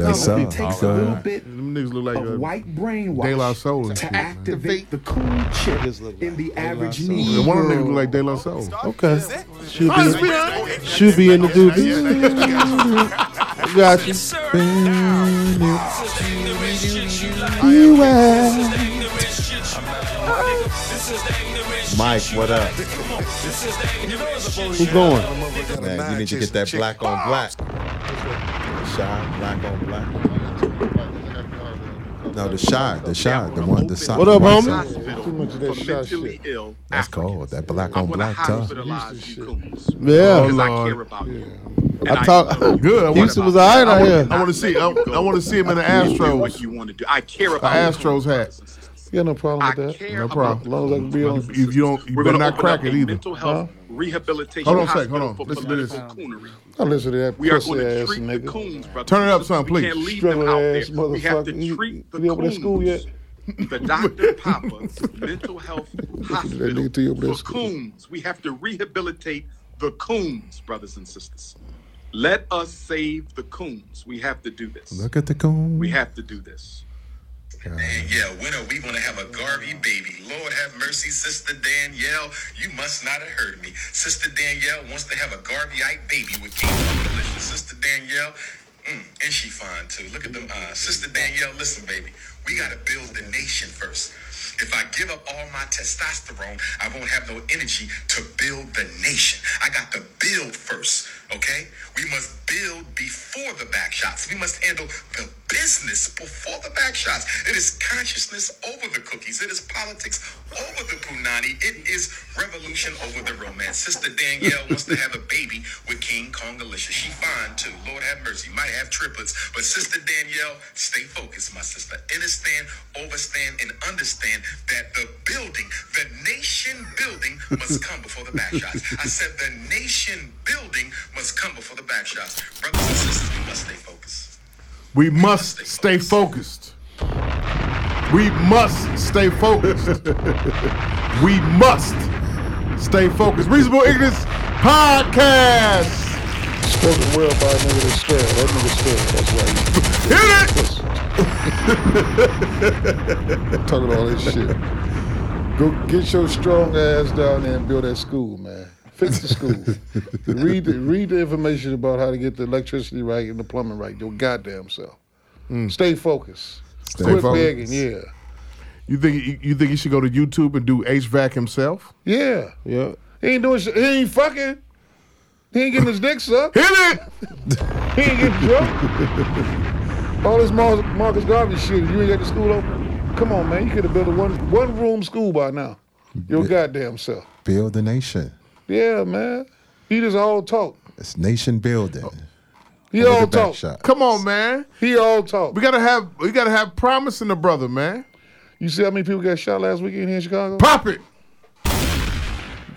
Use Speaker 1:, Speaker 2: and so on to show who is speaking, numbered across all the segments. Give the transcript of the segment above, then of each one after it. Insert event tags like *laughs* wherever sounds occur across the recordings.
Speaker 1: They
Speaker 2: Some of
Speaker 1: sell.
Speaker 2: it takes
Speaker 1: Go
Speaker 2: a little
Speaker 1: ahead.
Speaker 2: bit
Speaker 3: Them niggas look like
Speaker 2: of
Speaker 3: uh,
Speaker 2: white
Speaker 3: De La
Speaker 2: brainwash
Speaker 3: Soul and shit,
Speaker 2: to
Speaker 3: man.
Speaker 2: activate the cool chip in the average
Speaker 3: And
Speaker 2: Negro.
Speaker 3: one of them niggas look like De La Soul.
Speaker 4: Okay. Should be, should be in the doobie. Got you.
Speaker 5: Mike, what up?
Speaker 4: Who going?
Speaker 5: Man, you need to get that black on black. Shy, black on black. No, the shy, the shy, the one, the side.
Speaker 4: What up,
Speaker 5: the one
Speaker 4: homie?
Speaker 5: side.
Speaker 3: Too much of that shot shit.
Speaker 6: Ill.
Speaker 5: That's cold. That black on
Speaker 6: When I
Speaker 5: black tough.
Speaker 6: hospitalized you coons,
Speaker 4: Yeah.
Speaker 6: 'cause I
Speaker 3: Lord.
Speaker 6: care about you.
Speaker 4: I talk.
Speaker 3: Good. I want
Speaker 4: Houston was all right out here.
Speaker 3: I want to see. I, I want to see him in the
Speaker 6: Do what
Speaker 3: Astros.
Speaker 6: you want to do. I care about
Speaker 3: An
Speaker 6: you.
Speaker 3: Astros hat.
Speaker 4: You got no problem
Speaker 6: I
Speaker 4: with that.
Speaker 6: care
Speaker 3: No
Speaker 6: about
Speaker 3: problem.
Speaker 4: As long as I can be on.
Speaker 3: If you don't, you
Speaker 6: We're
Speaker 3: better
Speaker 6: going to
Speaker 3: not
Speaker 6: open up
Speaker 3: crack
Speaker 6: a
Speaker 3: it either.
Speaker 6: mental health rehabilitation
Speaker 3: Hold on a sec,
Speaker 6: hospital
Speaker 3: hold on.
Speaker 6: for
Speaker 3: Listen to
Speaker 6: political
Speaker 3: this.
Speaker 6: coonery.
Speaker 4: I listen to that
Speaker 6: We are going
Speaker 4: pussy
Speaker 6: to
Speaker 4: ass
Speaker 6: treat the
Speaker 4: nigga.
Speaker 6: coons, brother.
Speaker 3: Turn it up some,
Speaker 6: We
Speaker 3: please.
Speaker 6: can't leave them
Speaker 4: Struggle
Speaker 6: out
Speaker 4: ass
Speaker 6: there. We have
Speaker 4: motherfucker.
Speaker 6: to
Speaker 4: You-
Speaker 6: treat the
Speaker 4: you over there school yet?
Speaker 6: coons.
Speaker 4: *laughs*
Speaker 6: The Dr. Papa Mental Health Hospital
Speaker 4: nigga to you over there
Speaker 6: for
Speaker 4: school.
Speaker 6: coons. We have to rehabilitate the coons, brothers and sisters. Let us save the coons. We have to do this.
Speaker 5: Look at the coon.
Speaker 6: We have to do this.
Speaker 7: And yeah, when are we gonna have a Garvey baby? Lord have mercy, Sister Danielle. You must not have heard me. Sister Danielle wants to have a Garveyite baby with King Kong Militia. Sister Danielle, mm, and she fine too. Look at them eyes. Sister Danielle, listen, baby. We gotta build the nation first. If I give up all my testosterone, I won't have no energy to build the nation. I got to build first, okay? We must build before the back shots. We must handle the business before the back shots. It is consciousness over the cookies. It is politics over the punani. It is revolution over the romance. Sister Danielle wants to have a baby with King Kong Alicia. She fine too. Lord have mercy. Might have triplets. But Sister Danielle, stay focused, my sister. Understand, overstand, and understand that the building, the nation building, must come before the back shots. I said the nation building must come before the back shots. Brothers and sisters, we must stay focused.
Speaker 3: We must stay focused. We must stay focused. *laughs* we must stay focused. Reasonable Ignorance Podcast.
Speaker 4: Spoken well by a nigga that's scared. That nigga scared. That's right.
Speaker 3: Hit it.
Speaker 4: *laughs* Talk about all this shit. Go get your strong ass down there and build that school, man. Fix the
Speaker 3: *laughs*
Speaker 4: school. read the, read the information about how to get the electricity right and the plumbing right. Your goddamn self. Stay focused. Stay Quit
Speaker 3: Hmm. focused.
Speaker 4: begging. Yeah,
Speaker 3: You think you, you think he should go to YouTube and do HVAC himself?
Speaker 4: yeah.
Speaker 2: Yeah.
Speaker 4: He ain't doing. Sh- he ain't fucking. He ain't getting his dick sucked.
Speaker 3: Hit it.
Speaker 4: He ain't getting drunk. All this Mar- Marcus Garvey shit. You ain't got the school open. Come on, man. You could have built a one one room school by now. Your goddamn self.
Speaker 5: Build the nation.
Speaker 4: Yeah, man. He just all talk.
Speaker 5: It's nation building.
Speaker 4: He
Speaker 5: Look
Speaker 4: all
Speaker 5: at back
Speaker 4: Oh, talk.
Speaker 5: shot.
Speaker 3: Come on, man.
Speaker 4: He all talk.
Speaker 3: We gotta have we gotta have promise in the brother, man.
Speaker 4: You see how many people got shot last weekend here in Chicago?
Speaker 3: Pop it.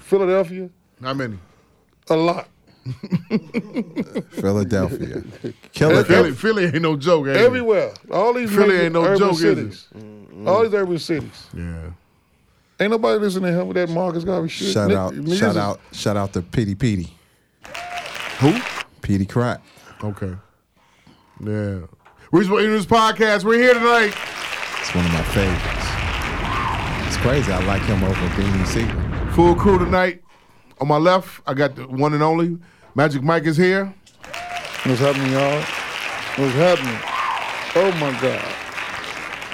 Speaker 4: Philadelphia?
Speaker 3: How many?
Speaker 4: A lot. *laughs*
Speaker 5: Philadelphia. Kill it.
Speaker 3: Philly, Philly ain't no joke. ain't it?
Speaker 4: Everywhere. All these
Speaker 3: Philly
Speaker 4: major
Speaker 3: ain't no
Speaker 4: urban
Speaker 3: joke, is it?
Speaker 4: cities. All these urban cities.
Speaker 3: Yeah.
Speaker 4: Ain't nobody listening to him with that Marcus Garvey shit.
Speaker 5: Shout
Speaker 4: Nick-
Speaker 5: out,
Speaker 4: niggas
Speaker 5: shout
Speaker 4: is-
Speaker 5: out, shout out to Petey Petey.
Speaker 3: Who?
Speaker 5: Petey Crack.
Speaker 3: Okay. Yeah. Reasonable Ignorance Podcast. We're here tonight.
Speaker 5: It's one of my favorites. It's crazy. I like him over Beanie Siegel.
Speaker 3: Full crew tonight. On my left, I got the one and only. Magic Mike is here.
Speaker 4: What's happening, y'all? What's happening? Oh my God.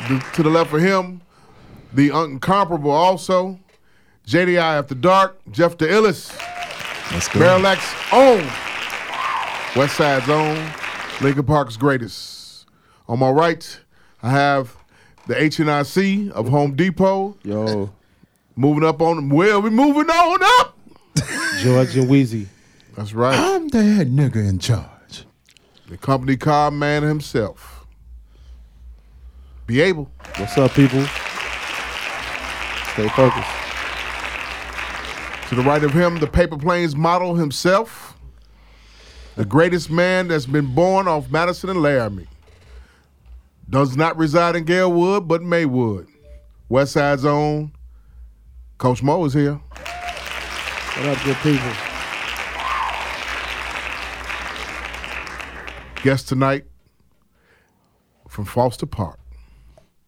Speaker 3: The- to the left of him, the incomparable also. JDI After Dark, Jeff the Illis,
Speaker 5: Let's go.
Speaker 3: Barrel X own, West Side's own, Lincoln Park's greatest. On my right, I have the H&IC of Home Depot.
Speaker 2: Yo,
Speaker 3: Moving up on, well, we moving on up.
Speaker 2: George and Wheezy.
Speaker 3: That's right.
Speaker 5: I'm the head nigga in charge.
Speaker 3: The company car man himself. Be able.
Speaker 2: What's up, people? Stay focused.
Speaker 3: To the right of him, the paper planes model himself. The greatest man that's been born off Madison and Laramie. Does not reside in Galewood, but Maywood. West Side Zone. Coach Mo is here.
Speaker 2: What up, good people?
Speaker 3: Guest tonight, from Foster Park.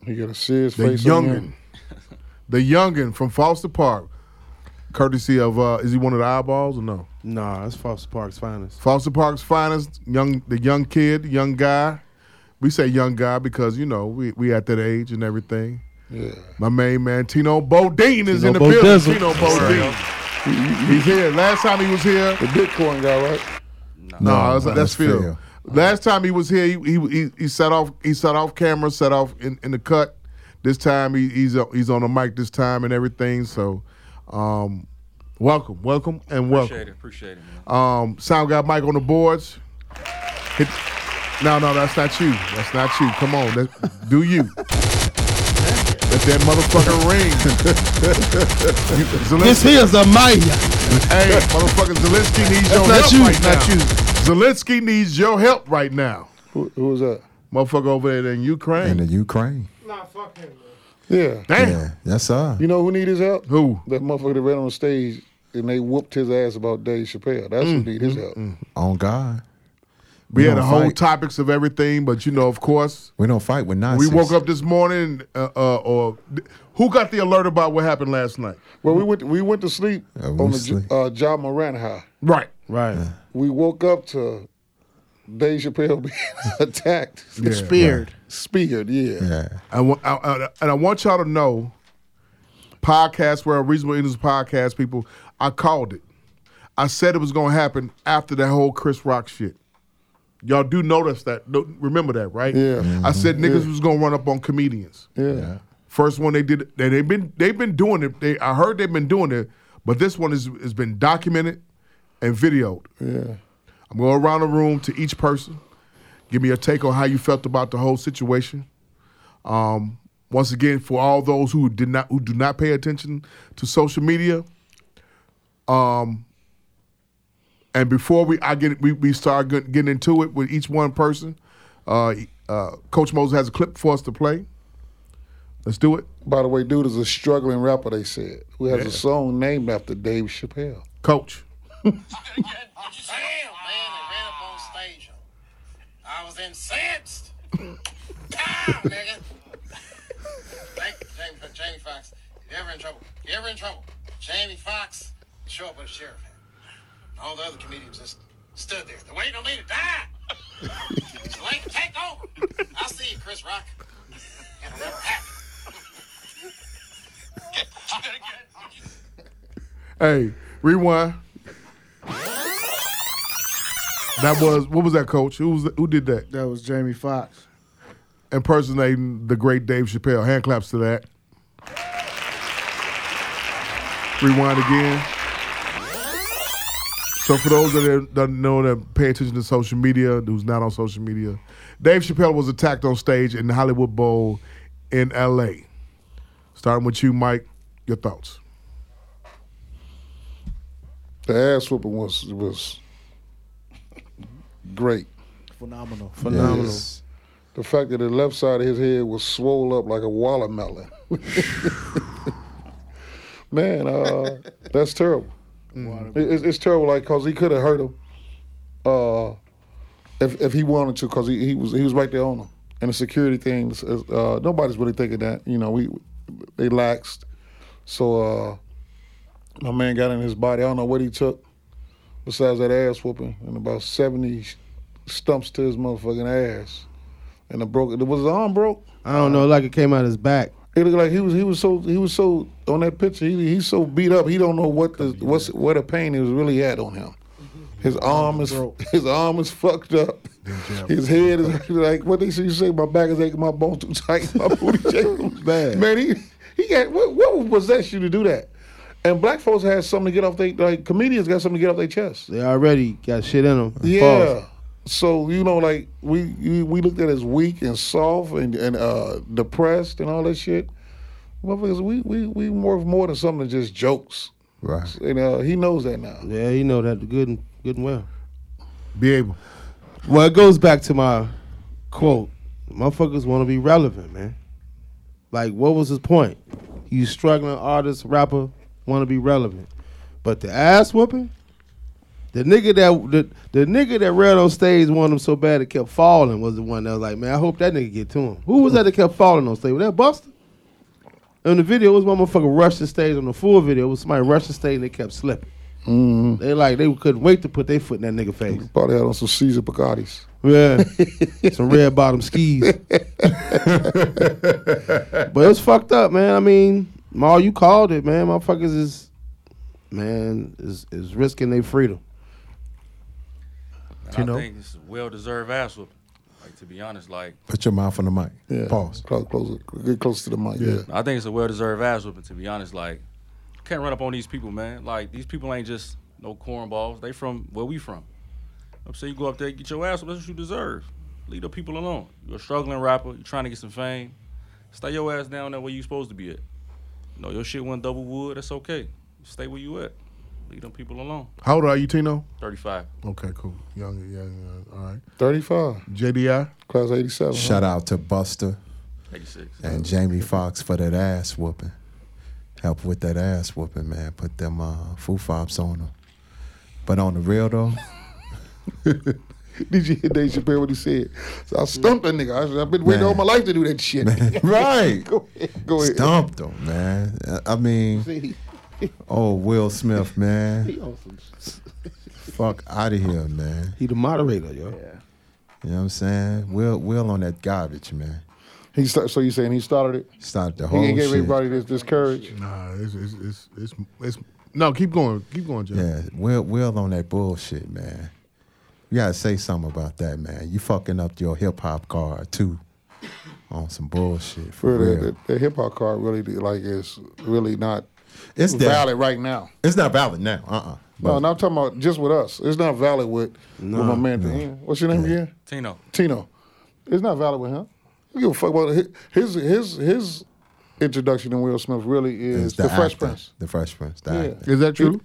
Speaker 4: He got a serious
Speaker 3: The
Speaker 4: face on
Speaker 3: youngin.
Speaker 4: him.
Speaker 3: *laughs* the youngin from Foster Park. Courtesy of uh, is he one of the eyeballs or no?
Speaker 2: Nah, that's Foster Park's finest.
Speaker 3: Foster Park's finest, young the young kid, young guy. We say young guy because you know we we at that age and everything.
Speaker 4: Yeah.
Speaker 3: My main man Tino Bodine is
Speaker 2: Tino
Speaker 3: in the
Speaker 2: Bodizzle.
Speaker 3: building. Tino Bodine. He's here. Last time he was here,
Speaker 4: The Bitcoin guy, right?
Speaker 3: no, that's, that's Phil.
Speaker 5: Phil.
Speaker 3: Last time he was here, he he he, he set off he set off camera, set off in, in the cut. This time he, he's on- he's on the mic this time and everything. So, um, welcome, welcome, and welcome.
Speaker 1: Appreciate it. Appreciate it, man.
Speaker 3: Um, sound guy Mike on the boards. Hit- No, no, that's not you. That's not you. Come on, that, do
Speaker 1: *laughs*
Speaker 3: you? Let that motherfucker ring. *laughs* You- Zelensky-
Speaker 5: This here's a Maya.
Speaker 3: hey, motherfucker, Zelensky needs your
Speaker 5: not
Speaker 3: help
Speaker 5: you,
Speaker 3: right
Speaker 5: not
Speaker 3: now. Zelensky needs your help right now.
Speaker 4: Who, who was that?
Speaker 3: Motherfucker over there in
Speaker 5: In
Speaker 3: Ukraine.
Speaker 5: the Ukraine.
Speaker 4: Yeah.
Speaker 3: Damn.
Speaker 5: uh, Yeah, yes sir.
Speaker 4: You know who need his help?
Speaker 3: Who?
Speaker 4: That motherfucker that ran on stage and they whooped his ass about Dave Chappelle. That's who need his help.
Speaker 5: On God.
Speaker 3: We had
Speaker 5: don't
Speaker 3: a whole
Speaker 5: fight.
Speaker 3: topics of everything, but you know, of course,
Speaker 5: We don't fight with
Speaker 3: we
Speaker 5: Nazis.
Speaker 3: woke up this morning. Uh, uh, or who got the alert about what happened last night?
Speaker 4: Well, we went we went to sleep
Speaker 5: Yeah, we
Speaker 4: on the
Speaker 5: sleep.
Speaker 4: J- uh, John Moran high.
Speaker 3: Right.
Speaker 2: Right.
Speaker 4: We woke up to Dave Chappelle *laughs* being attacked,
Speaker 2: Speared.
Speaker 4: speared. Yeah.
Speaker 5: Yeah.
Speaker 3: I wa- I- I- and I want y'all to know, podcast where reasonable Indians podcast people, I called it. I said it was gonna happen after that whole Chris Rock shit. Y'all do notice that. do remember that, right?
Speaker 4: Yeah.
Speaker 3: I said niggas was gonna run up on comedians.
Speaker 4: Yeah.
Speaker 3: First one they did. They, they've been they've been doing it. They, I heard they've been doing it, but this one is has been documented and videoed.
Speaker 4: Yeah.
Speaker 3: I'm going around the room to each person. Give me a take on how you felt about the whole situation. Um, once again, for all those who did not who do not pay attention to social media. Um, and before we I get we, we start get- getting into it with each one person, uh, uh, Coach Moses has a clip for us to play. Let's do it,
Speaker 4: By the way, dude is a struggling rapper. They said who has a song named after Dave Chappelle.
Speaker 3: Coach.
Speaker 8: Damn, man, I ran up on stage. I was incensed. Damn, nigga. Thank you, Jamie, Jamie Foxx. You ever in trouble? You ever in trouble? Jamie Foxx, show up with a sheriff hat. And All the other comedians just stood there. They're waiting on me to die. *laughs* So they can take over. I see you, Chris Rock. It'll never happen.
Speaker 3: Hey, rewind. That was what was that, Coach? Who was who did that?
Speaker 2: That was Jamie Foxx.
Speaker 3: impersonating the great Dave Chappelle. Hand claps to that. Rewind again. So for those that don't know that pay attention to social media, who's not on social media, Dave Chappelle was attacked on stage in the Hollywood Bowl in LA. Starting with you, Mike, your thoughts.
Speaker 4: The ass whooping was was great.
Speaker 2: Phenomenal. Phenomenal.
Speaker 5: Yes.
Speaker 4: The fact that the left side of his head was swole up like a watermelon. *laughs* Man, uh, that's terrible. It- It's, it's terrible, like, cause he could have hurt him, uh, if if he wanted to, cause he, he was he was right there on him. And the security things, is, uh, nobody's really thinking that. You know, we they laxed. So uh, my man got in his body. I don't know what he took, besides that ass whooping, and about seventy stumps to his motherfucking ass, and it broke. Was his arm broke?
Speaker 2: I don't know, like it came out his back.
Speaker 4: It looked like he was he was so he was so on that picture. He, he's so beat up. He don't know what the what's what the pain is really at on him. His arm is his arm is fucked up. His head is *laughs* like what they say. You say my back is aching, my bones too tight, my booty shaking. Man, man, he he got what what would possess you to do that? And black folks had something to get off they like comedians got something to get off their chest.
Speaker 2: They already got shit in them.
Speaker 4: Yeah. So you know, like we we we looked at as weak and soft and and uh, depressed and all that shit. Motherfuckers, we we we worth more than something than just jokes.
Speaker 5: Right.
Speaker 4: And uh, he knows that now.
Speaker 2: Yeah, you know that good and good and well.
Speaker 3: Be able.
Speaker 2: Well, it goes back to my quote. Motherfuckers want to be relevant, man. Like, what was his point? You struggling artist, rapper, want to be relevant. But the ass whooping,
Speaker 9: The nigga that the, the nigga that ran on stage wanted him so bad it kept falling was the one that was like, man, I hope that nigga get to him. Who was that that kept falling on stage? Was that Buster? In the video, it was one motherfucker rushed the stage on the full video. It was somebody rushed the stage and they kept slipping. They like they couldn't wait to put their foot in that nigga face.
Speaker 4: Probably had on some Caesar Bacardis.
Speaker 9: Yeah, some red bottom skis. but it's fucked up, man. I mean, Ma, you called it, man. Motherfuckers is, man, is is risking their freedom.
Speaker 1: And
Speaker 5: You
Speaker 1: I
Speaker 5: know.
Speaker 1: think it's a well deserved ass whooping. Like to be honest, like
Speaker 5: Put your mouth on the mic.
Speaker 4: Yeah.
Speaker 5: Pause.
Speaker 4: Close, close, get close to the mic. Yeah.
Speaker 5: Yeah.
Speaker 1: I think it's a well deserved ass whooping. To be honest, like can't run up on these people, man. Like these people ain't just no cornballs. They from where we from. I'm saying you go up there, get your ass whooped. That's what you deserve. Leave the people alone. You're a struggling rapper. You're trying to get some fame. Stay your ass down there where you supposed to be at. You know your shit went double wood. That's okay. Stay where you at. Leave them people alone.
Speaker 3: How old are you, Tino?
Speaker 1: 35.
Speaker 3: Okay, cool. Younger, young. uh, All right.
Speaker 4: 35,
Speaker 3: JDI.
Speaker 4: class 87. huh?
Speaker 5: Shout out to Buster
Speaker 1: 86.
Speaker 5: and Jamie Foxx for that ass whooping. Help with that ass whooping, man. Put them uh, foo fops on them. But on the real
Speaker 3: *laughs*
Speaker 5: though,
Speaker 4: *laughs* Did you hear Dave Chappelle what he said? So I stumped that nigga. I said, I've been waiting
Speaker 5: Man.
Speaker 4: all my life to do that shit.
Speaker 5: right?
Speaker 4: *laughs* Go ahead. Go ahead.
Speaker 5: Stumped them, man. I- I
Speaker 4: *laughs*
Speaker 5: mean,
Speaker 9: He
Speaker 5: oh Will Smith, man.
Speaker 9: on some
Speaker 5: Fuck out of here, man.
Speaker 9: He the moderator, yo.
Speaker 5: You know what I'm saying? Will Will on that garbage, man.
Speaker 4: He start, so you saying he started it?
Speaker 5: Stop the
Speaker 4: He
Speaker 5: whole
Speaker 4: ain't gave
Speaker 5: shit.
Speaker 4: everybody this, this courage.
Speaker 3: Nah, it's it's, it's it's it's no. Keep going. Keep going, Jay.
Speaker 5: Yeah, Will Will on that bullshit, man. You gotta say something about that, man. You fucking up your hip hop card too. On some bullshit. For
Speaker 4: For
Speaker 5: real.
Speaker 4: the, the, the hip hop card really like is really not
Speaker 5: it's that-
Speaker 4: valid right now.
Speaker 5: It's not valid now. Uh uh
Speaker 4: No, and I'm talking about just with us. It's not valid with, with my man. What's your name again?
Speaker 1: Tino.
Speaker 4: Tino. It's not valid with him. You give a fuck about it. his his his introduction to Will Smith really is the, Fresh Prince.
Speaker 5: The Fresh Prince. The
Speaker 4: Yeah.
Speaker 5: actor.
Speaker 3: Is that true?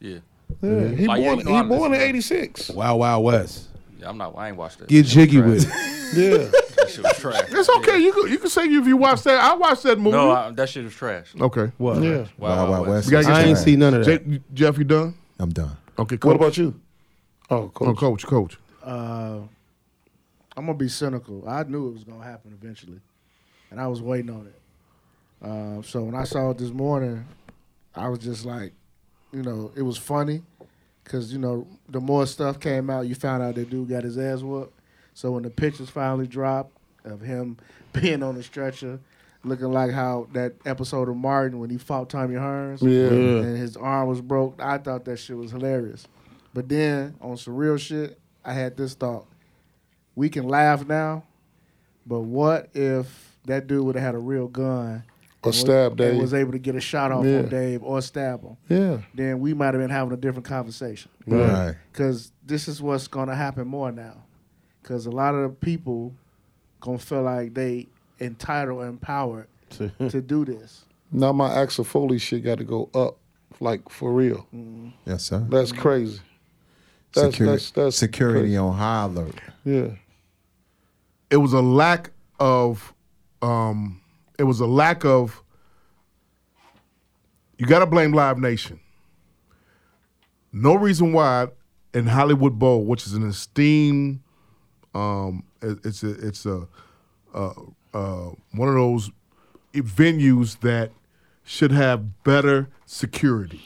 Speaker 1: Yeah.
Speaker 4: Yeah, he
Speaker 1: Like, yeah,
Speaker 4: born
Speaker 1: you know,
Speaker 4: he born in
Speaker 1: I'm-
Speaker 4: '86.
Speaker 9: Wow, wow, West.
Speaker 1: Yeah, I'm not. I ain't watched that.
Speaker 9: Get jiggy with it.
Speaker 4: Yeah,
Speaker 1: That shit
Speaker 4: *laughs*
Speaker 1: was trash.
Speaker 3: It's okay. You can, you can say if you watch that. I watched that movie.
Speaker 1: No, I, that shit was trash.
Speaker 3: okay.
Speaker 9: What?
Speaker 4: yeah.
Speaker 5: Wild Wild West.
Speaker 3: We gotta get
Speaker 9: I ain't
Speaker 5: some-
Speaker 9: seen none of that.
Speaker 3: Jay, Jeff, you done?
Speaker 5: I'm done.
Speaker 3: Okay. Coach.
Speaker 4: What about you? Oh, cool.
Speaker 3: Oh, coach? Coach.
Speaker 7: I'm gonna be cynical. I knew it was gonna happen eventually, and I was waiting on it. Um, so when I saw it this morning, I was just like, you know, it was funny because you know the more stuff came out, you found out that dude got his ass whooped. So when the pictures finally dropped of him being on the stretcher, looking like how that episode of Martin when he fought Tommy Hearns,
Speaker 4: Yeah. Yeah.
Speaker 7: and his arm was broke, I thought that shit was hilarious. But then on some real shit, I had this thought: we can laugh now, but what if that dude would have had a real gun?
Speaker 4: Or
Speaker 7: and was-
Speaker 4: stab
Speaker 7: and
Speaker 4: Dave.
Speaker 7: Was able to get a shot off
Speaker 4: Yeah.
Speaker 7: on Dave or stab him.
Speaker 4: Yeah,
Speaker 7: Then we might have been having a different conversation.
Speaker 5: Right.
Speaker 7: Because this is what's going to happen more now. Because a lot of the people going to feel like they entitled and empowered to do this.
Speaker 4: now my Axel Foley shit got to go up, like for real.
Speaker 7: Mm-hmm.
Speaker 5: Yes, sir.
Speaker 4: That's crazy. That's,
Speaker 5: Security,
Speaker 4: that's, that's
Speaker 5: security
Speaker 4: crazy.
Speaker 5: on high alert.
Speaker 4: Yeah,
Speaker 3: It was a lack of. Um, it was a lack of. You gotta blame Live Nation. No reason why in Hollywood Bowl, which is an esteemed, um, it- it's a, it's a, uh, uh, one of those venues that should have better security.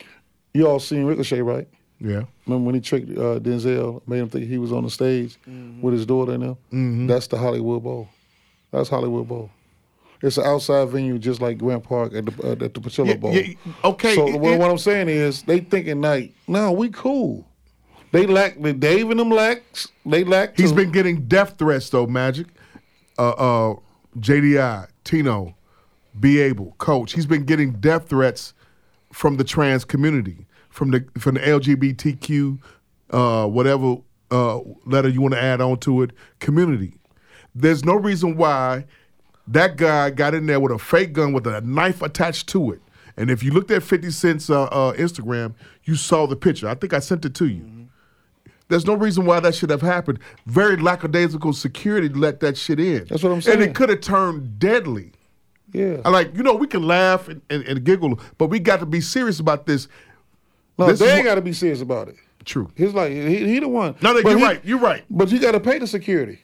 Speaker 4: you all seen Ricochet, right?
Speaker 3: Yeah.
Speaker 4: Remember when he tricked uh, Denzel, made him think he was on the stage
Speaker 3: Mm-hmm.
Speaker 4: with his daughter and them? That's the Hollywood Bowl. That's Hollywood Bowl. It's an outside venue, just like Grand Park at the uh, at the Pachilla
Speaker 3: Yeah,
Speaker 4: Bowl.
Speaker 3: yeah, okay,
Speaker 4: So
Speaker 3: it-
Speaker 4: what,
Speaker 3: it-
Speaker 4: what I'm saying is, they thinking like, no, we cool. They lack the Dave and them lacks. They lack.
Speaker 3: He's
Speaker 4: to-
Speaker 3: been getting death threats though, Magic. Uh, uh, JDI, Tino, Be Able, Coach. He's been getting death threats from the trans community, from the from the LGBTQ, uh, whatever uh, letter you want to add on to it, community. There's no reason why that guy got in there with a fake gun with a knife attached to it. And if you looked at 50 Cent's uh, uh, Instagram, you saw the picture. I think I sent it to you. There's no reason why that should have happened. Very lackadaisical security let that shit in.
Speaker 4: That's what I'm
Speaker 3: And
Speaker 4: saying.
Speaker 3: it could have turned deadly.
Speaker 4: yeah.
Speaker 3: I like, you know, we can laugh and, and, and giggle, but we got to be serious about this.
Speaker 4: No,
Speaker 3: This is
Speaker 4: they
Speaker 3: what-
Speaker 4: got to be serious about it.
Speaker 3: True.
Speaker 4: He's like he, he the one.
Speaker 3: No, no,
Speaker 4: But
Speaker 3: you're
Speaker 4: he-
Speaker 3: right. You're right.
Speaker 4: But you got to pay the security.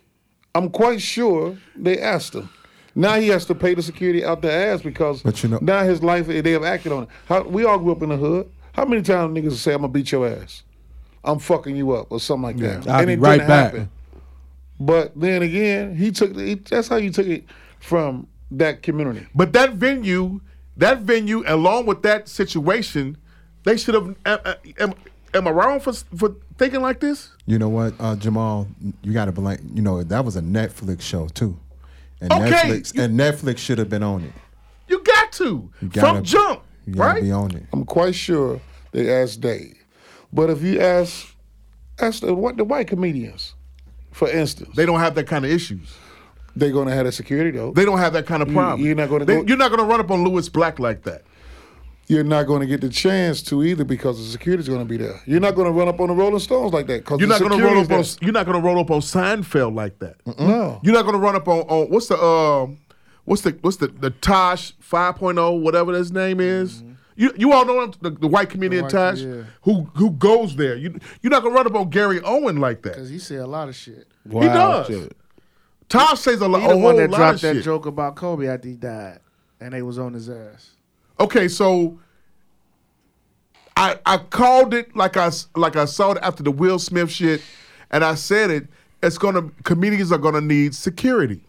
Speaker 4: I'm quite sure they asked him. Now he has to pay the security out the ass because
Speaker 5: But you know-
Speaker 4: now his life they have acted on it. How, we all grew up in the hood. How many times niggas say I'm gonna beat your ass, I'm fucking you up or something like that.
Speaker 2: I'll
Speaker 4: And
Speaker 2: be
Speaker 4: it
Speaker 2: right
Speaker 4: didn't
Speaker 2: back.
Speaker 4: happen. But then again, he took the, he, that's how you took it from that community.
Speaker 3: But that venue, that venue, along with that situation, they should have. Am, am, am I wrong for for thinking like this?
Speaker 5: You know what, uh, Jamal? You got to blame. You know that was a Netflix show too, and
Speaker 3: Okay,
Speaker 5: Netflix
Speaker 3: you-
Speaker 5: and Netflix should have been on it.
Speaker 3: You got to
Speaker 5: gotta-
Speaker 3: from jump,
Speaker 5: You got to
Speaker 3: right?
Speaker 5: be on it.
Speaker 4: I'm quite sure they asked Dave. But if you ask ask the, what the white comedians, for instance,
Speaker 3: They don't have that kind of issues.
Speaker 4: they're gonna have a security though.
Speaker 3: They don't have that kind of
Speaker 4: You-
Speaker 3: problem.
Speaker 4: you're not gonna
Speaker 3: They-
Speaker 4: go-
Speaker 3: You're not going to run up on Lewis Black like that.
Speaker 4: you're not going to get the chance to either because the security's going to be there. You're not going to run up on the Rolling Stones like that because
Speaker 3: You're not
Speaker 4: the
Speaker 3: going to roll up on.
Speaker 4: security's
Speaker 3: You're not going to roll up on Seinfeld like that.
Speaker 4: there. No,
Speaker 3: You're not going to run up on, on what's the um, what's the what's the the Tosh 5.0 whatever his name is. You you all know him, the, the white comedian
Speaker 9: Mm-hmm. white-
Speaker 3: Tosh
Speaker 9: yeah.
Speaker 3: who who goes there. You you're not going to run up on Gary Owen like that.
Speaker 9: Because he said a lot of shit.
Speaker 3: he does. Tosh says a, lo-
Speaker 9: He the
Speaker 3: a
Speaker 9: one
Speaker 3: whole
Speaker 9: that
Speaker 3: lot
Speaker 9: dropped
Speaker 3: of
Speaker 9: that
Speaker 3: shit.
Speaker 9: joke about Kobe after he died, and they was on his ass.
Speaker 3: Okay, so I I called it like I s- like I saw it after the Will Smith shit, and I said it. It's gonna comedians are gonna need security.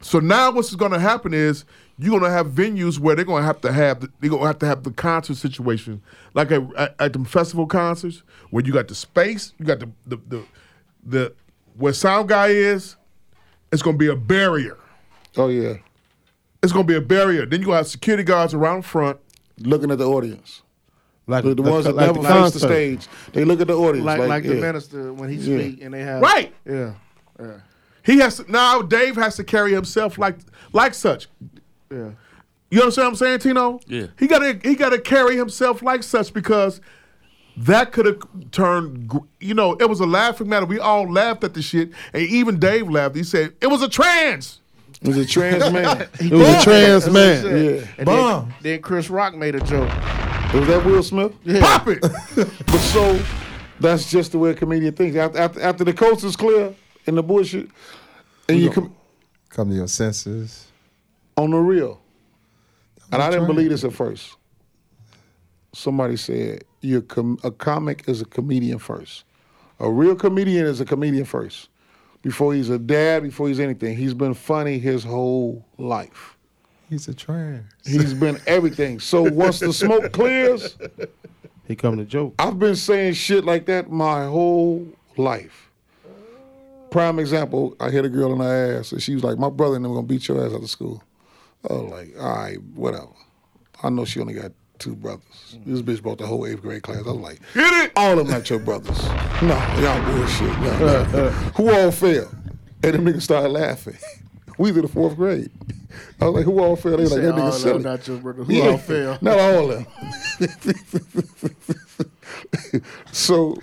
Speaker 3: So now what's gonna happen is you're gonna have venues where they're gonna have to have the, they're gonna have to have the concert situation like at, at, at them festival concerts where you got the space, you got the the the, the where sound guy is. It's gonna be a barrier.
Speaker 4: oh yeah,
Speaker 3: It's gonna be a barrier. Then you gonna have security guards around front.
Speaker 4: looking at the audience,
Speaker 2: Like
Speaker 4: the, the ones that
Speaker 2: like
Speaker 4: never face the
Speaker 2: concert.
Speaker 4: stage, they look at the audience
Speaker 9: Like like, the
Speaker 4: yeah.
Speaker 9: minister when he
Speaker 4: Yeah.
Speaker 9: speak and they have
Speaker 3: Right.
Speaker 9: Yeah.
Speaker 3: He has to, now Dave has to carry himself like like such.
Speaker 9: Yeah.
Speaker 3: You understand what I'm saying, Tino?
Speaker 1: Yeah.
Speaker 3: He gotta he gotta carry himself like such because that could have turned. gr- You know, it was a laughing matter. We all laughed at the shit, and even Dave laughed. He said it was a trans. *laughs*
Speaker 4: It was a
Speaker 9: *laughs*
Speaker 4: trans man.
Speaker 2: It was a trans man.
Speaker 9: Yeah. And then,
Speaker 5: Bomb.
Speaker 9: then Chris Rock made a joke.
Speaker 4: was that Will Smith?
Speaker 3: Pop it.
Speaker 4: But so that's just the way a comedian thinks. After, after, after the coast is clear and the bullshit, and you come
Speaker 5: Come to your senses.
Speaker 4: on the real. And I didn't
Speaker 5: trying.
Speaker 4: believe this at first. Somebody said, "Your com- a comic is a comedian first. A real comedian is a comedian first. Before he's a dad, before he's anything, he's been funny his whole life.
Speaker 5: He's a trans.
Speaker 4: He's been everything. So once the smoke clears,
Speaker 2: He come to joke.
Speaker 4: I've been saying shit like that my whole life. Prime example, I hit a girl in the ass, and she was like, "My brother and them gonna beat your ass out of school." Oh, like, all right, whatever. I know she only got two brothers. This bitch bought the whole eighth grade class. I was like,
Speaker 3: Get it?
Speaker 4: all of them not your brothers. No, y'all bullshit. No, no. who all failed? And them niggas started laughing. *laughs* We was in the fourth grade. I was like, who all failed? They was like,
Speaker 9: Say,
Speaker 4: that
Speaker 9: "Oh,
Speaker 4: nigga
Speaker 9: no,
Speaker 4: silly.
Speaker 9: not your brother. Who
Speaker 4: Yeah,
Speaker 9: all fail?
Speaker 4: Not all of them. *laughs* so,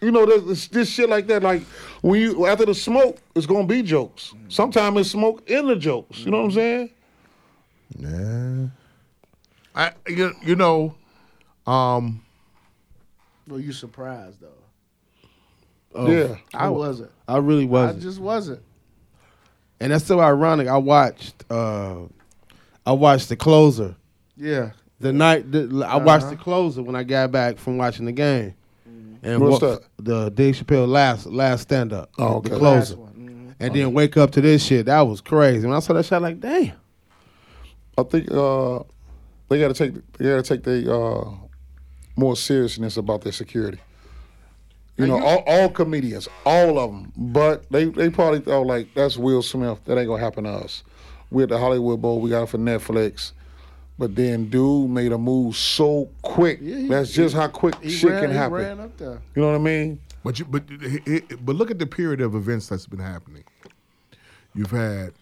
Speaker 4: you know, there's this, this shit like that. Like when you after the smoke, it's gonna be jokes. Sometimes it's smoke in the jokes. You know what I'm saying?
Speaker 5: Yeah.
Speaker 3: I you, you know, um,
Speaker 9: Well, you surprised though.
Speaker 4: yeah.
Speaker 9: I wasn't.
Speaker 2: I really
Speaker 9: I
Speaker 2: wasn't.
Speaker 9: just Oh. wasn't.
Speaker 2: and that's so ironic. I watched uh I watched the closer.
Speaker 9: Yeah.
Speaker 2: The night the, I watched the
Speaker 9: Uh-huh.
Speaker 2: closer when I got back from watching the game.
Speaker 9: Mm-hmm.
Speaker 2: And
Speaker 4: What's
Speaker 2: what-
Speaker 4: that?
Speaker 2: the Dave Chappelle last last stand up.
Speaker 4: Oh,
Speaker 2: The
Speaker 4: okay.
Speaker 2: closer.
Speaker 9: Last one. Mhm.
Speaker 2: And then wake up to this shit. That was crazy. When I saw that shot like, damn.
Speaker 4: I think uh, they gotta take they gotta take the uh, more seriousness about their security. You know, all, all comedians, all of them, but they, they probably thought like that's Will Smith. That ain't gonna happen to us. We're at the Hollywood Bowl. We got it for Netflix. But then, dude made a move so quick.
Speaker 9: Yeah, he-
Speaker 4: that's just how quick
Speaker 9: He
Speaker 4: shit
Speaker 9: ran,
Speaker 4: can
Speaker 9: he
Speaker 4: happen.
Speaker 9: ran up there.
Speaker 4: You know what I mean?
Speaker 3: but you but it- it- but look at the period of events that's been happening. You've had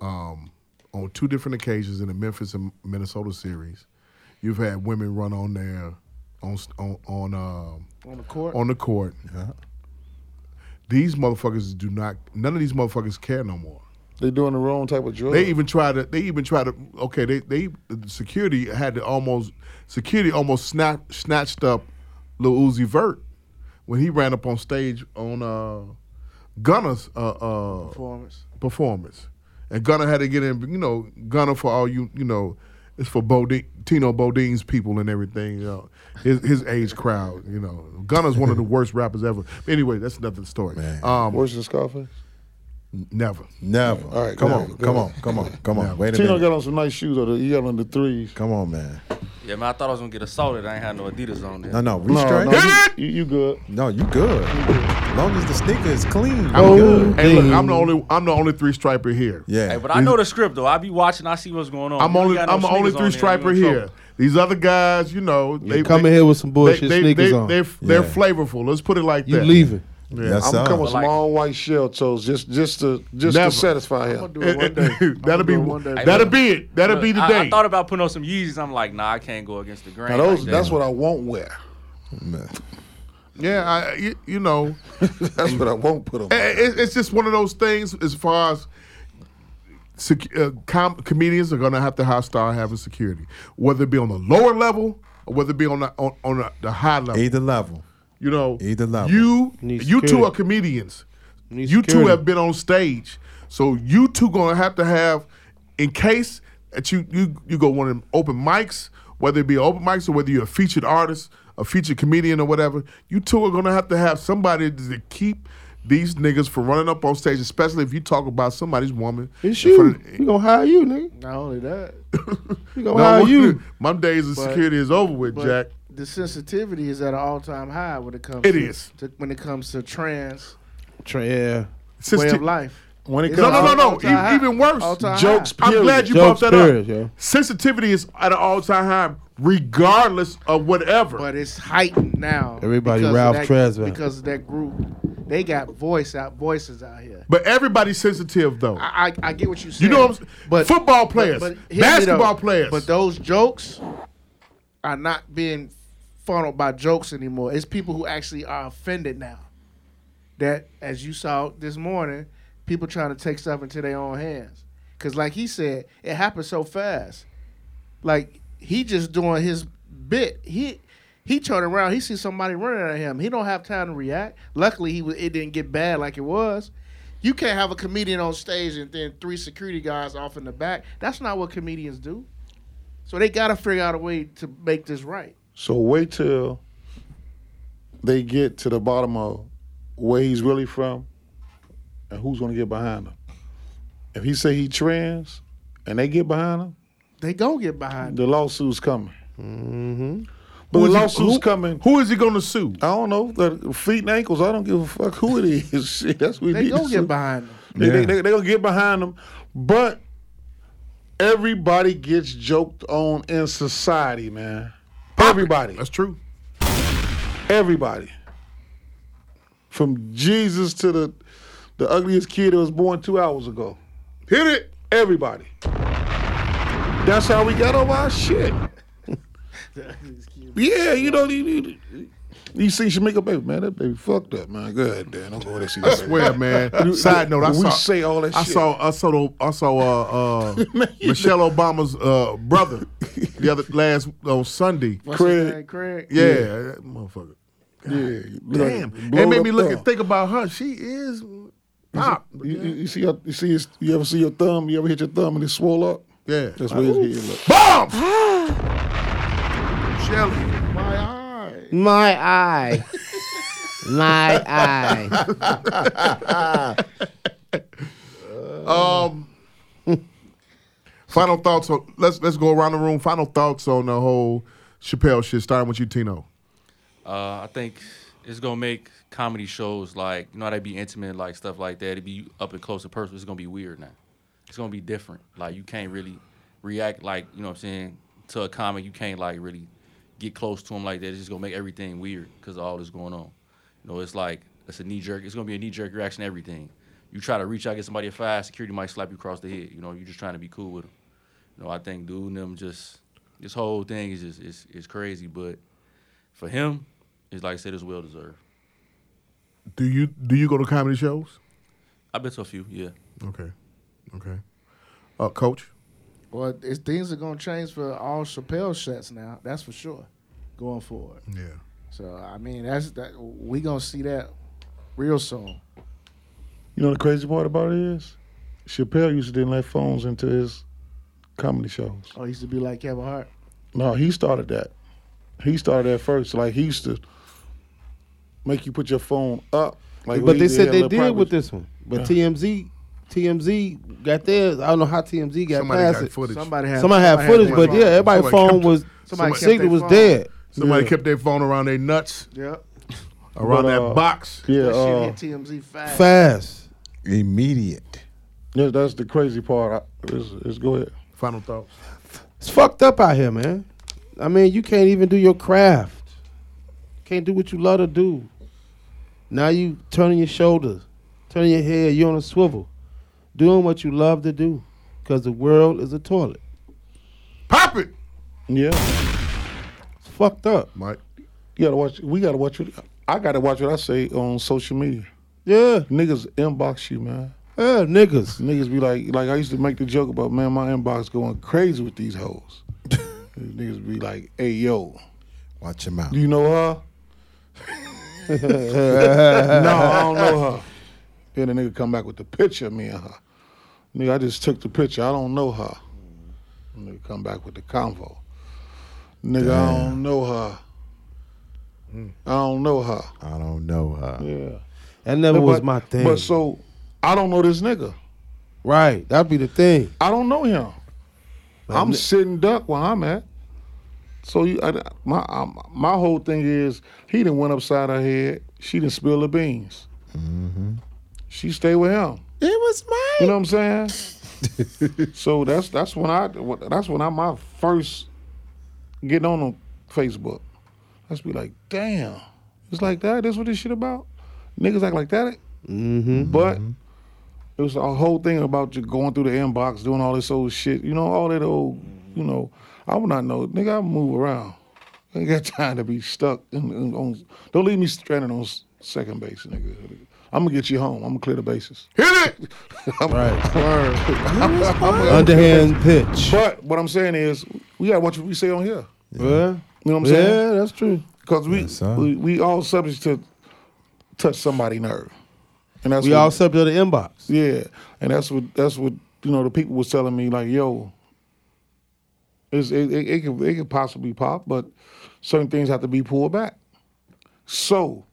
Speaker 3: um, on two different occasions in the Memphis and Minnesota series, you've had women run on there on s- on on um,
Speaker 9: On the court.
Speaker 3: on the court. These motherfuckers do not. None of these motherfuckers care no more.
Speaker 4: They doing the wrong type of drill.
Speaker 3: They even try to. They even try to. Okay, they they the security had to almost security almost snap snatched up Lil Uzi Vert when he ran up on stage on uh, Gunna's uh, uh,
Speaker 9: performance.
Speaker 3: performance, and Gunna had to get in. You know, Gunna for all you you know, it's for Bodine, Tino Bodine's people and everything. You know, his his age crowd. You know, Gunna's one of the worst rappers ever. Anyway, that's another story.
Speaker 5: Man.
Speaker 3: Um,
Speaker 4: Worse than Scarface.
Speaker 3: never.
Speaker 5: Never.
Speaker 4: All right,
Speaker 5: come
Speaker 4: go
Speaker 5: on,
Speaker 4: ahead, go
Speaker 5: come on,
Speaker 4: ahead.
Speaker 5: come on, come on. Wait a
Speaker 4: Tino
Speaker 5: minute.
Speaker 4: got on some nice shoes. Though. He got on the threes.
Speaker 5: Come on, man.
Speaker 1: Yeah, man, I thought I was gonna get assaulted. I ain't had no Adidas on there.
Speaker 5: No, no, we straight.
Speaker 4: no, you, you, you good.
Speaker 5: No, you good. As long as the sneaker is clean, you
Speaker 2: Oh.
Speaker 5: good.
Speaker 3: Hey, look, I'm the only I'm the only three striper here.
Speaker 5: Yeah.
Speaker 1: Hey, but I know the script though. I be watching. I see what's going on.
Speaker 3: I'm
Speaker 1: You
Speaker 3: only
Speaker 1: got no
Speaker 3: I'm the only
Speaker 1: sneakers
Speaker 3: three
Speaker 1: on there, you
Speaker 3: striper
Speaker 1: in
Speaker 3: here.
Speaker 1: trouble.
Speaker 3: These other guys, you know,
Speaker 2: You coming here with some bullshit sneakers
Speaker 3: they,
Speaker 2: on.
Speaker 3: They're, they're
Speaker 5: Yeah.
Speaker 3: flavorful. Let's put it like
Speaker 2: you
Speaker 3: that.
Speaker 2: leaving?
Speaker 5: That's
Speaker 4: I'm coming
Speaker 5: all.
Speaker 4: with some
Speaker 1: Like-
Speaker 4: all white shell toes just just to just
Speaker 3: Never.
Speaker 4: to satisfy
Speaker 9: I'm gonna
Speaker 4: him.
Speaker 9: do
Speaker 3: *laughs*
Speaker 9: it one day. I'm
Speaker 3: that'll
Speaker 9: gonna
Speaker 3: be
Speaker 9: do it one day.
Speaker 3: that'll be it. That'll be the
Speaker 1: I-
Speaker 3: day.
Speaker 1: I, thought about putting on some Yeezys. I'm like, nah, I can't go against the grain.
Speaker 4: Now those
Speaker 1: like that.
Speaker 4: that's what I won't wear.
Speaker 5: Man.
Speaker 3: yeah, I, you, you know,
Speaker 4: That's what I won't put
Speaker 3: i-
Speaker 4: them.
Speaker 3: i- it, it's just one of those things. As far as sec- uh, com- comedians are gonna have to have style having security, whether it be on the lower level or whether it be on the, on, on the, the high level.
Speaker 5: Either level.
Speaker 3: You know,
Speaker 5: Either level.
Speaker 3: you
Speaker 2: Need
Speaker 3: you two
Speaker 2: security.
Speaker 3: are comedians.
Speaker 2: Need
Speaker 3: you two
Speaker 2: security.
Speaker 3: have been on stage, so you two gonna have to have, in case that you you you go one of them open mics, whether it be open mics or whether you're a featured artist, a featured comedian or whatever, you two are gonna have to have somebody to keep these niggas from running up on stage, especially if you talk about somebody's woman.
Speaker 2: It's
Speaker 3: in
Speaker 2: you.
Speaker 3: front of-
Speaker 2: We gonna hire you, nigga.
Speaker 9: Not only that,
Speaker 2: We
Speaker 3: No,
Speaker 2: gonna hire you.
Speaker 3: My days of
Speaker 9: But-
Speaker 3: security is over with,
Speaker 9: but
Speaker 3: Jack.
Speaker 9: the sensitivity is at an all-time high when it comes.
Speaker 3: It
Speaker 9: to,
Speaker 3: is.
Speaker 9: to- when it comes to trans
Speaker 2: Yeah.
Speaker 3: Since
Speaker 9: way
Speaker 3: t-
Speaker 9: of life.
Speaker 4: When it
Speaker 9: It's
Speaker 3: No,
Speaker 4: comes
Speaker 3: no, no,
Speaker 9: all-
Speaker 3: no.
Speaker 9: all-time high.
Speaker 3: E- even worse.
Speaker 9: All-time
Speaker 4: Jokes.
Speaker 9: high.
Speaker 3: I'm
Speaker 4: Period.
Speaker 3: glad you
Speaker 2: Jokes,
Speaker 3: brought that
Speaker 2: period,
Speaker 3: up.
Speaker 2: yo.
Speaker 3: Sensitivity is at an all-time high, regardless of whatever.
Speaker 9: but it's heightened now.
Speaker 2: Everybody
Speaker 9: because of
Speaker 2: Ralph
Speaker 9: that-
Speaker 2: Tresvant.
Speaker 9: because of that group. They got voice out voices out here.
Speaker 3: But everybody's sensitive though.
Speaker 9: I, I, I get what you said.
Speaker 3: you know, what I'm, s- football players,
Speaker 9: hear me
Speaker 3: basketball
Speaker 9: though.
Speaker 3: players.
Speaker 9: But those jokes are not being funneled by jokes anymore. It's people who actually are offended now. That, as you saw this morning, people trying to take stuff into their own hands. Because, like he said, it happened so fast. Like he just doing his bit. He he turned around. He see somebody running at him. He don't have time to react. Luckily, he was, it didn't get bad like it was. You can't have a comedian on stage and then three security guys off in the back. That's not what comedians do. So they got to figure out a way to make this right.
Speaker 4: So wait till they get to the bottom of where he's really from and who's gonna get behind him. If he say he trans and they get behind him,
Speaker 9: They go get behind. it.
Speaker 4: the lawsuit's coming. But
Speaker 3: Who
Speaker 4: the
Speaker 3: is he-
Speaker 4: lawsuit's
Speaker 3: who-
Speaker 4: coming.
Speaker 3: Who is he going to sue?
Speaker 4: I don't know. The feet and ankles. I don't give a fuck who it is. *laughs* Shit, that's what we
Speaker 9: They
Speaker 4: need.
Speaker 9: go
Speaker 4: to
Speaker 9: get
Speaker 4: see.
Speaker 9: behind. Them.
Speaker 4: They,
Speaker 5: Yeah.
Speaker 4: they, they, they gonna get behind them, but everybody gets joked on in society, man. Everybody,
Speaker 3: That's true.
Speaker 4: everybody, from Jesus to the the ugliest kid that was born two hours ago.
Speaker 3: Hit it.
Speaker 4: Everybody. That's how we got over our shit. yeah, you know you. you you see, she make a baby, man. That baby fucked up, man. Good, damn. Don't go there. See that
Speaker 3: I *laughs* swear, man. Side note, I
Speaker 4: we
Speaker 3: saw.
Speaker 4: say all that
Speaker 3: I
Speaker 4: shit.
Speaker 3: saw. I saw. the- I saw. *laughs* Uh, uh, Michelle Obama's uh, brother the other last on Sunday.
Speaker 9: What's his
Speaker 4: Craig.
Speaker 9: name, Craig.
Speaker 3: Yeah, that motherfucker.
Speaker 4: Yeah,
Speaker 3: Damn, it made me look and think about her. She is pop.
Speaker 4: You, you, you see, your, you see, his, you ever see your thumb? You ever hit your thumb and it swole up?
Speaker 3: Yeah,
Speaker 4: That's where his head look.
Speaker 3: bomb. Shelly.
Speaker 4: My eye.
Speaker 10: My eye.
Speaker 9: *laughs*
Speaker 10: My eye.
Speaker 3: Um, final thoughts on let's let's go around the room. Final thoughts on the whole Chappelle shit, starting with you, Tino.
Speaker 1: Uh, I think it's gonna make comedy shows like you know how they be intimate, like stuff like that. It be up and close and personal. It's gonna be weird now. It's gonna be different. Like you can't really react like you know what I'm saying to a comic. You can't like really get close to them like that. It's just gonna make everything weird because of all that's going on. You know, it's like it's a knee jerk. It's gonna be a knee jerk reaction. to Everything. You try to reach out get somebody a five, security might slap you across the head. You know, you're just trying to be cool with them. You know, I think dude and them just this whole thing is just is is crazy, but for him, it's like I said, it's well deserved.
Speaker 3: Do you do you go to comedy shows?
Speaker 1: I've been to a few, yeah.
Speaker 3: Okay, okay. Uh, coach,
Speaker 9: Well, it's, things are gonna change for all Chappelle sets now. That's for sure. Going forward.
Speaker 3: yeah,
Speaker 9: So I mean, that's that. We gonna see that real soon.
Speaker 4: You know the crazy part about it is, Chappelle used to didn't let phones into his comedy shows.
Speaker 9: Oh, he used to be like Kevin Hart.
Speaker 4: No, he started that. He started that first. Like he used to make you put your phone up. Like
Speaker 2: but they
Speaker 4: leave
Speaker 2: said
Speaker 4: there,
Speaker 2: they
Speaker 4: let
Speaker 2: did
Speaker 4: private-
Speaker 2: with this one. But
Speaker 4: Yeah.
Speaker 2: TMZ, TMZ got theirs. I don't know how TMZ got
Speaker 3: Somebody
Speaker 2: past
Speaker 3: got
Speaker 2: it.
Speaker 3: footage.
Speaker 9: Somebody had
Speaker 2: Somebody had footage,
Speaker 9: their
Speaker 2: but
Speaker 9: phone.
Speaker 2: yeah, everybody's
Speaker 3: Somebody
Speaker 2: phone
Speaker 3: kept-
Speaker 2: was
Speaker 9: somebody kept
Speaker 2: signal
Speaker 9: their
Speaker 2: was
Speaker 9: phone.
Speaker 2: dead.
Speaker 3: Somebody
Speaker 2: Yeah.
Speaker 3: kept their phone around their nuts,
Speaker 9: Yeah,
Speaker 4: But,
Speaker 3: around that uh, box.
Speaker 4: Yeah,
Speaker 9: that
Speaker 4: uh,
Speaker 9: shit hit TMZ fast.
Speaker 2: fast.
Speaker 5: Immediate.
Speaker 4: yeah, that's the crazy part. I, is, is go ahead.
Speaker 3: Final thoughts.
Speaker 2: It's fucked up out here, man. I mean, you can't even do your craft. Can't do what you love to do. Now you turning your shoulders, turning your head. You on a swivel, doing what you love to do, because the world is a toilet.
Speaker 3: Pop it,
Speaker 4: Yeah,
Speaker 2: It's fucked up.
Speaker 3: Mike.
Speaker 4: you gotta watch. We gotta watch what I gotta watch what I say on social media.
Speaker 2: Yeah,
Speaker 4: Niggas inbox you, man.
Speaker 2: yeah, niggas.
Speaker 4: Niggas be like, like I used to make the joke about, man, my inbox going crazy with these hoes. *laughs* These Niggas be like, hey yo,
Speaker 5: Watch your mouth.
Speaker 4: do you know her? *laughs* no, I don't know her. Then the nigga come back with the picture of me and her. Nigga, I just took the picture. I don't know her. Nigga come back with the convo. Nigga, I don't know her. I don't know her.
Speaker 5: I don't know uh, her.
Speaker 4: Yeah.
Speaker 2: That never
Speaker 4: But-
Speaker 2: was my thing.
Speaker 4: But so I don't know this nigga.
Speaker 2: right, that'd be the thing.
Speaker 4: I don't know him. I'm
Speaker 2: n-
Speaker 4: sitting duck where I'm at. So you, I, my I'm, my whole thing is he done went upside her head. She didn't spill the beans.
Speaker 2: Mm-hmm.
Speaker 4: She stayed with him.
Speaker 5: It was
Speaker 4: You
Speaker 5: mine.
Speaker 4: know what
Speaker 2: *laughs*
Speaker 4: I'm saying? so that's that's when I that's when I my first getting on on Facebook. Let's be like, damn, it's like that. That's what this shit about. Niggas act like that. Mm-hmm. But it was a whole thing about you going through the inbox, doing all this old shit. You know, all that old. You know, I would not know, nigga. I move around. I ain't got *laughs* time to be stuck. In, in- on, don't leave me stranded on s- second base, nigga. I'm gonna get you home. I'm gonna clear the bases.
Speaker 3: Hit it.
Speaker 2: Right,
Speaker 4: I'm- I'm-
Speaker 2: underhand pitch.
Speaker 4: but what I'm saying is, we gotta watch what we say on here.
Speaker 2: Yeah,
Speaker 4: You know what I'm saying?
Speaker 2: yeah, that's true.
Speaker 4: Because we,
Speaker 5: Yes, sir.
Speaker 4: we we all subject to touch somebody nerve, and that's
Speaker 2: We
Speaker 4: what,
Speaker 2: all subject to the inbox.
Speaker 4: yeah, and that's what that's what you know. The people was telling me like, yo, it's, it it, it could it could possibly pop, but certain things have to be pulled back. So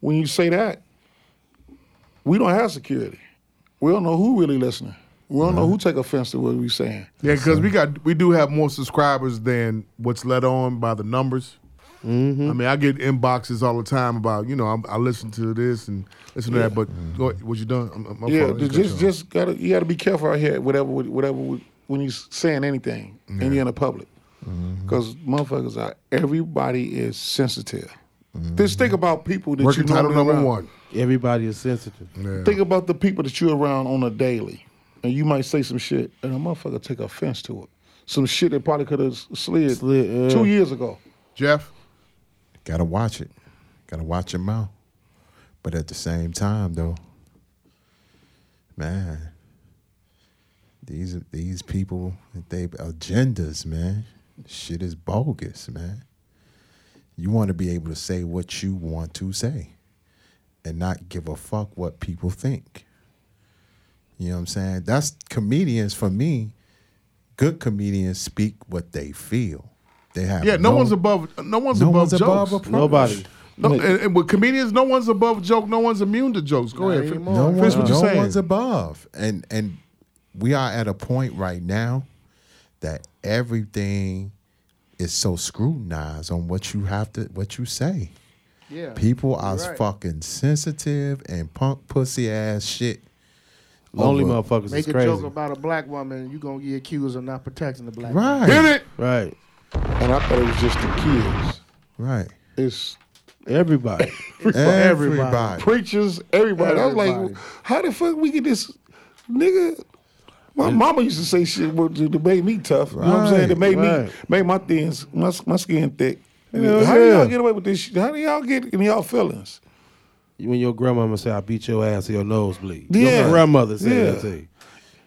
Speaker 4: when you say that, we don't have security. We don't know who really listening. We don't know who take offense to what we saying.
Speaker 3: Yeah, because we got we do have more subscribers than what's let on by the numbers.
Speaker 4: Mm-hmm.
Speaker 3: I mean, I get inboxes all the time about you know I'm, I listen to this and listen to that, but go, what you done? I'm, I'm- I'm
Speaker 4: Yeah,
Speaker 3: fine.
Speaker 4: ju- just just gotta you gotta be careful out here. Whatever, whatever, when you s- saying anything and you're in the public,
Speaker 2: Mm-hmm.
Speaker 4: because motherfuckers are everybody is sensitive.
Speaker 2: Mm-hmm.
Speaker 4: Just think about people that
Speaker 3: working
Speaker 4: you
Speaker 3: title
Speaker 4: normally
Speaker 3: number
Speaker 4: around.
Speaker 3: one.
Speaker 2: Everybody is sensitive.
Speaker 3: Yeah.
Speaker 4: Think about the people that you're around on a daily, and you might say some shit, and a motherfucker take offense to it. Some shit that probably could have slid,
Speaker 2: Slid, yeah.
Speaker 4: two years ago.
Speaker 3: Jeff,
Speaker 5: Gotta watch it. Gotta watch your mouth. But at the same time, though, man, these these people, they agendas, man. Shit is bogus, man. You want to be able to say what you want to say, and not give a fuck what people think. You know what I'm saying? That's comedians for me. Good comedians speak what they feel. They have
Speaker 3: yeah, no, one's above no one's
Speaker 5: no
Speaker 3: above
Speaker 5: one's
Speaker 3: jokes.
Speaker 5: above a
Speaker 2: Nobody.
Speaker 3: no, and, and with comedians, no one's above joke. No one's immune to jokes. Go ahead, finish,
Speaker 5: No,
Speaker 3: finish
Speaker 5: one's,
Speaker 3: what
Speaker 5: no
Speaker 3: you're saying.
Speaker 5: one's above. And and we are at a point right now that everything is so scrutinized on what you have to what you say.
Speaker 9: Yeah,
Speaker 5: People are
Speaker 9: You're right.
Speaker 5: fucking sensitive and punk pussy ass shit.
Speaker 2: Lonely
Speaker 5: over-
Speaker 2: motherfuckers
Speaker 9: make
Speaker 2: is
Speaker 9: a
Speaker 2: crazy.
Speaker 9: joke about a black woman, you gonna get accused of not protecting the black. woman.
Speaker 5: Right.
Speaker 3: Hit it.
Speaker 2: right.
Speaker 4: And I thought it was just the kids.
Speaker 5: Right.
Speaker 4: It's *laughs*
Speaker 2: Everybody.
Speaker 5: Everybody.
Speaker 4: preachers, everybody. I was like,
Speaker 9: Everybody.
Speaker 4: how the fuck we get this nigga? My mama used to say shit what- to, to make me tough. You know what I'm saying? That made me
Speaker 2: Right.
Speaker 4: made my thins my, my skin thick.
Speaker 2: Hell
Speaker 4: how do y'all
Speaker 2: yeah.
Speaker 4: get away with this shit? How do y'all get in y'all feelings?
Speaker 2: when your grandmama say, "I beat your ass till your nose bleed."
Speaker 4: Yeah.
Speaker 2: Your grandmother said
Speaker 4: Yeah.
Speaker 2: that to you.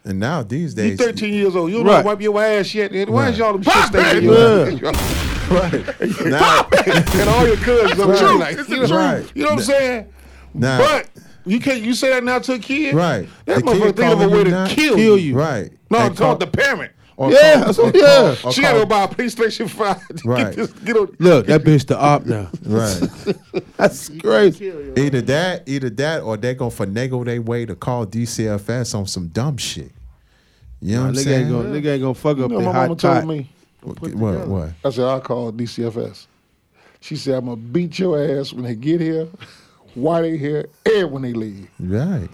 Speaker 5: And now these
Speaker 4: You
Speaker 5: days
Speaker 4: 13 years old. You don't know
Speaker 2: Right.
Speaker 4: how to wipe your ass yet. Why is
Speaker 5: Right.
Speaker 4: y'all them shit
Speaker 3: Pop
Speaker 4: staying
Speaker 3: it!
Speaker 4: in your-
Speaker 5: right. Now,
Speaker 4: and all your cousins
Speaker 5: Right.
Speaker 4: are true.
Speaker 5: Like,
Speaker 4: it's the
Speaker 5: you
Speaker 4: truth.
Speaker 5: know- Right.
Speaker 4: You know what I'm saying?
Speaker 5: Nah.
Speaker 4: But you can't. You say that now to a kid,
Speaker 5: right.
Speaker 4: That
Speaker 5: The kid
Speaker 4: motherfucker think of a
Speaker 5: calling
Speaker 4: way
Speaker 5: you
Speaker 4: to
Speaker 5: not-
Speaker 4: kill,
Speaker 2: Kill you.
Speaker 5: Right.
Speaker 4: No,
Speaker 5: Or
Speaker 4: I'm
Speaker 5: call-
Speaker 4: talking the parent.
Speaker 5: or
Speaker 2: Yeah,
Speaker 5: call-
Speaker 2: that's what-
Speaker 5: or call-
Speaker 2: yeah.
Speaker 5: or
Speaker 4: She
Speaker 5: call-
Speaker 4: gotta go buy a PlayStation Five. to
Speaker 5: Right.
Speaker 4: Get this, get on.
Speaker 2: Look, that bitch the op now.
Speaker 5: Right.
Speaker 2: That's crazy.
Speaker 5: Either that, either that, or they gonna finagle their way to call DCFS on some dumb shit. You know what I'm
Speaker 2: nigga
Speaker 5: saying?
Speaker 2: ain't gonna, nigga ain't gonna fuck
Speaker 4: You
Speaker 2: up
Speaker 4: know,
Speaker 2: the
Speaker 4: my mama
Speaker 2: hot
Speaker 4: told
Speaker 2: pot.
Speaker 4: me.
Speaker 5: what, what, what?
Speaker 4: I said I called DCFS. She said I'm gonna beat your ass when they get here, *laughs* while they here, and when they leave.
Speaker 5: Right.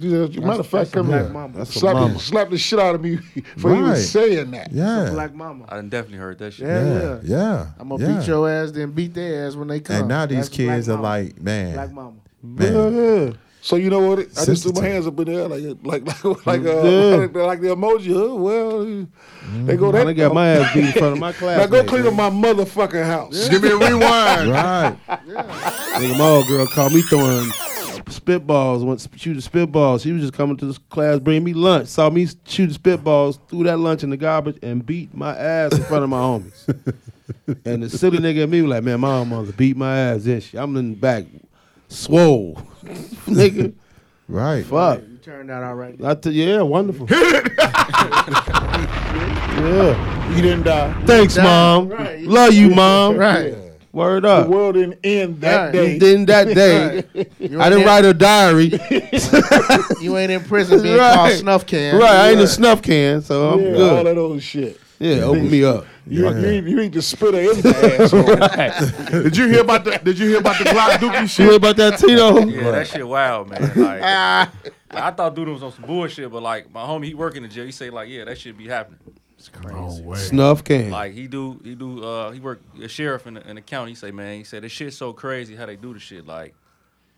Speaker 4: She said, matter of fact, come
Speaker 9: black
Speaker 4: here.
Speaker 9: mama.
Speaker 5: That's a
Speaker 4: Slap,
Speaker 5: mama.
Speaker 4: the, slap the shit out of me *laughs* for even
Speaker 5: Right.
Speaker 4: saying that.
Speaker 5: Yeah.
Speaker 9: Black mama.
Speaker 1: I done definitely heard that shit.
Speaker 9: Yeah.
Speaker 5: yeah. Yeah.
Speaker 9: I'm gonna beat your ass, then beat their ass when they come.
Speaker 5: And now these
Speaker 9: That's black
Speaker 5: kids are
Speaker 9: mama.
Speaker 5: like, man,
Speaker 9: Black mama.
Speaker 5: man,
Speaker 4: Yeah. So you know what? I just
Speaker 5: Sister
Speaker 4: threw my
Speaker 5: time.
Speaker 4: hands up in the air like *laughs* like like like,
Speaker 2: Mm-hmm.
Speaker 4: uh,
Speaker 2: Yeah.
Speaker 4: *laughs*
Speaker 2: Mm-hmm.
Speaker 4: like, the- like the emoji. Huh? Well, they go
Speaker 2: I
Speaker 4: that.
Speaker 2: done got my ass beat in front of my
Speaker 4: now
Speaker 2: class.
Speaker 4: go clean up my motherfucking house.
Speaker 3: Give me a
Speaker 5: *laughs*
Speaker 3: rewind.
Speaker 5: right.
Speaker 2: Nigga, my old girl called me throwing spitballs. Once shooting spitballs, she was just coming to this class, bringing me lunch. Saw me shooting spitballs, threw that lunch in the garbage, and beat my ass in front of my
Speaker 4: *laughs*
Speaker 2: homies. and the silly nigga at me was like, "Man, my mother beat my ass. This shit. I'm in the back, swole, *laughs* nigga.
Speaker 5: Right.
Speaker 2: Fuck.
Speaker 9: You turned out all right.
Speaker 2: I tell you, yeah,
Speaker 4: *laughs*
Speaker 2: wonderful. yeah.
Speaker 4: You didn't die.
Speaker 2: Thanks, mom.
Speaker 9: Right.
Speaker 2: Love you, mom.
Speaker 9: Right.
Speaker 2: Word
Speaker 4: The
Speaker 2: up.
Speaker 4: world didn't end that
Speaker 9: Right.
Speaker 4: day.
Speaker 2: Then that
Speaker 3: *laughs*
Speaker 2: day, I didn't write a diary.
Speaker 9: You ain't in prison being
Speaker 2: *laughs* Right.
Speaker 9: called snuff can.
Speaker 2: Right, I ain't a snuff can, so I'm
Speaker 4: yeah, all
Speaker 2: good.
Speaker 4: that old shit.
Speaker 2: Yeah, open me up.
Speaker 4: You, you, ain't, you ain't the spitter in the
Speaker 2: *laughs*
Speaker 4: asshole.
Speaker 3: Did you hear about the Did you hear about the Glock
Speaker 2: *laughs*
Speaker 3: Dookie
Speaker 2: You hear
Speaker 3: shit?
Speaker 2: about that Tito?
Speaker 1: Yeah, that shit wild, *laughs* man. Like, I thought dude was on some bullshit, but like my homie, he work in the jail. He say like, yeah, that shit be happening.
Speaker 2: Snuff can.
Speaker 1: Like he do, he do, uh, he work a sheriff in the, in the county. He say, man, he said this shit's so crazy how they do the shit. Like,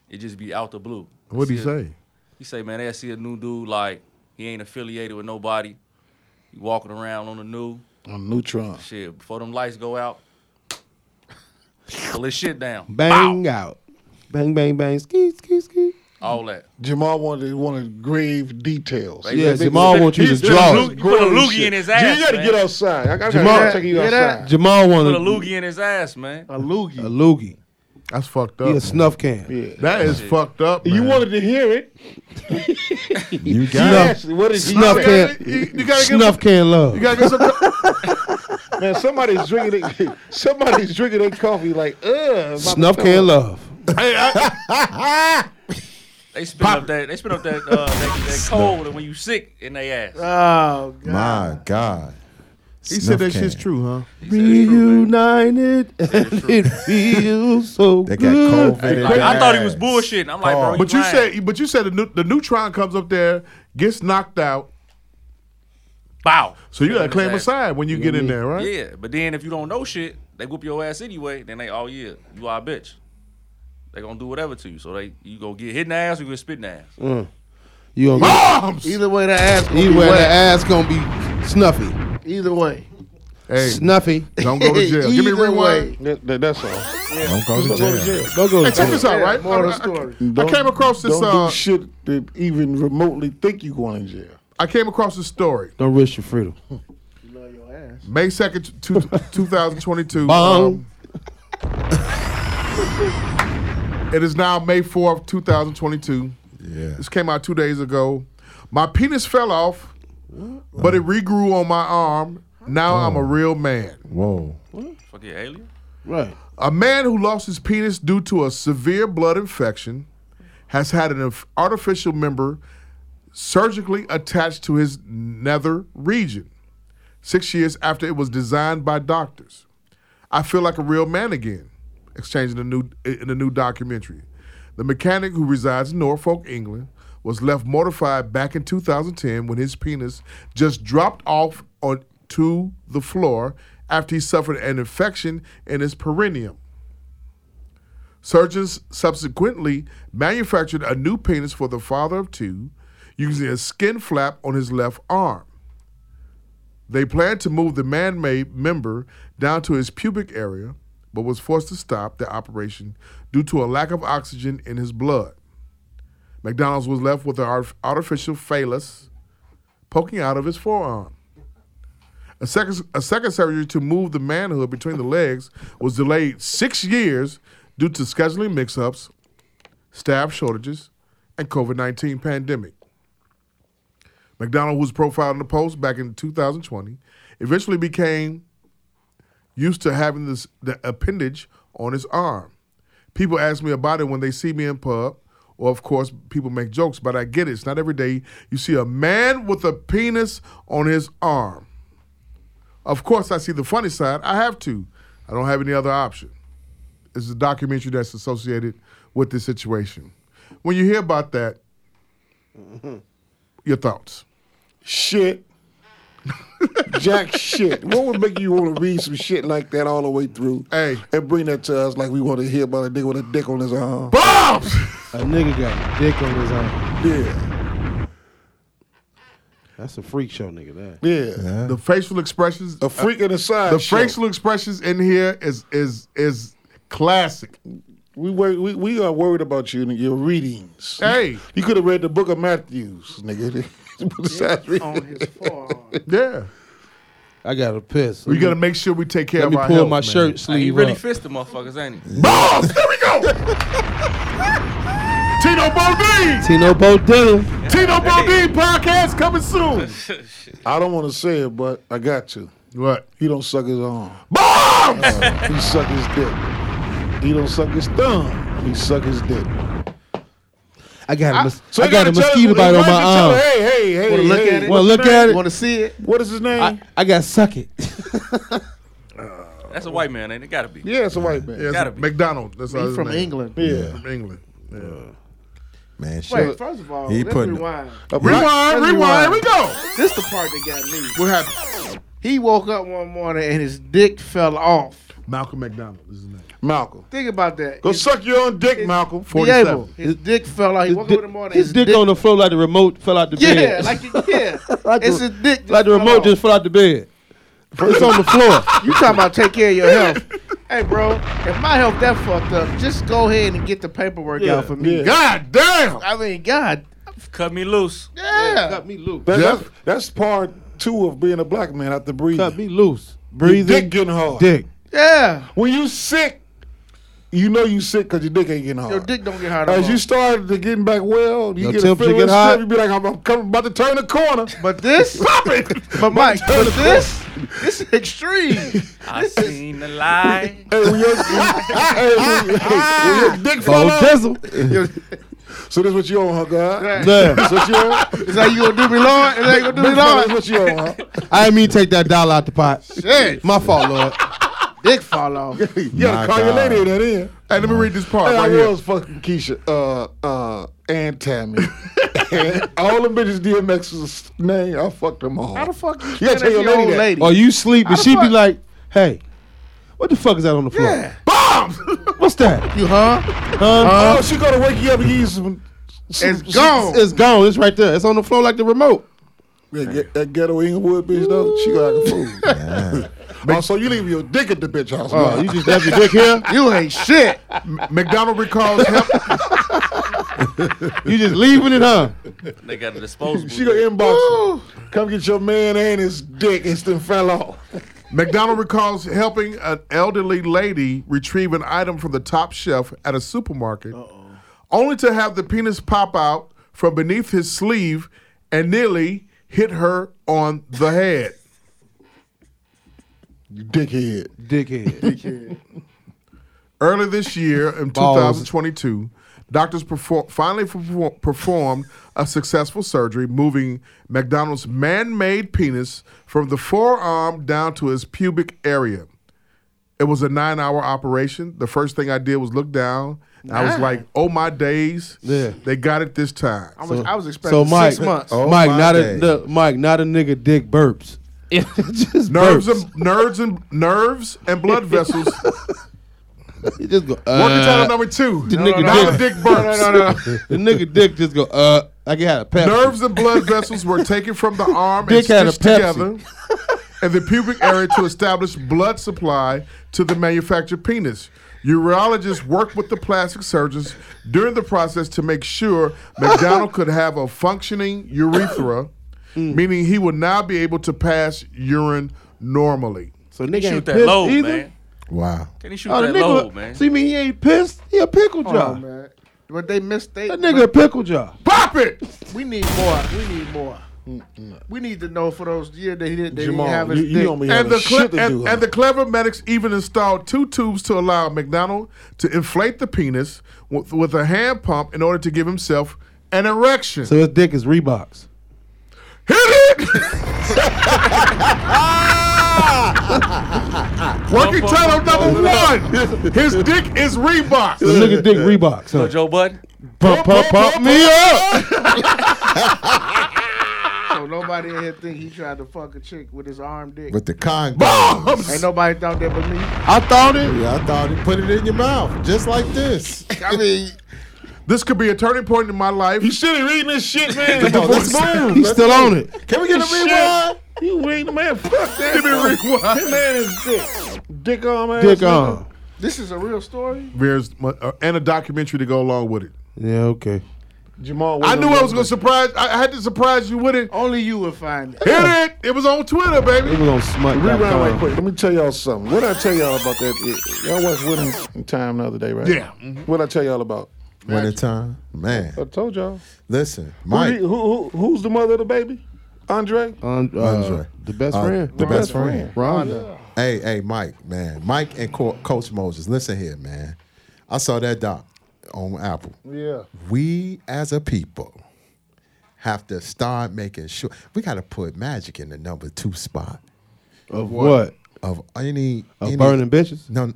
Speaker 1: it just be out the blue.
Speaker 3: What'd he
Speaker 1: See a-
Speaker 3: say?
Speaker 1: He say, man, they see a new dude like he ain't affiliated with nobody. He walking around on the new
Speaker 4: I'm neutron.
Speaker 1: shit. Before them lights go out, pull his shit down.
Speaker 2: bang out. Bang, bang, bang. Ski, ski, ski.
Speaker 1: All that.
Speaker 4: Jamal wanted wanted grave details.
Speaker 1: They-
Speaker 2: Yeah,
Speaker 1: they-
Speaker 2: Jamal
Speaker 1: they-
Speaker 2: wants you to
Speaker 1: he's-
Speaker 2: draw
Speaker 1: Luke-
Speaker 2: it.
Speaker 1: He put a loogie
Speaker 4: Shit.
Speaker 1: in his ass,
Speaker 4: You gotta
Speaker 1: man.
Speaker 4: get outside. I gotta
Speaker 2: Jamal-
Speaker 4: take you
Speaker 9: Hear that?
Speaker 4: outside.
Speaker 2: Jamal
Speaker 1: Put a
Speaker 2: wanted
Speaker 1: loogie in his ass, man.
Speaker 9: A
Speaker 2: A
Speaker 9: loogie.
Speaker 2: loogie.
Speaker 3: That's fucked up.
Speaker 2: He a snuff can.
Speaker 4: Yeah.
Speaker 3: That is fucked up.
Speaker 4: You
Speaker 3: man.
Speaker 4: wanted to hear it.
Speaker 5: You got
Speaker 2: Snuff,
Speaker 4: Actually, what is
Speaker 2: snuff can.
Speaker 3: You, you gotta get
Speaker 2: Snuff can love.
Speaker 3: You gotta get some.
Speaker 4: Man, somebody's drinking it, *laughs* somebody's drinking their coffee like, uh, ugh.
Speaker 2: Snuff can love.
Speaker 1: They spit up that. They spit up that uh, that, that cold, and when you sick in their ass.
Speaker 9: Oh God.
Speaker 5: my God.
Speaker 3: He said that shit's true, huh?
Speaker 1: He said it's true, man.
Speaker 2: Reunited, and *laughs* it feels so
Speaker 5: They
Speaker 2: good.
Speaker 5: got COVID.
Speaker 1: Like, I thought he was bullshitting. I'm like, bro,
Speaker 5: Paul.
Speaker 1: you
Speaker 3: But you
Speaker 1: lying.
Speaker 3: said, but you said the, new, the neutron comes up there, gets knocked out,
Speaker 1: bow.
Speaker 3: so you gotta claim a
Speaker 1: Exactly.
Speaker 3: side when you get in there, right?
Speaker 1: Yeah, but then if you don't know shit, they whoop your ass anyway. Then they, oh yeah, you are a bitch. They gonna do whatever to you. So they, you gonna get hit in the ass, or you gonna spit in the ass.
Speaker 2: You gonna
Speaker 4: Ah!
Speaker 2: get,
Speaker 3: Bombs.
Speaker 9: Either way, the ass gonna be
Speaker 2: either way, the
Speaker 9: wet.
Speaker 2: ass gonna be snuffy.
Speaker 9: Either way.
Speaker 3: Hey,
Speaker 2: Snuffy.
Speaker 3: don't go to jail. Give me a
Speaker 9: Either
Speaker 3: rewind.
Speaker 9: way.
Speaker 4: That, that- that's all.
Speaker 5: Don't go to jail.
Speaker 2: Don't go
Speaker 3: Hey,
Speaker 2: to
Speaker 3: check
Speaker 2: jail.
Speaker 3: this out, right?
Speaker 9: Moral
Speaker 3: I-
Speaker 9: of the story.
Speaker 3: I, I came across this.
Speaker 4: Don't
Speaker 3: Uh,
Speaker 4: do shit that even remotely think you going in jail.
Speaker 3: I came across this story.
Speaker 2: Don't risk your freedom.
Speaker 9: You love your ass.
Speaker 3: May second,
Speaker 4: *laughs*
Speaker 3: two, 2022.
Speaker 2: Bong.
Speaker 3: um, it is now May fourth, two thousand twenty-two.
Speaker 5: Yeah.
Speaker 3: This came out two days ago. My penis fell off, but it regrew on my arm. Now I'm a real man.
Speaker 5: Whoa.
Speaker 1: Fucking alien.
Speaker 2: Right.
Speaker 3: A man who lost his penis due to a severe blood infection has had an inf- artificial member surgically attached to his nether region six years after it was designed by doctors. I feel like a real man again, exchanging a new in a new documentary. The mechanic who resides in Norfolk, England, was left mortified back in 2010 when his penis just dropped off on to the floor after he suffered an infection in his perineum. Surgeons subsequently manufactured a new penis for the father of two using a skin flap on his left arm. They planned to move the man made member down to his pubic area, but was forced to stop the operation due to a lack of oxygen in his blood. McDonald's was left with an artif- artificial phallus poking out of his forearm. A second, a second surgery to move the manhood between the legs was delayed six years due to scheduling mix-ups, staff shortages, and COVID-19 pandemic. McDonald, who was profiled in the Post back in 2020, eventually became used to having this the appendage on his arm. People ask me about it when they see me in pub, or of course people make jokes, but I get it. It's not every day you see a man with a penis on his arm. Of course, I see the funny side. I have to. I don't have any other option. It's a documentary that's associated with this situation. When you hear about that, your thoughts. *laughs*
Speaker 4: Shit. Jack shit. What would make you want to read some shit like that all the way through?
Speaker 3: Hey.
Speaker 4: And bring that to us like we want to hear about a nigga with a dick on his arm.
Speaker 3: Bombs!
Speaker 2: A nigga got a dick on his arm.
Speaker 4: Yeah.
Speaker 2: That's a freak show, nigga. That.
Speaker 4: Yeah.
Speaker 3: The facial expressions uh,
Speaker 4: A freak in the side.
Speaker 3: the
Speaker 4: show.
Speaker 3: facial expressions in here is is is classic.
Speaker 4: We, wor- we we are worried about you and your readings.
Speaker 3: Hey,
Speaker 4: You could have read the book of Matthews, nigga. *laughs* Put the side reading.
Speaker 9: on his forearm.
Speaker 3: yeah.
Speaker 2: I got to piss.
Speaker 3: We got to make sure we take care
Speaker 2: Let
Speaker 3: of
Speaker 2: me
Speaker 3: our
Speaker 2: pull
Speaker 3: health,
Speaker 2: my
Speaker 3: man.
Speaker 2: shirt
Speaker 1: Hey, he
Speaker 2: sleeve
Speaker 1: really
Speaker 2: up.
Speaker 1: fist the motherfuckers, ain't he?
Speaker 3: Balls! Oh, There we *laughs* go. Tino Bodine,
Speaker 2: Tino Bodilla.
Speaker 3: Tino Bodine podcast coming soon.
Speaker 4: I don't want to say it, but I got to.
Speaker 3: What?
Speaker 4: He don't suck his arm. Uh,
Speaker 3: Bombs!
Speaker 4: He suck his dick. He don't suck his thumb. He suck his dick.
Speaker 2: I got a, mos-
Speaker 4: So
Speaker 2: I
Speaker 4: you
Speaker 2: got
Speaker 4: gotta
Speaker 2: a
Speaker 4: tell us-
Speaker 2: mosquito bite
Speaker 4: why
Speaker 2: on
Speaker 4: don't you
Speaker 2: my
Speaker 4: tell
Speaker 2: arm.
Speaker 4: us, Hey, hey, hey.
Speaker 2: Wanna look
Speaker 4: hey.
Speaker 2: at it? Wanna look at it?
Speaker 4: Want to see it? What is his name?
Speaker 2: I, I got suck it.
Speaker 1: That's a white man, ain't it? Gotta be.
Speaker 4: yeah, it's a white man.
Speaker 3: Yes,
Speaker 1: Gotta be.
Speaker 3: McDonald. That's all
Speaker 9: He
Speaker 3: his
Speaker 9: from
Speaker 3: name.
Speaker 9: England.
Speaker 4: Yeah.
Speaker 3: From England. Yeah.
Speaker 2: *laughs*
Speaker 5: Man, shit.
Speaker 9: Wait, first of all,
Speaker 5: He
Speaker 9: let's
Speaker 5: putting-
Speaker 9: rewind.
Speaker 4: A black-
Speaker 3: Rewind,
Speaker 9: Let's
Speaker 3: rewind. Here
Speaker 9: rewind.
Speaker 3: we go.
Speaker 9: This the part that got me.
Speaker 3: What happened?
Speaker 9: He woke up one morning and his dick fell off.
Speaker 3: Malcolm McDonald is his name.
Speaker 4: Malcolm.
Speaker 9: Think about that.
Speaker 4: Go
Speaker 9: His-
Speaker 4: suck your own dick, Malcolm.
Speaker 9: be able. His dick fell out. He woke up in the morning.
Speaker 2: His dick on the floor like the remote fell out the
Speaker 9: *laughs* Yeah,
Speaker 2: bed.
Speaker 9: like it- yeah.
Speaker 2: *laughs* Like
Speaker 9: it's
Speaker 2: the-
Speaker 9: his dick. Just
Speaker 2: Like the
Speaker 9: fell
Speaker 2: remote
Speaker 9: off.
Speaker 2: just fell out the bed. It's on the
Speaker 4: *laughs*
Speaker 2: floor.
Speaker 9: You talking about take care of your health? hey, bro. If my health that fucked up, just go ahead and get the paperwork out for me.
Speaker 3: God damn.
Speaker 9: I mean, God.
Speaker 1: Cut me loose.
Speaker 9: Yeah.
Speaker 2: Cut me loose.
Speaker 4: That-
Speaker 3: Jeff?
Speaker 4: that's, that's part two of being a black man after breathing.
Speaker 2: Cut me loose.
Speaker 4: Your dick getting hard.
Speaker 2: Dick.
Speaker 9: Yeah.
Speaker 4: When you sick, you know you sick because your dick ain't getting hard.
Speaker 9: Your dick don't get hard.
Speaker 4: As
Speaker 9: no
Speaker 4: you
Speaker 9: more.
Speaker 4: start to getting back well, you
Speaker 2: Your
Speaker 4: get a
Speaker 2: temperature
Speaker 4: feeling
Speaker 2: get hot.
Speaker 4: stuff, You be like, I'm, I'm coming, about to turn the corner.
Speaker 2: *laughs*
Speaker 9: but this,
Speaker 4: Pop it.
Speaker 9: but Mike, but this, this
Speaker 2: *laughs*
Speaker 9: is extreme.
Speaker 1: I seen the light.
Speaker 4: hey, when your, hey, when- hey,
Speaker 9: *laughs*
Speaker 4: when your dick fall
Speaker 2: Oh,
Speaker 4: off.
Speaker 2: Jizzle.
Speaker 4: So this what you on, huh, God?
Speaker 9: Right.
Speaker 2: Yeah.
Speaker 4: That's what you
Speaker 9: *laughs*
Speaker 4: on?
Speaker 9: Is that you gonna do me, Lord? Is that
Speaker 2: *laughs*
Speaker 9: you gonna do me,
Speaker 4: That's
Speaker 9: Lord?
Speaker 4: what you on, huh?
Speaker 2: I didn't mean to take that dollar out the pot.
Speaker 9: Shit.
Speaker 2: My fault, Lord.
Speaker 9: Dick fall off.
Speaker 4: You gotta
Speaker 5: My
Speaker 4: call your
Speaker 5: God.
Speaker 4: lady in that in.
Speaker 3: Hey, let me read this part
Speaker 4: Hey,
Speaker 3: right
Speaker 4: I
Speaker 3: here.
Speaker 4: was fucking Keisha, uh, uh, and Tammy. and all the bitches DMX's name, I fucked them all.
Speaker 9: How the fuck you
Speaker 4: Yeah,
Speaker 9: yeah,
Speaker 4: tell
Speaker 9: tell your
Speaker 4: your lady
Speaker 9: old
Speaker 4: that.
Speaker 9: lady?
Speaker 2: Or you sleep and
Speaker 9: How the
Speaker 2: she be
Speaker 9: fuck-
Speaker 2: like, hey, *laughs* what the fuck is that on the floor?
Speaker 9: Yeah.
Speaker 3: Bombs.
Speaker 2: What's that?
Speaker 9: You huh?
Speaker 2: Huh?
Speaker 4: Oh, she gonna wake you up and give you some. some
Speaker 9: It's gone.
Speaker 2: It's gone. It's right there. It's on the floor like the remote.
Speaker 4: That, get, that ghetto Inglewood bitch though, she gonna act a fool. Oh, so you leave your dick at the bitch house?
Speaker 2: Oh,
Speaker 4: huh?
Speaker 2: you just left your dick
Speaker 4: *laughs*
Speaker 2: here?
Speaker 9: You ain't shit.
Speaker 3: McDonald recalls help. *laughs*
Speaker 2: You just leaving it, huh?
Speaker 1: They got a disposable.
Speaker 4: she gonna inbox you. Come get your man and his dick. It's then fell off.
Speaker 3: McDonald recalls helping an elderly lady retrieve an item from the top shelf at a supermarket, only to have the penis pop out from beneath his sleeve and nearly hit her on the head.
Speaker 4: You dickhead.
Speaker 2: Dickhead.
Speaker 3: Earlier this year, in
Speaker 2: Balls.
Speaker 3: 2022, doctors perfor- finally perfor- performed a successful surgery, moving McDonald's man made penis from the forearm down to his pubic area. It was a nine hour operation. The first thing I did was look down. and I was
Speaker 9: Nine.
Speaker 3: like, oh my days,
Speaker 2: Ah. Yeah.
Speaker 3: they got it this time.
Speaker 9: I was, I was
Speaker 2: So
Speaker 9: expecting
Speaker 2: Mike,
Speaker 9: six months.
Speaker 5: Oh,
Speaker 2: Mike,
Speaker 5: my
Speaker 2: not
Speaker 5: day.
Speaker 2: a the, Mike, not a nigga dick *laughs* burps. just
Speaker 3: Nerves
Speaker 2: burps.
Speaker 3: and nerves and nerves and
Speaker 2: *laughs*
Speaker 3: blood vessels.
Speaker 2: Uh, He just go.
Speaker 3: Working title
Speaker 2: Uh,
Speaker 3: number two.
Speaker 2: the nigga
Speaker 3: Dollar
Speaker 2: dick-
Speaker 3: dick
Speaker 2: *laughs*
Speaker 3: burps.
Speaker 2: the nigga dick just go. Uh, like he had a pep.
Speaker 3: Nerves and blood vessels were taken from the arm
Speaker 2: Dick had
Speaker 3: and
Speaker 2: a
Speaker 3: stitched together in the pubic area to establish blood supply to the manufactured penis. Urologists worked with the plastic surgeons during the process to make sure McDonald could have
Speaker 2: Mm.
Speaker 3: a functioning urethra, meaning he would now be able to pass urine normally.
Speaker 2: So nigga
Speaker 1: Shoot
Speaker 2: ain't
Speaker 1: that
Speaker 2: pissed
Speaker 1: load,
Speaker 2: either?
Speaker 1: man.
Speaker 5: Wow.
Speaker 1: Can he shoot
Speaker 2: Oh, the
Speaker 1: that
Speaker 2: nigga-
Speaker 1: load, man? Oh,
Speaker 2: See me, he ain't pissed. He a pickle jar.
Speaker 9: Hold on, man. But they missed. They,
Speaker 2: That nigga a pickle jar.
Speaker 3: Pop it!
Speaker 9: We need more. We need more. We need to know for those years that he didn't, they
Speaker 4: Jamal,
Speaker 9: didn't have his
Speaker 4: you,
Speaker 9: dick.
Speaker 4: you don't be
Speaker 3: And
Speaker 4: having
Speaker 3: the, cle-
Speaker 4: shit to do.
Speaker 3: and,
Speaker 4: huh?
Speaker 3: and the clever medics even installed two tubes to allow McDonald to inflate the penis with, with a hand pump in order to give himself an erection.
Speaker 2: So his dick is Reeboks.
Speaker 3: Hit
Speaker 2: *laughs*
Speaker 3: it! Working title number one. His dick is
Speaker 2: The
Speaker 3: Reebok.
Speaker 2: nigga dick Reeboks.
Speaker 1: Yo,
Speaker 2: Huh?
Speaker 1: Joe Budden.
Speaker 2: Pump, pump, pump me up.
Speaker 9: So nobody in here think he tried to fuck a chick with his arm dick.
Speaker 5: With the con.
Speaker 9: Ain't
Speaker 3: Bombs.
Speaker 9: nobody thought that but me.
Speaker 2: I thought it.
Speaker 5: Yeah, I thought he put it in your mouth, just like this.
Speaker 4: *laughs* I mean,
Speaker 3: This could be a turning point in my life.
Speaker 4: you should have read this shit, man.
Speaker 5: Come on, let's move.
Speaker 2: He's still on it.
Speaker 5: Can we get a rewind?
Speaker 4: You waiting, man. Fuck that. Give me rewind. Man is dick. Dick on, man.
Speaker 2: Dick on.
Speaker 9: This is a real story.
Speaker 3: There's uh, and a documentary to go along with it.
Speaker 2: Yeah, okay.
Speaker 4: Jamal.
Speaker 2: Oh,
Speaker 3: I knew I was gonna surprise. I I had to surprise you with it.
Speaker 9: Only you would find it.
Speaker 3: Hit it! It was on Twitter,
Speaker 2: They
Speaker 3: baby.
Speaker 2: Oh, was on smut.
Speaker 4: Rewind right quick. Let me tell y'all something. What I tell y'all about that? Y'all watched Winning Time the other day, right?
Speaker 3: Yeah.
Speaker 4: What I tell y'all about?
Speaker 5: One at a time, man.
Speaker 4: I told y'all.
Speaker 5: Listen,
Speaker 4: Who,
Speaker 5: Mike,
Speaker 4: who, who, who's the mother of the baby? Andre.
Speaker 2: Um, uh,
Speaker 5: Andre.
Speaker 2: The best
Speaker 5: Uh,
Speaker 2: friend.
Speaker 5: the best friend.
Speaker 2: Rhonda.
Speaker 5: Hey, hey, Mike, man, Mike and Co- Coach Moses. Listen here, man. I saw that doc on Apple.
Speaker 4: Yeah.
Speaker 5: We as a people have to start making sure we got to put magic in the number two spot
Speaker 2: Of what?
Speaker 5: of any
Speaker 2: Of
Speaker 5: any-
Speaker 2: burning bitches.
Speaker 5: *laughs* No,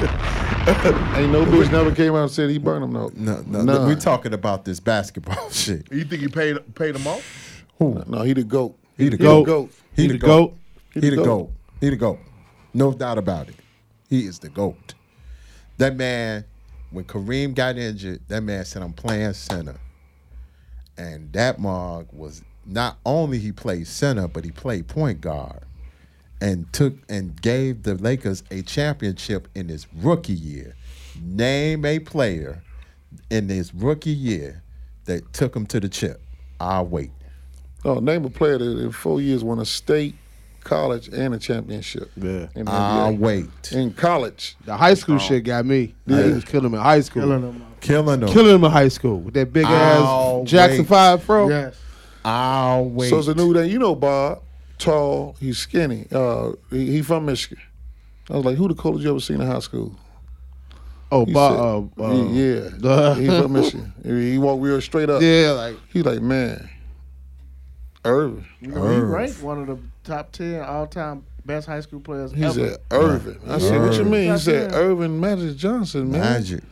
Speaker 4: Ain't no bitch never came out and said he burned him. No.
Speaker 5: no, no.
Speaker 4: None.
Speaker 5: We're talking about this basketball *laughs* shit.
Speaker 3: You think he paid paid him off?
Speaker 4: No, he the goat.
Speaker 5: He the
Speaker 2: goat.
Speaker 5: He the
Speaker 2: goat.
Speaker 5: goat. He the goat. He the goat. No doubt about it. He is the goat. That man, when Kareem got injured, that man said, "I'm playing center," and that mog was not only he played center, but he played point guard, and took and gave the Lakers a championship in his rookie year. Name a player in his rookie year that took him to the chip. I wait.
Speaker 4: No, Oh, name a player that in four years won a state, college, and a championship.
Speaker 2: Yeah.
Speaker 4: In, the
Speaker 2: Ah,
Speaker 5: I
Speaker 4: NBA.
Speaker 5: wait.
Speaker 4: in college.
Speaker 2: The high school shit got me. He was killing him in high school. Killing him,
Speaker 5: Killing them.
Speaker 2: in high school with that big
Speaker 5: Oh,
Speaker 2: ass Jackson
Speaker 5: wait.
Speaker 2: Five fro.
Speaker 9: Yes.
Speaker 5: I'll wait.
Speaker 4: So it's a new day. You know Bob, tall, he's skinny. Uh, he, he from Michigan. I was like, who the coolest you ever seen in high school?
Speaker 2: Oh,
Speaker 4: He
Speaker 2: Bob.
Speaker 4: said,
Speaker 2: uh, uh,
Speaker 4: he- yeah, he from Michigan. He he walked real straight up.
Speaker 2: *laughs* yeah, like
Speaker 4: He like, man, Irvin.
Speaker 9: You know, he ranked one of the top ten all time best high school players
Speaker 4: He
Speaker 9: ever.
Speaker 4: said, Irvin. I said, what you
Speaker 5: Irvin.
Speaker 4: mean? He said,
Speaker 9: Goddamn.
Speaker 4: Irvin Magic Johnson, man.
Speaker 5: Magic.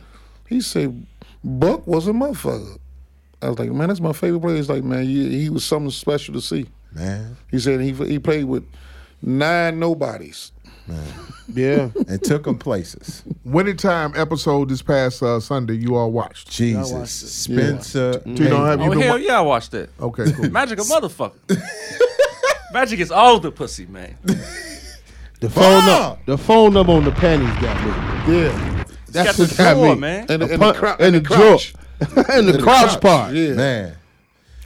Speaker 4: He said, Buck was a motherfucker. I was like, man, that's my favorite player. He's like, man, he, he was something special to see.
Speaker 5: Man.
Speaker 4: He said he he played with nine nobodies.
Speaker 2: yeah.
Speaker 5: And took them
Speaker 9: *laughs*
Speaker 5: places.
Speaker 3: Winning time episode this past uh, Sunday. You all watched.
Speaker 5: Jesus. Spencer.
Speaker 3: You don't have you
Speaker 1: Oh
Speaker 3: been
Speaker 1: hell
Speaker 3: wa-
Speaker 1: yeah, I watched that.
Speaker 2: Oh.
Speaker 3: Okay, cool.
Speaker 1: Magic a motherfucker. *laughs* Magic is all the pussy, man.
Speaker 2: The phone
Speaker 5: Bob!
Speaker 2: number. The phone number on the panties got me.
Speaker 4: Yeah.
Speaker 2: That's
Speaker 1: got
Speaker 2: what
Speaker 1: the
Speaker 2: got
Speaker 1: drawer,
Speaker 2: me.
Speaker 1: man.
Speaker 4: And,
Speaker 2: A
Speaker 4: and,
Speaker 2: pun-
Speaker 4: the, crouch,
Speaker 2: and the
Speaker 4: *laughs* crouch.
Speaker 2: drawer. and the crouch part.
Speaker 4: Yeah.
Speaker 5: Man.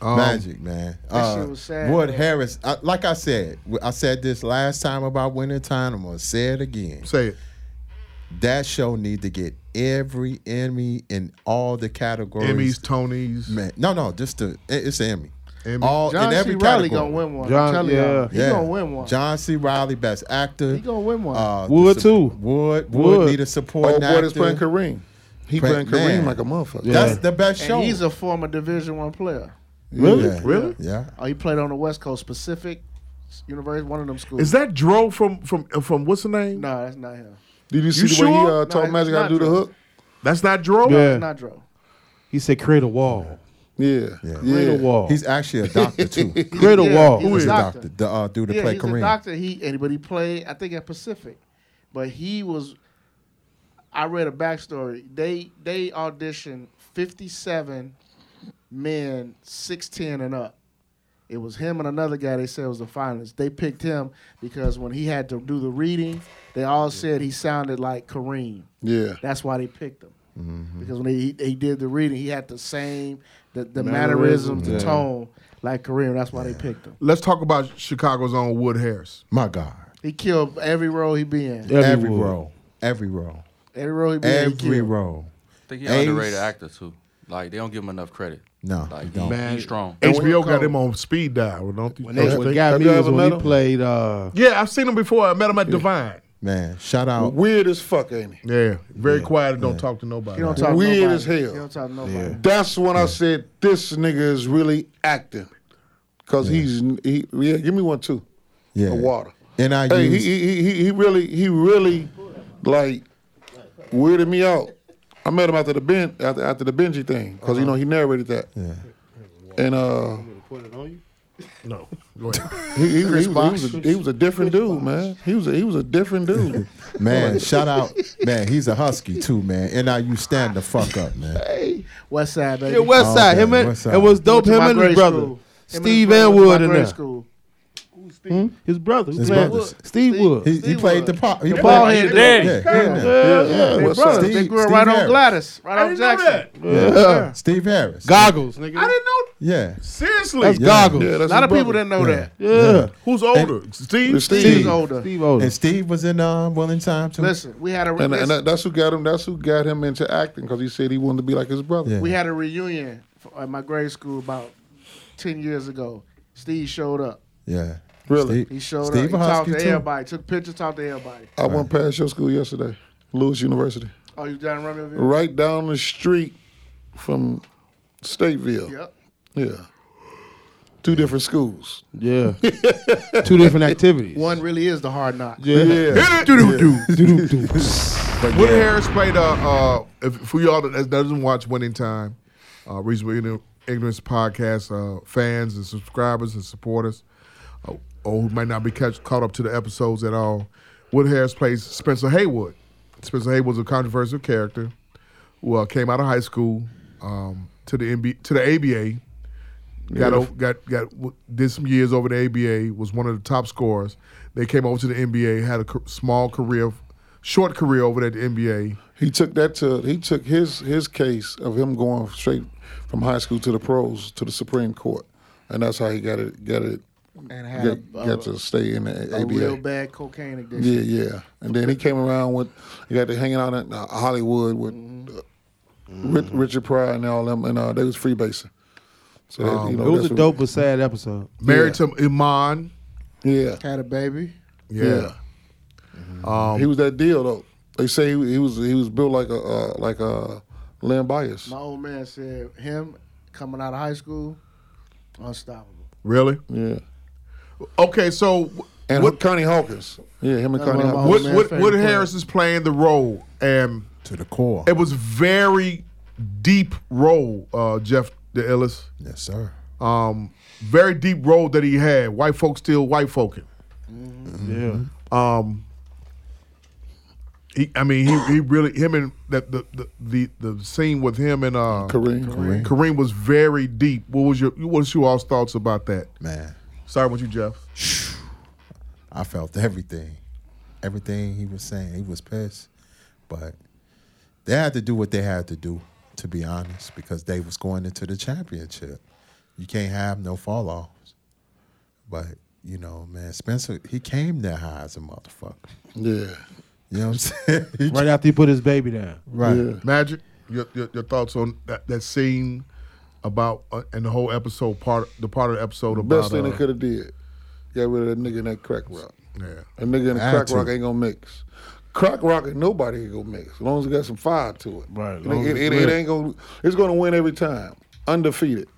Speaker 3: Um,
Speaker 5: Magic, man. Uh,
Speaker 9: that shit was sad,
Speaker 5: Wood
Speaker 9: man.
Speaker 5: Harris. I, like I said, w- I said this last time about winter time. I'm gonna say it again.
Speaker 3: Say it.
Speaker 5: That show need to get every Emmy in all the categories.
Speaker 3: Emmys, Tonys.
Speaker 5: man. No, no, just the it- it's an Emmy.
Speaker 3: Emmy.
Speaker 5: All
Speaker 9: John
Speaker 5: in every
Speaker 9: C.
Speaker 5: category.
Speaker 9: Riley gonna win one.
Speaker 2: John-
Speaker 9: I'm telling
Speaker 2: yeah.
Speaker 9: y'all, he gonna win one.
Speaker 5: John C. Riley, best actor.
Speaker 9: He gonna win one.
Speaker 5: Uh, the
Speaker 2: Wood,
Speaker 5: sup-
Speaker 2: too.
Speaker 5: Wood, Wood,
Speaker 2: Wood.
Speaker 5: need a
Speaker 4: Oh,
Speaker 5: supporting
Speaker 4: boy,
Speaker 5: actor.
Speaker 4: that's playing Kareem. He
Speaker 5: Play-
Speaker 4: playing Kareem
Speaker 5: man.
Speaker 4: like a motherfucker.
Speaker 2: Yeah.
Speaker 5: That's the best
Speaker 9: and
Speaker 5: show.
Speaker 9: he's a former Division One player.
Speaker 2: Really?
Speaker 5: Yeah.
Speaker 3: Really?
Speaker 5: Yeah.
Speaker 9: Oh, he played on the West Coast, Pacific University, one of them schools.
Speaker 3: Is that Dro from from uh, from what's the name?
Speaker 9: No, that's not him.
Speaker 4: Did you see the way he
Speaker 3: sure?
Speaker 4: uh, taught
Speaker 9: No,
Speaker 4: Magic how to
Speaker 9: not
Speaker 4: do the
Speaker 9: true.
Speaker 4: hook?
Speaker 3: That's not Dro.
Speaker 2: Yeah.
Speaker 9: It's not Dro.
Speaker 2: He said, "Create a wall.
Speaker 4: Yeah.
Speaker 5: Yeah.
Speaker 2: Create a wall.
Speaker 5: He's actually a doctor
Speaker 9: *laughs*
Speaker 5: too.
Speaker 2: Create a
Speaker 9: Yeah,
Speaker 2: wall."
Speaker 9: he's a
Speaker 5: Who is
Speaker 9: doctor.
Speaker 5: doctor? The uh, dude that
Speaker 9: Yeah,
Speaker 5: played
Speaker 9: he's
Speaker 5: Kareem.
Speaker 9: a doctor. He and but he played, I think, at Pacific. But he was. I read a backstory. They they auditioned fifty seven men, sixteen and up. It was him and another guy. They said was the finalist. They picked him because when he had to do the reading, they all said he sounded like Kareem.
Speaker 4: Yeah.
Speaker 9: That's why they picked him. Because when he, he did the reading, he had the same the, the mannerisms, the tone like Kareem. That's why they picked him.
Speaker 3: Let's talk about Chicago's own Wood Harris.
Speaker 5: My God.
Speaker 9: He killed every role he be in.
Speaker 2: Every
Speaker 5: Every
Speaker 2: wood.
Speaker 5: role. Every role.
Speaker 9: Every role he be in. he
Speaker 5: Every
Speaker 9: killed.
Speaker 5: role.
Speaker 1: I think he's
Speaker 5: Ace.
Speaker 1: underrated actor too. Like they don't give him enough credit.
Speaker 5: No,
Speaker 1: Like
Speaker 5: you
Speaker 1: he,
Speaker 5: don't.
Speaker 1: he's strong.
Speaker 3: HBO got him on speed dial. Don't you?
Speaker 2: When
Speaker 3: don't
Speaker 2: they,
Speaker 3: you
Speaker 2: what
Speaker 3: think?
Speaker 2: got
Speaker 4: Have
Speaker 2: me
Speaker 4: you
Speaker 2: was
Speaker 4: ever
Speaker 2: when
Speaker 4: met
Speaker 2: he
Speaker 4: him?
Speaker 2: played. Uh,
Speaker 3: yeah, I've seen him before. I met him at Divine.
Speaker 5: Man, shout out.
Speaker 4: Weird as fuck, ain't he?
Speaker 3: Yeah, very quiet and don't talk to nobody.
Speaker 9: He don't talk to
Speaker 4: Weird
Speaker 9: nobody.
Speaker 4: as hell.
Speaker 9: He don't talk to nobody.
Speaker 4: That's when I said this nigga is really acting, cause he's he, yeah. Give me one too.
Speaker 5: yeah.
Speaker 4: A water.
Speaker 5: And I
Speaker 4: Hey, he,
Speaker 5: use
Speaker 4: he he he really he really like weirded me out. I met him after the ben after, after the Benji thing, cause
Speaker 5: Uh-huh.
Speaker 4: you know he narrated that. Yeah. And uh,
Speaker 3: No, go ahead.
Speaker 4: he, he, was- he, was, he was a, he was a different dude, man. He was a, he was a
Speaker 5: *laughs*
Speaker 4: different dude.
Speaker 5: man, shout
Speaker 9: *laughs*
Speaker 5: out. Man, he's a husky too, man. NIU stand the fuck up, man.
Speaker 9: West Side, baby.
Speaker 2: yeah, West
Speaker 5: Oh,
Speaker 2: Side.
Speaker 5: okay,
Speaker 2: Him and
Speaker 5: West Side.
Speaker 2: it was
Speaker 9: Went
Speaker 2: dope.
Speaker 9: to
Speaker 2: Him
Speaker 9: my
Speaker 2: and his
Speaker 9: grade
Speaker 2: brother,
Speaker 9: school. Him and his
Speaker 2: Steve
Speaker 9: brother
Speaker 2: and
Speaker 9: went to my
Speaker 2: Wood, in
Speaker 9: grade
Speaker 2: there.
Speaker 9: School.
Speaker 2: Hmm? His brother. His
Speaker 5: His
Speaker 2: man,
Speaker 5: brothers.
Speaker 2: Steve Wood.
Speaker 5: He, he
Speaker 9: Steve
Speaker 5: played the
Speaker 9: was.
Speaker 5: pop. He played
Speaker 2: bald
Speaker 5: yeah,
Speaker 2: head
Speaker 1: daddy.
Speaker 5: Yeah, him there.
Speaker 2: Yeah, yeah.
Speaker 5: Yeah,
Speaker 2: They
Speaker 5: West
Speaker 2: brothers.
Speaker 5: Steve-
Speaker 9: they grew up
Speaker 5: Steve
Speaker 9: right on
Speaker 5: Harris.
Speaker 9: Gladys, right
Speaker 3: I
Speaker 9: on
Speaker 3: didn't know
Speaker 9: Jackson.
Speaker 3: that.
Speaker 2: Yeah.
Speaker 5: Steve Harris.
Speaker 2: Goggles, nigga.
Speaker 3: I didn't know.
Speaker 5: Yeah.
Speaker 3: Seriously,
Speaker 2: That's
Speaker 5: Yeah.
Speaker 2: goggles.
Speaker 4: Yeah,
Speaker 9: A
Speaker 4: that's
Speaker 9: lot
Speaker 4: his
Speaker 9: of people didn't
Speaker 4: brother.
Speaker 9: know that.
Speaker 2: Yeah.
Speaker 3: who's older, Steve?
Speaker 4: Steve.
Speaker 9: He's
Speaker 2: Steve.
Speaker 9: older.
Speaker 2: Steve older.
Speaker 5: And Steve was in um, Willing Time too.
Speaker 9: Listen, we had a
Speaker 4: And, and
Speaker 9: listen,
Speaker 4: that, that's who got him. That's who got him into acting because he said he wanted to be like his brother.
Speaker 5: Yeah.
Speaker 9: we had a reunion f- at my grade school about ten years ago. Steve showed up.
Speaker 5: Yeah.
Speaker 4: Really?
Speaker 5: Steve,
Speaker 9: He showed
Speaker 5: Steve
Speaker 9: up.
Speaker 5: a
Speaker 9: He talked
Speaker 5: husky
Speaker 9: to
Speaker 5: too.
Speaker 9: everybody. Took pictures. Talked to everybody.
Speaker 4: I went past your school yesterday, Lewis University,
Speaker 9: Oh, you down in Romeoville?
Speaker 4: right down the street from Stateville.
Speaker 9: Yep.
Speaker 4: Yeah. Two different schools.
Speaker 2: Yeah. Two different activities.
Speaker 9: One really is the hard knock.
Speaker 4: *laughs* Yeah.
Speaker 3: Hit it. Doo-doo-doo. *laughs*
Speaker 2: Doo-doo-doo.
Speaker 3: Wood Harris played uh, uh if, for y'all that doesn't watch Winning Time, uh, Reasonable Igno- Ignorance podcast uh, fans and subscribers and supporters, uh, or who might not be catch, caught up to the episodes at all. Wood Harris plays Spencer Haywood. Spencer Haywood's a controversial character who uh, came out of high school um, to the NBA, to the ABA. Got, o- got got w- did some years over the ABA. Was one of the top scorers. They came over to the NBA, had a ca- small career, short career over there at the NBA.
Speaker 4: He took that to he took his his case of him going straight from high school to the pros to the Supreme Court, and that's how he got it got it
Speaker 9: And had
Speaker 4: got,
Speaker 9: a,
Speaker 4: got to stay in the
Speaker 9: a
Speaker 4: ABA.
Speaker 9: real bad cocaine addiction.
Speaker 4: Yeah, yeah. And then he came around with, he got to hanging out in uh, Hollywood with uh,
Speaker 9: Mm-hmm.
Speaker 4: Rich, Richard Pryor and all them, and uh, they was freebasing. So that, you
Speaker 2: Um, It
Speaker 4: know,
Speaker 2: was
Speaker 4: that's
Speaker 2: a
Speaker 4: what-
Speaker 2: dope but sad episode.
Speaker 3: Married to Iman.
Speaker 4: Yeah,
Speaker 9: Had a baby.
Speaker 4: yeah. Mm-hmm.
Speaker 3: Um,
Speaker 4: He was that deal though. They say he, he was he was built like a uh, like a Lamb Bias.
Speaker 9: My old man said him coming out of high school, unstoppable.
Speaker 3: really?
Speaker 4: Yeah.
Speaker 3: Okay, so
Speaker 4: And
Speaker 3: What-
Speaker 4: what Connie Hawkins? Yeah, him and
Speaker 9: That's
Speaker 4: Connie
Speaker 9: one of my
Speaker 4: Hawkins.
Speaker 9: old
Speaker 3: Wood,
Speaker 9: man
Speaker 3: Wood,
Speaker 9: favorite
Speaker 3: Wood
Speaker 9: player.
Speaker 3: Harris is playing the role, and
Speaker 5: to the core.
Speaker 3: it was very deep role. Uh, Jeff the Ellis,
Speaker 5: yes, sir.
Speaker 3: um, very deep role that he had. White folks still white folking.
Speaker 2: Yeah.
Speaker 3: Um, he, I mean, he, he really him and that the, the the the scene with him and uh,
Speaker 4: Kareem.
Speaker 3: Kareem. was very deep. What was your what was your all's thoughts about that?
Speaker 5: Man,
Speaker 3: Sorry with you, Jeff.
Speaker 5: I felt everything. Everything he was saying. He was pissed. But they had to do what they had to do, to be honest, because they was going into the championship. You can't have no fall offs. But, you know, man, Spencer, he came that high as a motherfucker.
Speaker 4: Yeah.
Speaker 5: You know what I'm *laughs* saying? He-
Speaker 2: Right after he put his baby down.
Speaker 5: right.
Speaker 4: Yeah.
Speaker 3: Magic, your, your, your thoughts on that, that scene about uh, and the whole episode part, the part of the episode about
Speaker 4: Best thing
Speaker 3: uh,
Speaker 4: they could have did. Got rid of that nigga in that crack rock.
Speaker 3: Yeah,
Speaker 4: A nigga in a crack
Speaker 5: Attitude.
Speaker 4: rock ain't gonna mix. Crack rock and nobody can go mix as long as it got some fire to it.
Speaker 2: Right,
Speaker 4: It,
Speaker 2: long as
Speaker 4: it, it,
Speaker 2: it's
Speaker 4: it
Speaker 2: lit.
Speaker 4: ain't gonna. It's gonna win every time. Undefeated.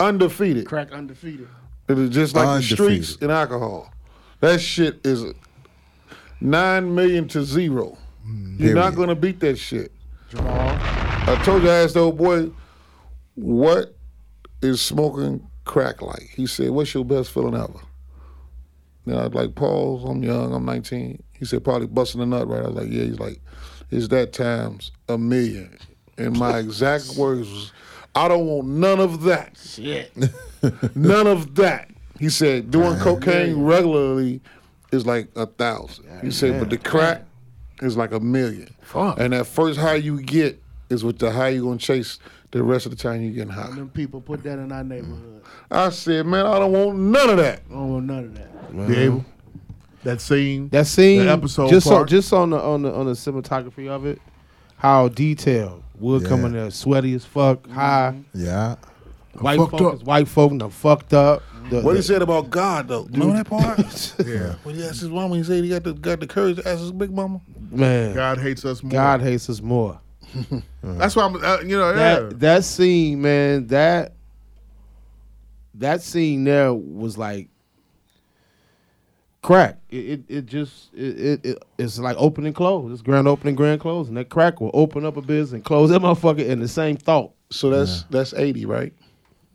Speaker 4: Undefeated.
Speaker 9: Crack undefeated.
Speaker 4: It is just like the streets
Speaker 5: Undefeated.
Speaker 4: and alcohol. That shit is nine million to zero. You're
Speaker 5: Mm, Period.
Speaker 4: not gonna beat that shit. I told you I asked the old boy, what is smoking crack like? He said, What's your best feeling ever? Then I was like, Pause, I'm young, I'm 19. He said, Probably busting a nut, right? I was like, Yeah. He's like, It's that times a million. And my exact words was, I don't want none of that.
Speaker 9: Shit.
Speaker 4: *laughs* None of that. He said, Doing cocaine regularly is like a thousand. He said, But the crack is like a million.
Speaker 3: Fuck.
Speaker 4: And that first high you get is with the high you gonna chase the rest of the time you getting
Speaker 9: And
Speaker 4: high.
Speaker 9: them people put that in our neighborhood.
Speaker 4: I said, man, I don't want none of that.
Speaker 9: I don't want none of that.
Speaker 3: Be able. That scene.
Speaker 2: That scene,
Speaker 3: That episode
Speaker 2: just on,
Speaker 3: part.
Speaker 2: just on the on the on the cinematography of it, how detailed. Wood
Speaker 5: Yeah.
Speaker 2: coming there sweaty as
Speaker 9: Mm-hmm.
Speaker 2: fuck, high.
Speaker 5: Yeah.
Speaker 2: White
Speaker 3: fucked
Speaker 2: folk
Speaker 3: up.
Speaker 2: is white folk, and I'm fucked up. The-
Speaker 4: What
Speaker 2: the-
Speaker 4: he said about God though, you know that part? *laughs*
Speaker 3: yeah.
Speaker 4: when he asked his mama, he said he got the got the courage to ask his big mama.
Speaker 2: man? God,
Speaker 3: God hates us more.
Speaker 2: hates us more.
Speaker 3: That's why I'm. Uh, you know. yeah.
Speaker 2: That that scene, man, that that scene there was like crack. It it, it just it, it, it it's like open and close. It's grand opening, grand close, and that crack will open up a biz and close that motherfucker in the same thought.
Speaker 4: So that's that's eighty, right?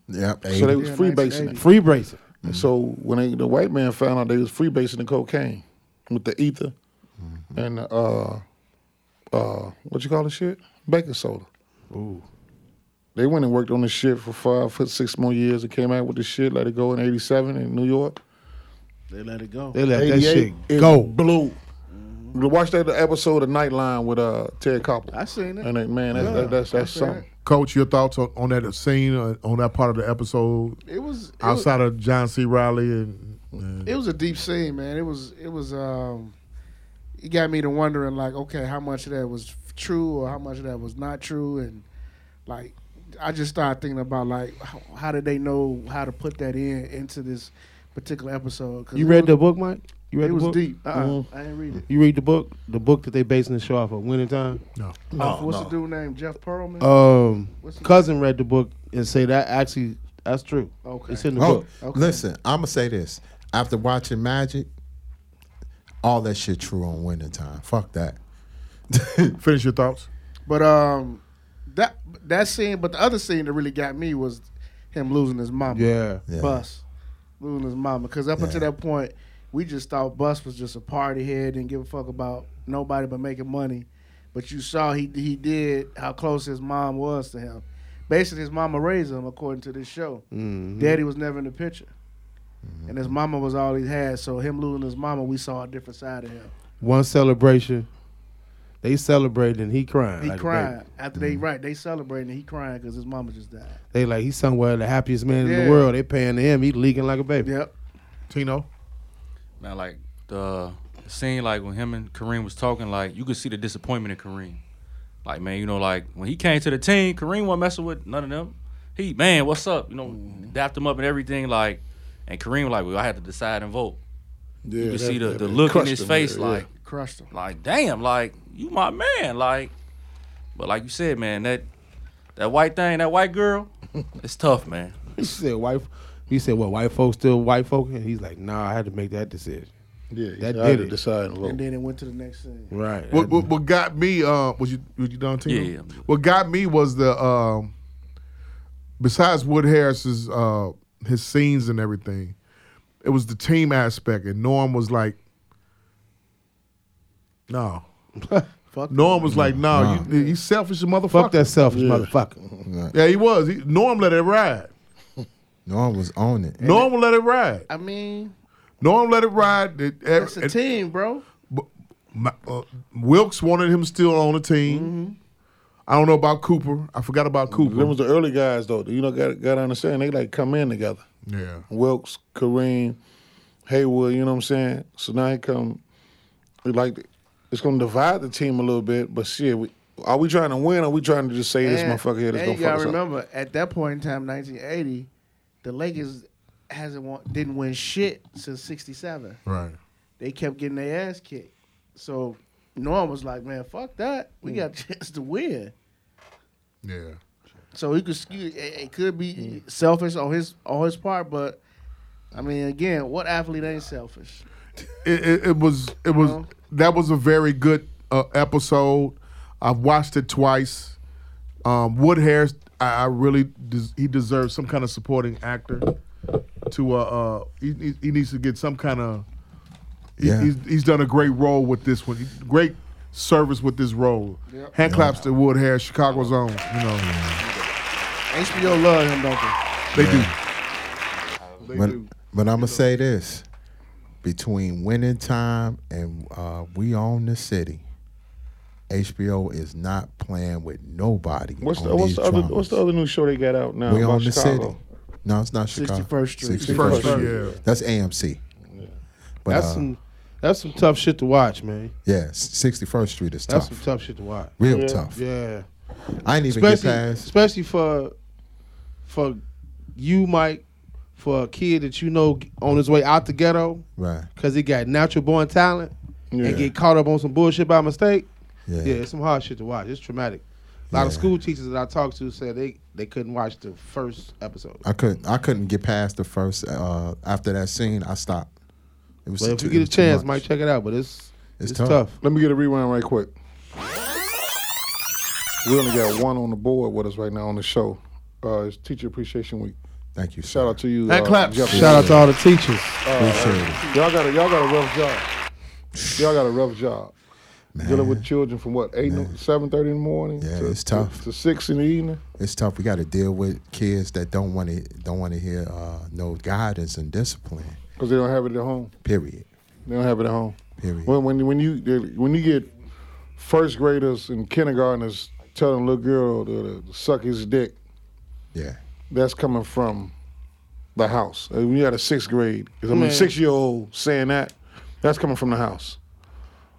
Speaker 5: Yep.
Speaker 4: So they
Speaker 5: Aiden.
Speaker 4: was
Speaker 9: Yeah,
Speaker 4: freebasing it.
Speaker 9: 1980.
Speaker 2: Free bracing.
Speaker 4: And So when they, the white man found out they was freebasing the cocaine with the ether and the, uh, uh, what you call the shit? Baking soda. Ooh. They went and worked on this shit for five, for six more years and came out with the shit, let it go in 87 in New York.
Speaker 9: They let it go.
Speaker 2: They let that
Speaker 4: 88,
Speaker 2: shit
Speaker 4: it
Speaker 2: go.
Speaker 4: Blue. Watch that episode of Nightline with uh, Ted Koppel.
Speaker 9: I seen it.
Speaker 4: And they, man, that's, that, that's, that's
Speaker 9: seen it.
Speaker 4: something.
Speaker 3: Coach, your thoughts on, on that scene uh, on that part of the episode
Speaker 9: It was it was-
Speaker 3: outside of John C. Riley and. and-
Speaker 9: it was a deep scene, man. It was it was um it got me to wondering like, okay, how much of that was true or how much of that was not true and like I just started thinking about like how, how did they know how to put that in into this particular episode 'Cause
Speaker 2: You
Speaker 9: it
Speaker 2: read the
Speaker 9: was,
Speaker 2: book, Mike? You read
Speaker 9: it
Speaker 2: the
Speaker 9: was
Speaker 2: book? Uh-huh.
Speaker 9: deep. Uh-uh, I didn't read it.
Speaker 2: You read the book? The book that they basing the show off of, Winning Time?
Speaker 3: no.
Speaker 9: Uh, what's the dude named Jeff Pearlman?
Speaker 2: Um,
Speaker 9: What's the-
Speaker 2: cousin read the book and say that actually that's true.
Speaker 9: Okay.
Speaker 2: It's in the
Speaker 5: Oh,
Speaker 2: book.
Speaker 9: Okay.
Speaker 5: listen. I'm gonna say this. After watching Magic, all that shit true on winter time. Fuck that. *laughs*
Speaker 3: Finish your thoughts.
Speaker 9: But um that that scene but the other scene that really got me was him losing his mama.
Speaker 2: Yeah.
Speaker 5: Yeah.
Speaker 9: Bus losing his mama. Because up until that point, we just thought Bus was just a party head, didn't give a fuck about nobody but making money. But you saw he he did how close his mom was to him. Basically, his mama raised him according to this show. Daddy was never in the picture, and his mama was all he had. So him losing his mama, we saw a different side of him.
Speaker 2: One celebration. They celebrating. He crying.
Speaker 9: He
Speaker 2: like a
Speaker 9: cried
Speaker 2: baby.
Speaker 9: after they right they celebrating. He crying because his mama just died.
Speaker 2: They like he's somewhere the happiest man in
Speaker 9: Yeah.
Speaker 2: the world. They paying to him. He leaking like a baby.
Speaker 9: Yep.
Speaker 3: Tino.
Speaker 1: Man, like the scene, like when him and Kareem was talking, like you could see the disappointment in Kareem. Like man, you know, like when he came to the team, Kareem wasn't messing with none of them. He man, what's up? You know,
Speaker 4: Mm-hmm.
Speaker 1: dapped him up and everything. Like, and Kareem was like, well, I had to decide and vote.
Speaker 4: Yeah,
Speaker 1: You could
Speaker 4: that-
Speaker 1: see the,
Speaker 4: that-
Speaker 1: the
Speaker 4: that
Speaker 1: look in
Speaker 4: crushed
Speaker 1: his
Speaker 4: him
Speaker 1: face,
Speaker 4: there, yeah.
Speaker 1: like
Speaker 9: Crushed him.
Speaker 1: like damn, like you my man, like. But like you said, man, that that white thing, that
Speaker 4: *laughs*
Speaker 1: white girl, it's tough, man.
Speaker 2: *laughs* He said wife. He said what? White folks still white folk? And he's like, nah, I had to make that decision.
Speaker 4: yeah, he
Speaker 2: That
Speaker 4: said, I had
Speaker 2: did
Speaker 4: to
Speaker 2: it.
Speaker 4: decide and vote.
Speaker 9: And then it went to the next scene.
Speaker 2: Right.
Speaker 3: What, what, what got me? Uh, was you was you done, Tino?
Speaker 1: Yeah, yeah.
Speaker 3: What got me was the um, besides Wood Harris's uh, his scenes and everything, it was the team aspect, and Norm was like, no.
Speaker 9: *laughs* Fuck
Speaker 3: Norm was like, no, you, you selfish motherfucker.
Speaker 2: Fuck that selfish motherfucker.
Speaker 3: Yeah, he was. He, Norm let it ride.
Speaker 5: Norm was on it.
Speaker 3: Norm let it ride.
Speaker 9: I mean,
Speaker 3: Norm let it ride. It-
Speaker 9: that's
Speaker 3: it-
Speaker 9: a team, bro.
Speaker 3: my, uh, Wilkes wanted him still on the team. I don't know about Cooper. I forgot about Cooper.
Speaker 4: Them was the early guys though. You know, got got to understand they like come in together.
Speaker 3: yeah.
Speaker 4: Wilkes, Kareem, Haywood. You know what I'm saying? So now he come. It like it's gonna divide the team a little bit. But shit, we, are we trying to win? Or are we trying to just say this
Speaker 9: And-
Speaker 4: motherfucker here that's
Speaker 9: and you
Speaker 4: gonna fuck
Speaker 9: gotta
Speaker 4: us up?
Speaker 9: remember, at that point in time, 1980, the Lakers hasn't won, didn't win shit since '67.
Speaker 3: Right.
Speaker 9: They kept getting their ass kicked. So Norm was like, "Man, fuck that. We got a chance to win."
Speaker 3: Yeah.
Speaker 9: So he could skew. It, it could be selfish on his on his part, but I mean, again, what athlete ain't selfish?
Speaker 3: It, it, it was. It was.
Speaker 9: Well-
Speaker 3: That was a very good uh, episode. I've watched it twice. Um, Wood Harris, I, I really des- he deserves some kind of supporting actor. To uh, uh he, he- he needs to get some kind of. He,
Speaker 5: Yeah.
Speaker 3: he's, he's done a great role with this one. Great service with this role. Hand claps to Wood Harris, Chicago's own. You know.
Speaker 9: HBO love him, don't they?
Speaker 3: They do.
Speaker 5: but, but I'm gonna say this: between winning time and uh, we own the city, HBO is not playing with nobody.
Speaker 4: What's
Speaker 5: on
Speaker 4: the what's
Speaker 5: these
Speaker 4: the other
Speaker 5: dramas.
Speaker 4: what's the other new show they got out now?
Speaker 5: We
Speaker 4: about
Speaker 5: own the
Speaker 4: Chicago?
Speaker 5: city. No, it's not Chicago.
Speaker 11: 61st Street.
Speaker 5: 61st
Speaker 4: 61st
Speaker 5: Street.
Speaker 3: Street, yeah.
Speaker 5: That's AMC. But
Speaker 9: That's
Speaker 5: uh,
Speaker 9: some that's some tough shit to watch, man.
Speaker 5: yeah, 61st Street is
Speaker 9: That's
Speaker 5: tough.
Speaker 9: some tough shit to watch.
Speaker 5: Real tough.
Speaker 9: Yeah.
Speaker 5: I ain't even get
Speaker 9: especially
Speaker 5: past.
Speaker 9: especially for for you, Mike, for a kid that you know on his way out the ghetto
Speaker 5: Right.
Speaker 9: because he got natural born talent
Speaker 4: Yeah.
Speaker 9: and get caught up on some bullshit by mistake.
Speaker 5: Yeah.
Speaker 9: Yeah, it's some hard shit to watch. It's traumatic. A lot of
Speaker 5: Yeah.
Speaker 9: school teachers that I talked to said they, they couldn't watch the first episode.
Speaker 5: I couldn't. I couldn't get past the first. Uh, after that scene, I stopped. It was.
Speaker 9: But if
Speaker 5: too,
Speaker 9: you get
Speaker 5: it
Speaker 9: a
Speaker 5: was too
Speaker 9: chance,
Speaker 5: much.
Speaker 9: Mike, check it out. But it's
Speaker 5: It's
Speaker 9: it's,
Speaker 5: tough.
Speaker 9: tough.
Speaker 4: Let me get a rewind right quick. We only got one on the board with us right now on the show. Uh, it's Teacher Appreciation Week.
Speaker 5: Thank you.
Speaker 4: Shout out to you.
Speaker 9: Hand
Speaker 4: uh,
Speaker 9: claps.
Speaker 4: Jeffrey.
Speaker 9: Shout out to all the teachers.
Speaker 5: Appreciate it.
Speaker 4: Y'all got a y'all got a rough job. Y'all got a rough job. Dealing with children from what eight, seven thirty in the morning.
Speaker 5: Yeah,
Speaker 4: to,
Speaker 5: it's tough.
Speaker 4: To, to six in the evening.
Speaker 5: it's tough. We got to deal with kids that don't want to don't want to hear uh, no guidance and discipline.
Speaker 4: Because they don't have it at home.
Speaker 5: Period.
Speaker 4: They don't have it at home.
Speaker 5: Period.
Speaker 4: When when when you when you get first graders and kindergartners telling a little girl to, to suck his dick,
Speaker 5: yeah.
Speaker 4: that's coming from the house. Uh, When you got a sixth grade, I mean
Speaker 9: Man.
Speaker 4: six year old saying that, that's coming from the house.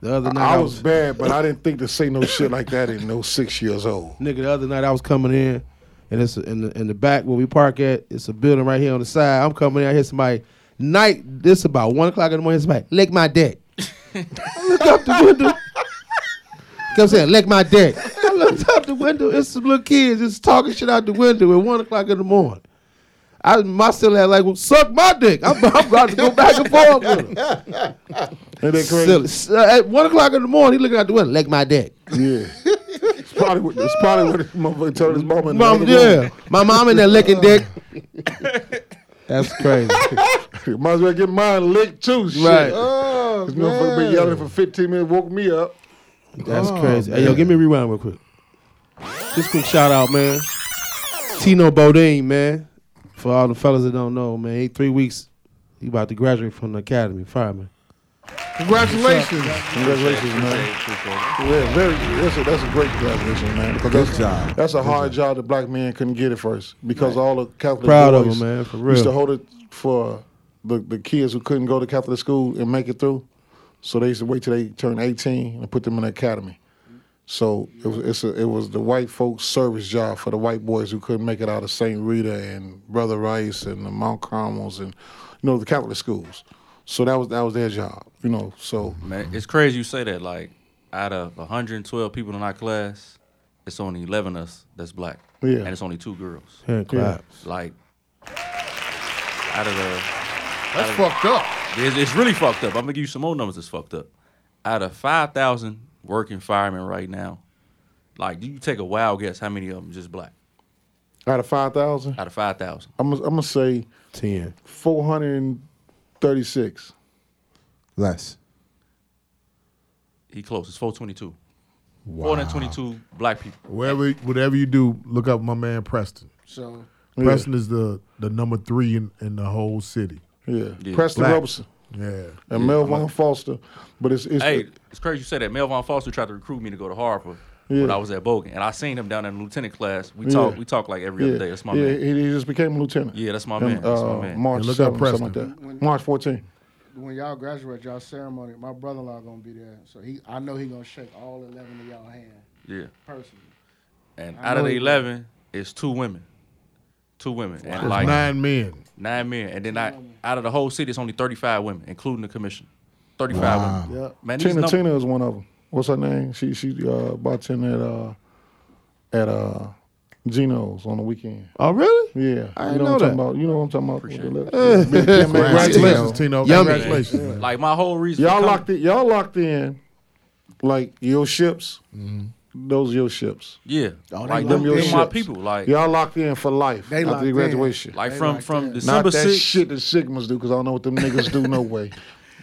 Speaker 9: The other night
Speaker 4: I was bad, but I didn't think to say no shit like that at no six years old.
Speaker 9: Nigga, the other night I was coming in, and it's in the in the back where we park at. It's a building right here on the side. I'm coming in. I hear somebody night. This about one o'clock in the morning. Somebody lick my dick. I look out the window. *laughs* Come saying lick my dick. I looked out the window. It's some little kids just talking shit out the window at one o'clock in the morning. I my still had like well, suck my dick. I'm, I'm about to go back and forth with him.
Speaker 4: Ain't that crazy?
Speaker 9: Silly. S- uh, At one o'clock in the morning, he looking out the window. Lick my dick.
Speaker 4: Yeah. It's probably what it's probably what this motherfucker told his mama. in the
Speaker 9: Mom,
Speaker 4: other room.
Speaker 9: yeah, my mom in there licking dick. That's crazy.
Speaker 4: Might as well get mine licked too. Shit.
Speaker 9: Right.
Speaker 4: Oh, this motherfucker been yelling for 15 minutes, woke me up.
Speaker 9: That's crazy. Hey, yo, give me a rewind real quick. Just quick shout out, man. Tino Bodine, man. For all the fellas that don't know, man, he three weeks. He about to graduate from the academy, fireman.
Speaker 3: Congratulations.
Speaker 4: Congratulations, man. Yeah, very. That's a, that's a great graduation, man. Because
Speaker 5: Good
Speaker 4: that's,
Speaker 5: job.
Speaker 4: That's a hard job that black men couldn't get at first because all the Catholic
Speaker 9: Proud of
Speaker 4: boys
Speaker 9: him, man, for
Speaker 4: used to
Speaker 9: real.
Speaker 4: hold it for the, the kids who couldn't go to Catholic school and make it through. So they used to wait till they turned 18 and put them in the academy. So it was it's a, it was the white folks' service job for the white boys who couldn't make it out of St. Rita and Brother Rice and the Mount Carmels and you know the Catholic schools. So that was that was their job, you know. So
Speaker 1: Man, it's crazy you say that. Like, out of 112 people in our class, it's only 11 of us that's black.
Speaker 4: Yeah.
Speaker 1: And it's only two girls.
Speaker 9: Hand claps.
Speaker 1: Like, out of the.
Speaker 3: That's fucked up.
Speaker 1: It's, it's really fucked up. I'm gonna give you some more numbers that's fucked up. Out of 5,000 working firemen right now, like, you take a wild guess how many of them just black?
Speaker 4: out of five thousand,
Speaker 1: Out of 5,000.
Speaker 4: I'm gonna- I'm gonna say
Speaker 9: Ten.
Speaker 4: 436.
Speaker 5: Less.
Speaker 1: He close. It's 422. 422 black people.
Speaker 3: Whatever, whatever you do, look up my man Preston.
Speaker 11: So
Speaker 3: Preston is the, the number three in, in the whole city.
Speaker 4: Yeah.
Speaker 1: Yeah.
Speaker 4: Preston
Speaker 3: Black.
Speaker 4: Robertson
Speaker 3: Yeah.
Speaker 4: and Melvin Foster. But it's, it's
Speaker 1: Hey, it's crazy you say that. Melvin Foster tried to recruit me to go to Harvard when
Speaker 4: Yeah.
Speaker 1: I was at Bogan, and I seen him down in the lieutenant class. We
Speaker 4: Yeah.
Speaker 1: talk, we talk like every
Speaker 4: yeah,
Speaker 1: other day. That's my
Speaker 4: yeah,
Speaker 1: man.
Speaker 4: He, he just became a lieutenant.
Speaker 1: Yeah, that's my
Speaker 4: In,
Speaker 1: man. That's my
Speaker 4: uh,
Speaker 1: man.
Speaker 4: March
Speaker 3: Yeah, look
Speaker 4: 7,
Speaker 3: up
Speaker 4: something like that. March 14.
Speaker 11: when y'all graduate, y'all ceremony, my brother-in-law gonna be there. So he, I know he gonna shake all eleven of y'all hand
Speaker 1: Yeah.
Speaker 11: personally.
Speaker 1: And
Speaker 11: I
Speaker 1: out of
Speaker 11: know
Speaker 1: the
Speaker 11: he-
Speaker 1: 11, it's two women. Two women. And
Speaker 3: There's
Speaker 1: like
Speaker 3: nine men.
Speaker 1: nine men. And then I, out of the whole city, it's only 35 women, including the commission. 35 women.
Speaker 11: Yep.
Speaker 1: Man, these
Speaker 4: Tina
Speaker 1: num-
Speaker 4: Tina is one of them. What's her name? She she uh, bartended at uh, at uh, Geno's on the weekend.
Speaker 9: Oh really?
Speaker 4: Yeah,
Speaker 9: I
Speaker 4: you
Speaker 9: didn't know
Speaker 4: what I'm
Speaker 9: that.
Speaker 4: talking about. You know what I'm talking about.
Speaker 3: Congratulations, Tino.
Speaker 9: Yummy.
Speaker 3: Congratulations. man.
Speaker 1: Like my whole reason. for
Speaker 4: Y'all
Speaker 1: coming-
Speaker 4: locked in. Y'all locked in. Like your ships.
Speaker 9: Mm-hmm.
Speaker 4: Those are your ships.
Speaker 1: Yeah.
Speaker 11: Oh, they
Speaker 1: like
Speaker 11: locked
Speaker 1: them,
Speaker 4: in.
Speaker 1: them my
Speaker 4: Ships.
Speaker 1: people. Like,
Speaker 4: Y'all locked in for life
Speaker 11: They
Speaker 4: after
Speaker 11: locked
Speaker 4: your
Speaker 11: in.
Speaker 4: graduation.
Speaker 1: like
Speaker 11: They
Speaker 1: from,
Speaker 11: locked
Speaker 1: from
Speaker 11: in.
Speaker 1: December
Speaker 4: Not that
Speaker 1: 6th.
Speaker 4: shit that Sigmas do, because I don't know what them niggas do no way.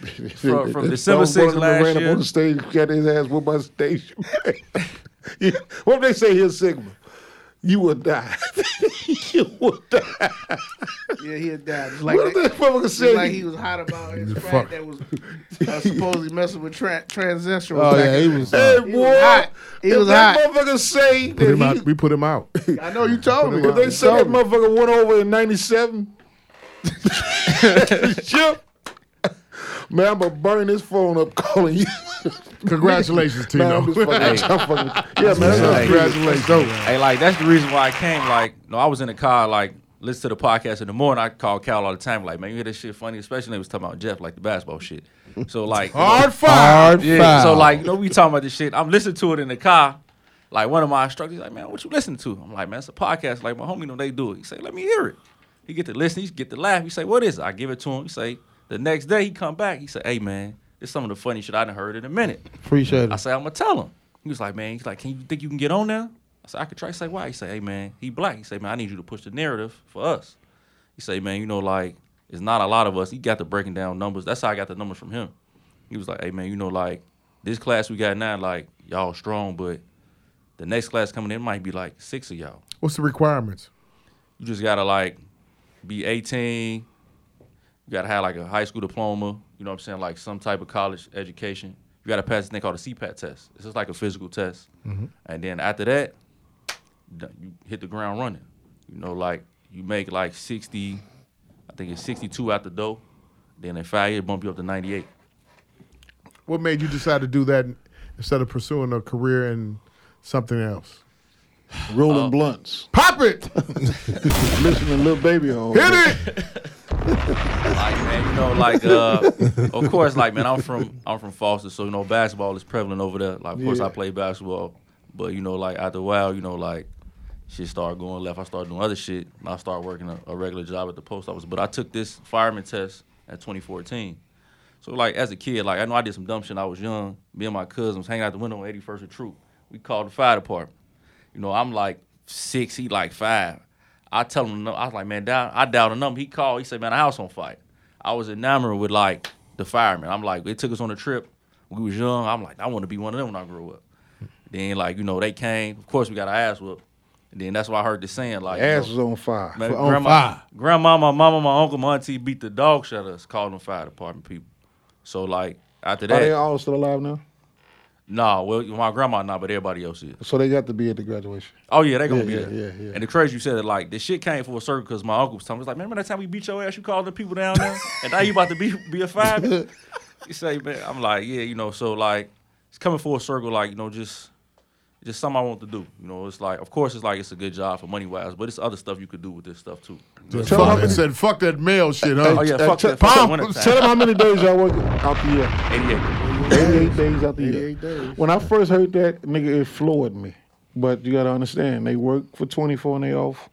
Speaker 1: *laughs* From- from December
Speaker 4: Don't
Speaker 1: 6th
Speaker 4: one of them
Speaker 1: last
Speaker 4: ran
Speaker 1: year.
Speaker 4: up on the *laughs* stage, got his ass whooped by station. yeah. What if they say he's Sigma? you will die. *laughs* you will die.
Speaker 9: Yeah, he had died.
Speaker 4: What if that motherfucker
Speaker 9: it's
Speaker 4: said
Speaker 9: like
Speaker 4: he-
Speaker 9: he was hot about
Speaker 2: *laughs*
Speaker 9: his
Speaker 3: Fuck.
Speaker 9: friend that was uh, supposedly messing with tra- transsexuals.
Speaker 2: Oh
Speaker 9: back
Speaker 2: yeah,
Speaker 9: in-
Speaker 2: he was.
Speaker 4: Hey,
Speaker 2: Uh,
Speaker 9: He
Speaker 4: boy.
Speaker 9: was hot. He
Speaker 4: if
Speaker 9: was
Speaker 4: that
Speaker 9: hot.
Speaker 4: motherfucker say
Speaker 3: Put
Speaker 4: that
Speaker 3: him out.
Speaker 4: he,
Speaker 3: We put him out.
Speaker 9: I know you told me.
Speaker 4: if they
Speaker 9: You
Speaker 4: say that
Speaker 9: told me.
Speaker 4: motherfucker went over in '97, man, I'm gonna burn this phone up calling you.
Speaker 3: Congratulations,
Speaker 4: Man,
Speaker 3: Tino.
Speaker 4: I'm just fucking, I'm fucking, yeah, man.
Speaker 1: Hey.
Speaker 3: Congratulations.
Speaker 1: Hey, like that's the reason why I came. Like, no, I was in the car, like listen to the podcast in the morning. I call Cal all the time, like, man, you hear this shit funny, especially when they was talking about Jeff, like the basketball shit. So like,
Speaker 3: Hard five.
Speaker 2: hard
Speaker 1: yeah.
Speaker 2: foul.
Speaker 1: So like, you know, we talking about this shit. I'm listening to it in the car. Like one of my instructors, like, man, what you listening to? I'm like, man, it's a podcast. Like my homie, know they do it. He say, let me hear it. He get to listen. He get to laugh. He say, what is it? I give it to him. He say, the next day he come back. He say, hey man, this some of the funny shit I done heard in a minute.
Speaker 2: Appreciate
Speaker 1: I
Speaker 2: it.
Speaker 1: said, I'm gonna tell him. He was like, man, he's like, can you think you can get on there? I said, I could try. He said, why? He said, hey man, he black. He said, man, I need you to push the narrative for us. He said, man, you know, like, it's not a lot of us. He got the breaking down numbers. That's how I got the numbers from him. He was like, hey man, you know, like, this class we got now, like, y'all strong, but the next class coming in might be like six of y'all.
Speaker 3: What's the requirements?
Speaker 1: You just gotta like be 18. You gotta have like a high school diploma. You know what I'm saying? Like some type of college education. You gotta pass this thing called a CPAT test. It's just like a physical test. And then after that, done- you hit the ground running. You know, like you make like 60. I think it's 62 out the door. Then in five years, bump you up to 98.
Speaker 3: What made you decide to do that instead of pursuing a career in something else?
Speaker 4: Rolling blunts,
Speaker 3: Pop it!
Speaker 4: listening to little baby home.
Speaker 3: Hit it!
Speaker 1: Like man, you know, like uh, of course, like man, I'm from I'm from Foster, so you know basketball is prevalent over there. Like of course, I play basketball, but you know, like after a while, you know, like shit started going left. I started doing other shit. And I started working a, a regular job at the post office. But I took this fireman test at 2014. So like as a kid, like I know I did some dumb shit. when I was young. Me and my cousins was hanging out the window on 81st and Troop. We called the fire department. You know, I'm like six, he like five. I tell him, no- I was like, man, down, I dialed a number. He called. He said, man, the house on fire. I was enamored with like the firemen. I'm like, they took us on a trip. We was young. I'm like, I want to be one of them when I grow up. Then like, you know, they came. Of course, we got our ass whooped. And then that's why I heard this saying like, you know,
Speaker 4: Ass was on fire. um,
Speaker 1: Man,
Speaker 2: on
Speaker 1: grandma,
Speaker 2: fire.
Speaker 1: grandma, my mama, my uncle, my auntie beat the dog shut us, calling them fire department people. So like after
Speaker 4: Are Oh, they
Speaker 1: that,
Speaker 4: all still alive now?
Speaker 1: nah, well my grandma not, but everybody else is.
Speaker 4: So they got to be at the graduation.
Speaker 1: Oh yeah, they gonna
Speaker 4: Yeah,
Speaker 1: be
Speaker 4: yeah,
Speaker 1: there.
Speaker 4: yeah, yeah.
Speaker 1: And the crazy you said it like this shit came full circle because my uncle was telling me it's like, remember that time we beat your ass, you called the people
Speaker 4: *laughs*
Speaker 1: down there, and now you about to be be a fireman. you say, man, I'm like, yeah, you know, so like it's coming full circle, like you know, just just something I want to do. You know, it's like, of course, it's like it's a good job for money wise, but it's other stuff you could do with this stuff too.
Speaker 3: Just
Speaker 4: Tell
Speaker 3: fuck
Speaker 4: him-
Speaker 3: it. Said fuck that male shit, huh?
Speaker 1: Oh yeah, fuck
Speaker 4: tell-
Speaker 1: that, fuck that
Speaker 3: Pop,
Speaker 1: winter time.
Speaker 4: Tell them how many days y'all work out the year.
Speaker 1: 88.
Speaker 4: 88 days out the year.
Speaker 9: 88 days.
Speaker 4: When I first heard that, nigga, it floored me. But you gotta understand, they work for 24 and they off.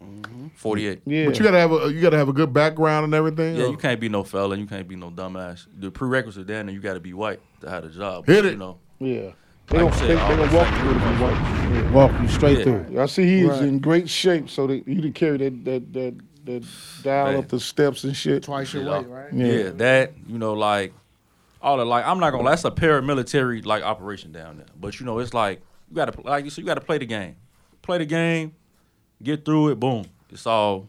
Speaker 1: 48.
Speaker 4: Yeah.
Speaker 3: But you gotta have a you gotta have a good background and everything.
Speaker 1: Yeah,
Speaker 3: or-
Speaker 1: you can't be no felon. You can't be no dumbass. The prerequisite then, you got to be white to have a job.
Speaker 3: Hit
Speaker 1: You
Speaker 3: it.
Speaker 1: know,
Speaker 4: yeah. They
Speaker 1: Like
Speaker 4: don't,
Speaker 1: you said,
Speaker 4: they, they
Speaker 1: all
Speaker 4: don't
Speaker 1: the
Speaker 4: walk
Speaker 1: same
Speaker 4: through it if you white.
Speaker 2: Walk you straight
Speaker 1: Yeah.
Speaker 2: through.
Speaker 4: Yeah. I see he is
Speaker 9: Right.
Speaker 4: in great shape, so that you can carry that that that that dial
Speaker 1: Man.
Speaker 4: up the steps and shit.
Speaker 9: twice your
Speaker 1: Yeah.
Speaker 9: weight, right?
Speaker 1: yeah. that you know, like all the like, I'm not gonna. lie, That's a paramilitary like operation down there. But you know, it's like you got to like you so you got to play the game, play the game, get through it. Boom, it's all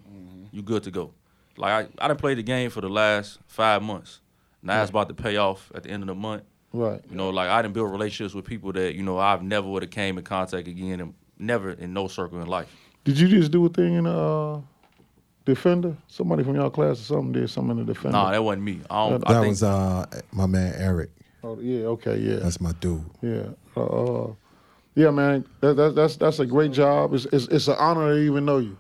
Speaker 1: you good to go. Like I, I done played the game for the last five months. Now it's about to pay off at the end of the month.
Speaker 4: Right.
Speaker 1: You know, like I didn't build relationships with people that you know I've never would have came in contact again, and never in no circle in life.
Speaker 4: Did you just do a thing in uh defender? Somebody from your class or something did something in the defender.
Speaker 1: Nah, that wasn't me. I don't. I
Speaker 5: That
Speaker 1: think,
Speaker 5: was uh my man Eric.
Speaker 4: oh, yeah. Okay. Yeah.
Speaker 5: That's my dude.
Speaker 4: Yeah. Uh, uh, yeah, man. That, that, that's that's a great job. It's, it's it's an honor to even know you.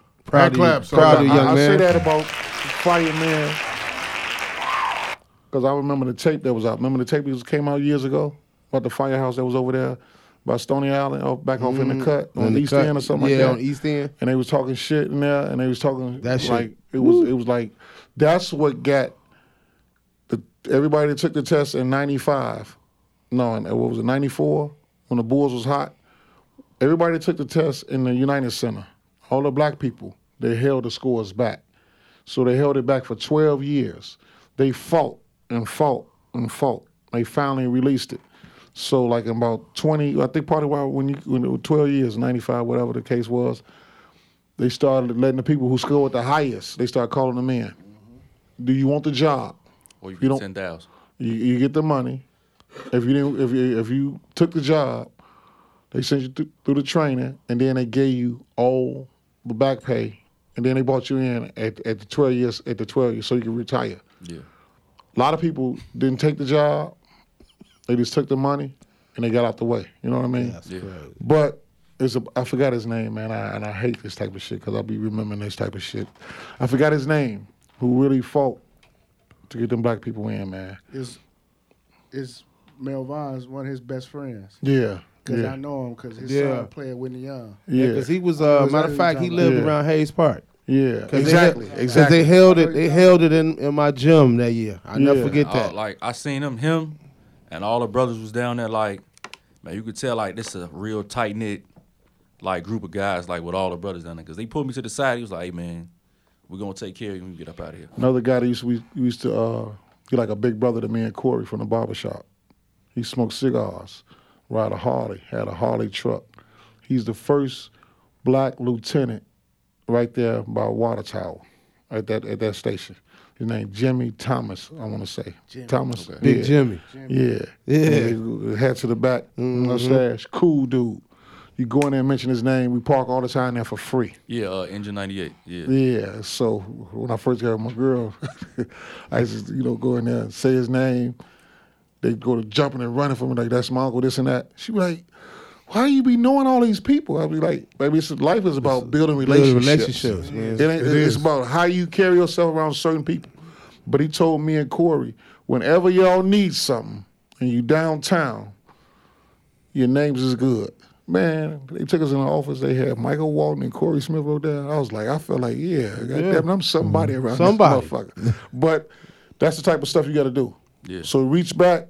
Speaker 2: Proud
Speaker 3: Hand
Speaker 2: of
Speaker 3: claps,
Speaker 2: you,
Speaker 3: so
Speaker 2: proud of you,
Speaker 4: I,
Speaker 2: young
Speaker 4: I say that
Speaker 2: man.
Speaker 4: about fireman because I remember the tape that was out. Remember the tape that came out years ago about the firehouse that was over there by Stony Island, off, back off in the cut on
Speaker 2: On Mm-hmm. the
Speaker 4: East
Speaker 2: cut.
Speaker 4: End or something
Speaker 2: Yeah,
Speaker 4: like
Speaker 2: on
Speaker 4: that.
Speaker 2: East End.
Speaker 4: and they was talking shit in there, and they was talking
Speaker 2: That shit.
Speaker 4: like it was it was like that's what got the everybody that took the test in '95. No, in, what was it '94 when the Bulls was hot? Everybody that took the test in the United Center, all the black people, they held the scores back. So they held it back for 12 years. They fought and fought and fought. They finally released it. So like in about 20, I think part of why when you when it was 12 years, 95, whatever the case was, they started letting the people who scored the highest, they start calling them in. Do you want the job?
Speaker 1: Or you
Speaker 4: You
Speaker 1: get
Speaker 4: don't-
Speaker 1: ten thousand.
Speaker 4: You, you get the money. If you didn't, if you, if you took the job, they sent you th- through the training, and then they gave you all the back pay, and then they brought you in at, at the twelve years at the twelve years so you could retire.
Speaker 1: Yeah.
Speaker 4: A lot of people didn't take the job; they just took the money and they got out the way. You know what I mean?
Speaker 1: Yeah.
Speaker 4: But it's a, I forgot his name, man, I, and I hate this type of shit because I'll be remembering this type of shit. I forgot his name, who really fought to get them black people in, man.
Speaker 9: Is is Mel Vaughn's one of his best friends?
Speaker 4: Yeah,
Speaker 9: Cause
Speaker 4: yeah,
Speaker 9: I know him because his
Speaker 2: Yeah.
Speaker 9: son played Whitney Young.
Speaker 4: yeah,
Speaker 2: because he was. Uh,
Speaker 9: Was
Speaker 2: matter
Speaker 9: that
Speaker 2: of fact, he
Speaker 9: in
Speaker 2: lived
Speaker 4: China?
Speaker 2: around Hayes Park.
Speaker 4: yeah.
Speaker 2: 'Cause they-
Speaker 4: Exactly,
Speaker 2: 'cause
Speaker 4: exactly.
Speaker 2: they held it. They held it in, in my gym that year. I never
Speaker 4: Yeah.
Speaker 2: forget
Speaker 1: Oh,
Speaker 2: that.
Speaker 1: like I seen him, him, and all the brothers was down there. Like, man, you could tell like this is a real tight knit, like group of guys, like with all the brothers down there. Cause they pulled me to the side. He was like, "Hey, man, we're gonna take care of you when you get up out of here."
Speaker 4: Another guy that used to, we we used to uh, be like a big brother to me and Corey from the barber shop. He smoked cigars, ride a Harley, had a Harley truck. He's the first black lieutenant right there by Water Tower, at that at that station. His name Jimmy Thomas, I want to say Thomas.
Speaker 2: Big
Speaker 4: yeah.
Speaker 2: Jimmy.
Speaker 4: Yeah.
Speaker 2: Yeah. Mm-hmm.
Speaker 4: Hat to the back, mustache, cool dude. You go in there and mention his name. We park all the time there for free.
Speaker 1: Yeah, uh, Engine 98. Yeah.
Speaker 4: Yeah, so when I first got my girl, *laughs* I used to, you know, go in there and say his name. They go to jumping and running for me, like, that's my uncle, this and that. She be like, why you be knowing all these people? I'd be like, baby, it's, life is about
Speaker 2: Building
Speaker 4: building relationships.
Speaker 2: relationships, man.
Speaker 4: It ain't, it's about how you carry yourself around certain people. But he told me and Corey, whenever y'all need something and you downtown, your names is good. Man, they took us in the office. They had Michael Walton and Corey Smith wrote down. I was like, I felt like, yeah, goddamn, I'm somebody around
Speaker 2: Somebody.
Speaker 4: this motherfucker. but that's the type of stuff you got to do.
Speaker 1: Yeah.
Speaker 4: So reach back.